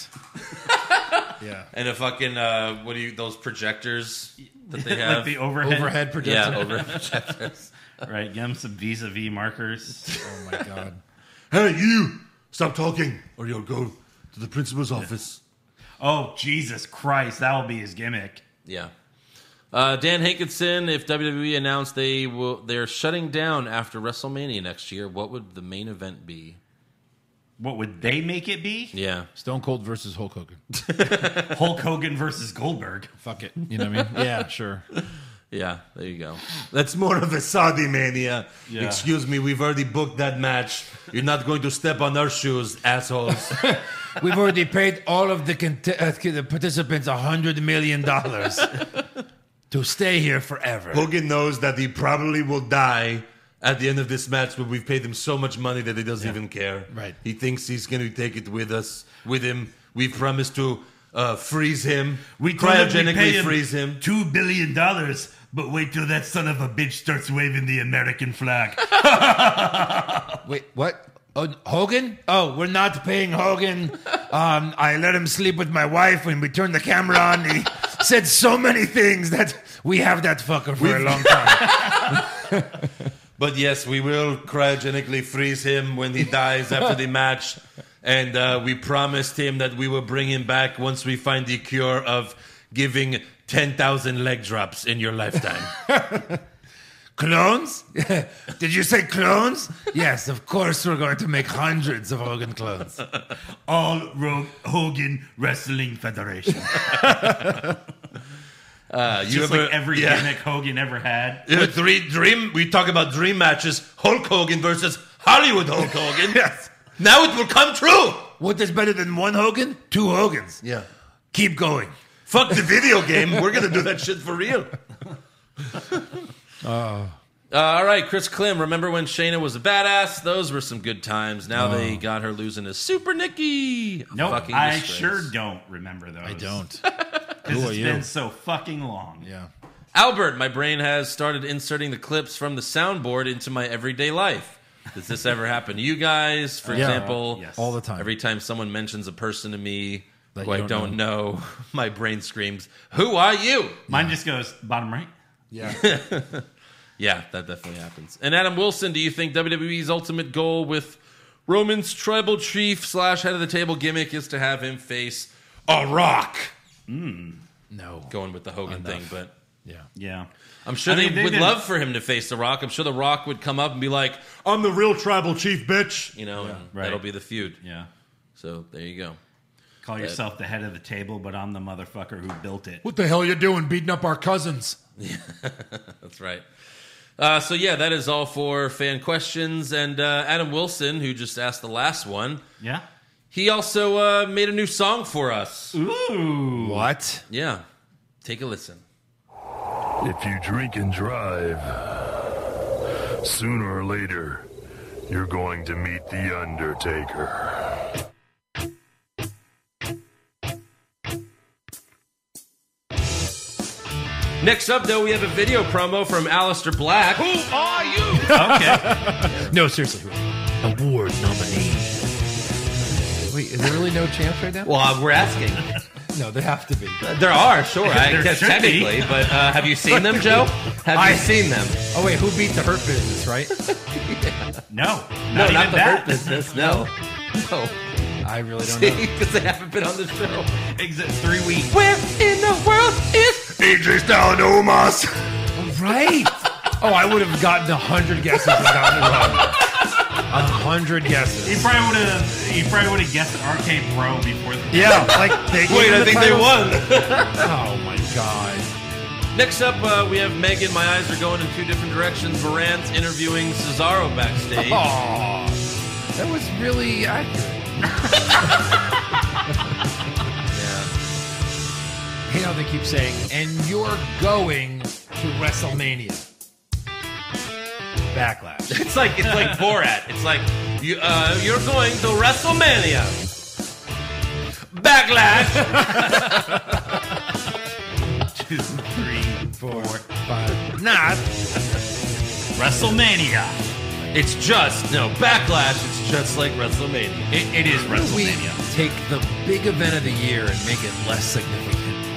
Speaker 3: Yeah. And a fucking uh, what do you those projectors that [laughs] they
Speaker 5: [laughs] Like
Speaker 3: have?
Speaker 5: [laughs] the overhead- Overhead
Speaker 3: Yeah, [laughs]
Speaker 5: projector.
Speaker 3: overhead projectors.
Speaker 5: right, give him some vis a vis markers. Oh my god.
Speaker 1: Hey, you! Stop talking, or you'll go to the principal's office.
Speaker 5: Oh Jesus Christ, that'll be his gimmick.
Speaker 3: Yeah. Uh, Dan Hankinson, if WWE announced they will they're shutting down after WrestleMania next year, what would the main event be?
Speaker 5: What would they make it be?
Speaker 3: Yeah.
Speaker 4: Stone Cold versus Hulk Hogan.
Speaker 5: Hulk Hogan versus Goldberg.
Speaker 4: Fuck it. You know what [laughs] I mean? Yeah, sure.
Speaker 3: Yeah, there you go.
Speaker 14: That's more of a Saudi mania.
Speaker 3: Yeah.
Speaker 14: Excuse me, we've already booked that match. You're not going to step on our shoes, assholes.
Speaker 4: We've already paid all of the, cont- uh, the participants $100 million to stay here forever.
Speaker 14: Hogan knows that he probably will die at the end of this match, but we've paid him so much money that he doesn't even care.
Speaker 4: Right.
Speaker 14: He thinks he's going to take it with us, with him. We promised to uh, freeze him, we
Speaker 8: told him
Speaker 14: cryogenically
Speaker 8: we'd pay him
Speaker 14: freeze him.
Speaker 8: Two billion dollars, but wait till that son of a bitch starts waving the American flag.
Speaker 4: Wait, what? Oh, Hogan? Oh, we're not paying Hogan. Um, I let him sleep with my wife when we turned the camera on. He said so many things that we have that fucker for a long time.
Speaker 14: [laughs] But yes, we will cryogenically freeze him when he dies after the match. And uh, we promised him that we will bring him back once we find the cure of giving 10,000 leg drops in your
Speaker 5: [laughs]
Speaker 14: lifetime.
Speaker 4: Clones? [laughs] Did you say clones? yes, of course we're going to make hundreds of Hogan clones.
Speaker 8: All Ro- Hogan Wrestling
Speaker 3: [laughs]
Speaker 8: Federation.
Speaker 14: Uh,
Speaker 5: Just like every gimmick Hogan ever had.
Speaker 14: Yeah, three dream. We talk about dream matches Hulk Hogan versus Hollywood
Speaker 4: [laughs]
Speaker 14: Hulk Hogan. yes. Now it will come true.
Speaker 4: What is better than one Hogan? Two Hogans. Yeah. Keep going.
Speaker 14: Fuck the video game. We're going to do that shit for
Speaker 4: [laughs]
Speaker 14: real.
Speaker 4: Oh.
Speaker 3: Uh, all right, Chris Klim. Remember when Shayna was a badass? Those were some good times.
Speaker 4: Uh.
Speaker 3: Now they
Speaker 5: Oh.
Speaker 3: got her losing to Super Nikki.
Speaker 5: No,
Speaker 3: Fucking
Speaker 5: I
Speaker 3: disgrace.
Speaker 5: sure don't remember those. I don't.
Speaker 3: Who
Speaker 5: Because
Speaker 3: are
Speaker 5: it's
Speaker 3: you?
Speaker 5: been so fucking long. Yeah.
Speaker 3: Albert, my brain has started inserting the clips from the soundboard into my everyday life. Does this ever happen to you guys? For
Speaker 4: Yeah.
Speaker 3: example,
Speaker 4: Yes. All the time.
Speaker 3: Every time someone mentions a person to me
Speaker 4: That
Speaker 3: who
Speaker 4: you
Speaker 3: I
Speaker 4: don't
Speaker 3: don't know. [laughs] my brain screams, "Who are you?"
Speaker 5: Mine just goes bottom right.
Speaker 4: Yeah.
Speaker 3: yeah, that definitely happens. And Adam Wilson, do you think WWE's ultimate goal with Roman's tribal chief slash head of the table gimmick is to have him face a rock?
Speaker 5: Hmm.
Speaker 4: No,
Speaker 3: going with the Hogan
Speaker 5: Enough.
Speaker 3: thing, but
Speaker 4: yeah,
Speaker 5: yeah.
Speaker 3: I'm sure
Speaker 5: I mean,
Speaker 3: they,
Speaker 5: they
Speaker 3: would
Speaker 5: didn't-
Speaker 3: love for him to face the Rock. I'm sure the Rock would come up and be like,
Speaker 1: I'm the real tribal chief, bitch.
Speaker 3: you know, and
Speaker 5: right.
Speaker 3: that'll be the feud.
Speaker 5: Yeah.
Speaker 3: So there you go.
Speaker 5: Call yourself the head of the table, but I'm the motherfucker who built it.
Speaker 1: What the hell are you doing beating up our cousins?
Speaker 3: That's right. Uh, so yeah, that is all for fan questions. And uh, Adam Wilson, who just asked the last one,
Speaker 5: Yeah.
Speaker 3: he also uh, made a new song for us.
Speaker 5: Ooh.
Speaker 4: What?
Speaker 3: Yeah. Take a listen.
Speaker 15: If you drink and drive, sooner or later, you're going to meet the Undertaker.
Speaker 3: Next up, though, we have a video promo from Alistair Black. Who are you?
Speaker 4: okay. no, seriously. Award nominee. Wait, is there really no champs right now?
Speaker 3: [laughs] Well, we're asking.
Speaker 4: no, there have to be.
Speaker 3: There are,
Speaker 5: [laughs]
Speaker 3: sure. I
Speaker 4: There
Speaker 3: guess
Speaker 4: should be.
Speaker 3: technically, but uh, have you seen them, Joe? Have you seen them?
Speaker 4: Oh wait, who beat the Hurt Business? Right?
Speaker 5: No.
Speaker 3: [laughs] no, not the Hurt Business. No. No.
Speaker 4: I really don't know.
Speaker 3: Because they haven't been on the show.
Speaker 5: Exit three weeks.
Speaker 3: Where in the world is
Speaker 1: AJ Styles and Omos.
Speaker 4: Right. oh, I would have gotten a hundred guesses and gotten it wrong. A hundred guesses.
Speaker 5: He probably would have. He probably would have guessed RK Bro before. The-
Speaker 4: Yeah, like they gave
Speaker 3: Wait,
Speaker 4: him
Speaker 3: I
Speaker 4: the
Speaker 3: think
Speaker 4: title.
Speaker 3: they won.
Speaker 4: oh my god.
Speaker 3: Next up, uh, we have Megan. My eyes are going in two different directions. Moran's interviewing Cesaro backstage.
Speaker 4: Aw, that was really
Speaker 5: [laughs]
Speaker 4: accurate. You know they keep saying, and you're going to WrestleMania. Backlash.
Speaker 5: [laughs]
Speaker 3: It's like it's like Borat. It's like you, uh, you're going to WrestleMania. [laughs] Backlash.
Speaker 5: Two, three, four,
Speaker 4: five. Not
Speaker 5: WrestleMania.
Speaker 3: It's just no backlash. It's just like WrestleMania.
Speaker 5: It, it is
Speaker 4: We
Speaker 5: WrestleMania.
Speaker 4: take the big event of the year and make it less significant.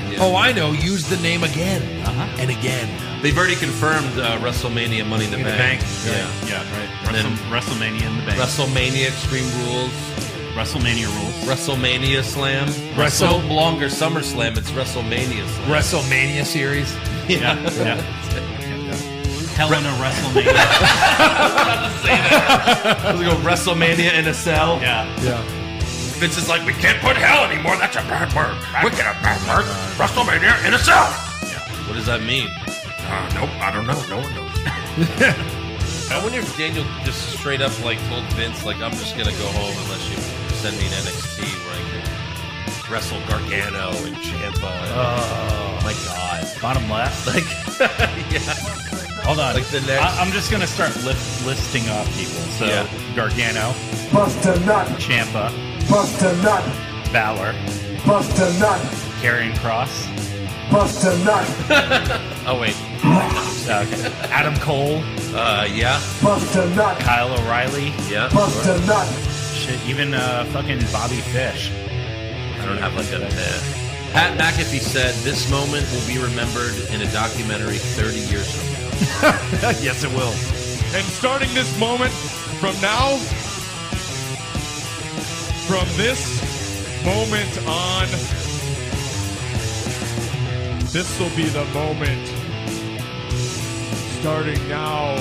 Speaker 3: Yeah.
Speaker 4: Oh, I know. Use the name again
Speaker 5: Uh-huh.
Speaker 4: and again.
Speaker 3: They've already confirmed uh, WrestleMania Money in the
Speaker 4: In the Bank,
Speaker 3: Bank.
Speaker 4: right.
Speaker 3: Yeah.
Speaker 5: Yeah, right.
Speaker 3: And
Speaker 5: [laughs] Wrestle-
Speaker 3: then-
Speaker 5: WrestleMania in the bank.
Speaker 3: WrestleMania Extreme Rules.
Speaker 5: WrestleMania rules.
Speaker 3: WrestleMania Slam.
Speaker 4: Wrestle-
Speaker 3: Wrestle no longer SummerSlam. It's WrestleMania Slam.
Speaker 4: WrestleMania series.
Speaker 5: Yeah, yeah.
Speaker 3: [laughs]
Speaker 5: Helena WrestleMania.
Speaker 3: Let's go WrestleMania in a cell.
Speaker 5: Yeah.
Speaker 4: Yeah.
Speaker 12: Vince is like, we can't put hell anymore. That's a bad word. We get a bad word. WrestleMania in a cell.
Speaker 3: What does that mean?
Speaker 12: Uh, nope, I don't know. No one knows.
Speaker 3: [laughs] I wonder if Daniel just straight up like told Vince like I'm just gonna go home unless you send me to NXT where I can wrestle Gargano and Champa.
Speaker 5: Oh.
Speaker 3: my God!
Speaker 5: Bottom left.
Speaker 3: [laughs] Like, yeah.
Speaker 5: Hold on.
Speaker 3: Like the next-
Speaker 5: I, I'm just gonna start list, listing off people. So
Speaker 3: Yeah.
Speaker 5: Gargano,
Speaker 10: Bust a nut.
Speaker 5: Champa,
Speaker 10: Bust a nut.
Speaker 5: Balor,
Speaker 10: Bust a nut.
Speaker 5: Karrion Cross,
Speaker 10: Bust a nut.
Speaker 3: Oh wait.
Speaker 5: uh, Adam Cole,
Speaker 3: Uh, yeah,
Speaker 10: Bust a nut.
Speaker 5: Kyle O'Reilly.
Speaker 3: yeah.
Speaker 10: Bust a nut.
Speaker 5: Shit, even uh, fucking Bobby Fish.
Speaker 3: I don't have like a. Uh, Pat McAfee said this moment will be remembered in a documentary 30 years from now.
Speaker 5: yes, it will.
Speaker 16: And starting this moment from now, from this moment on, this will be the moment. Starting now.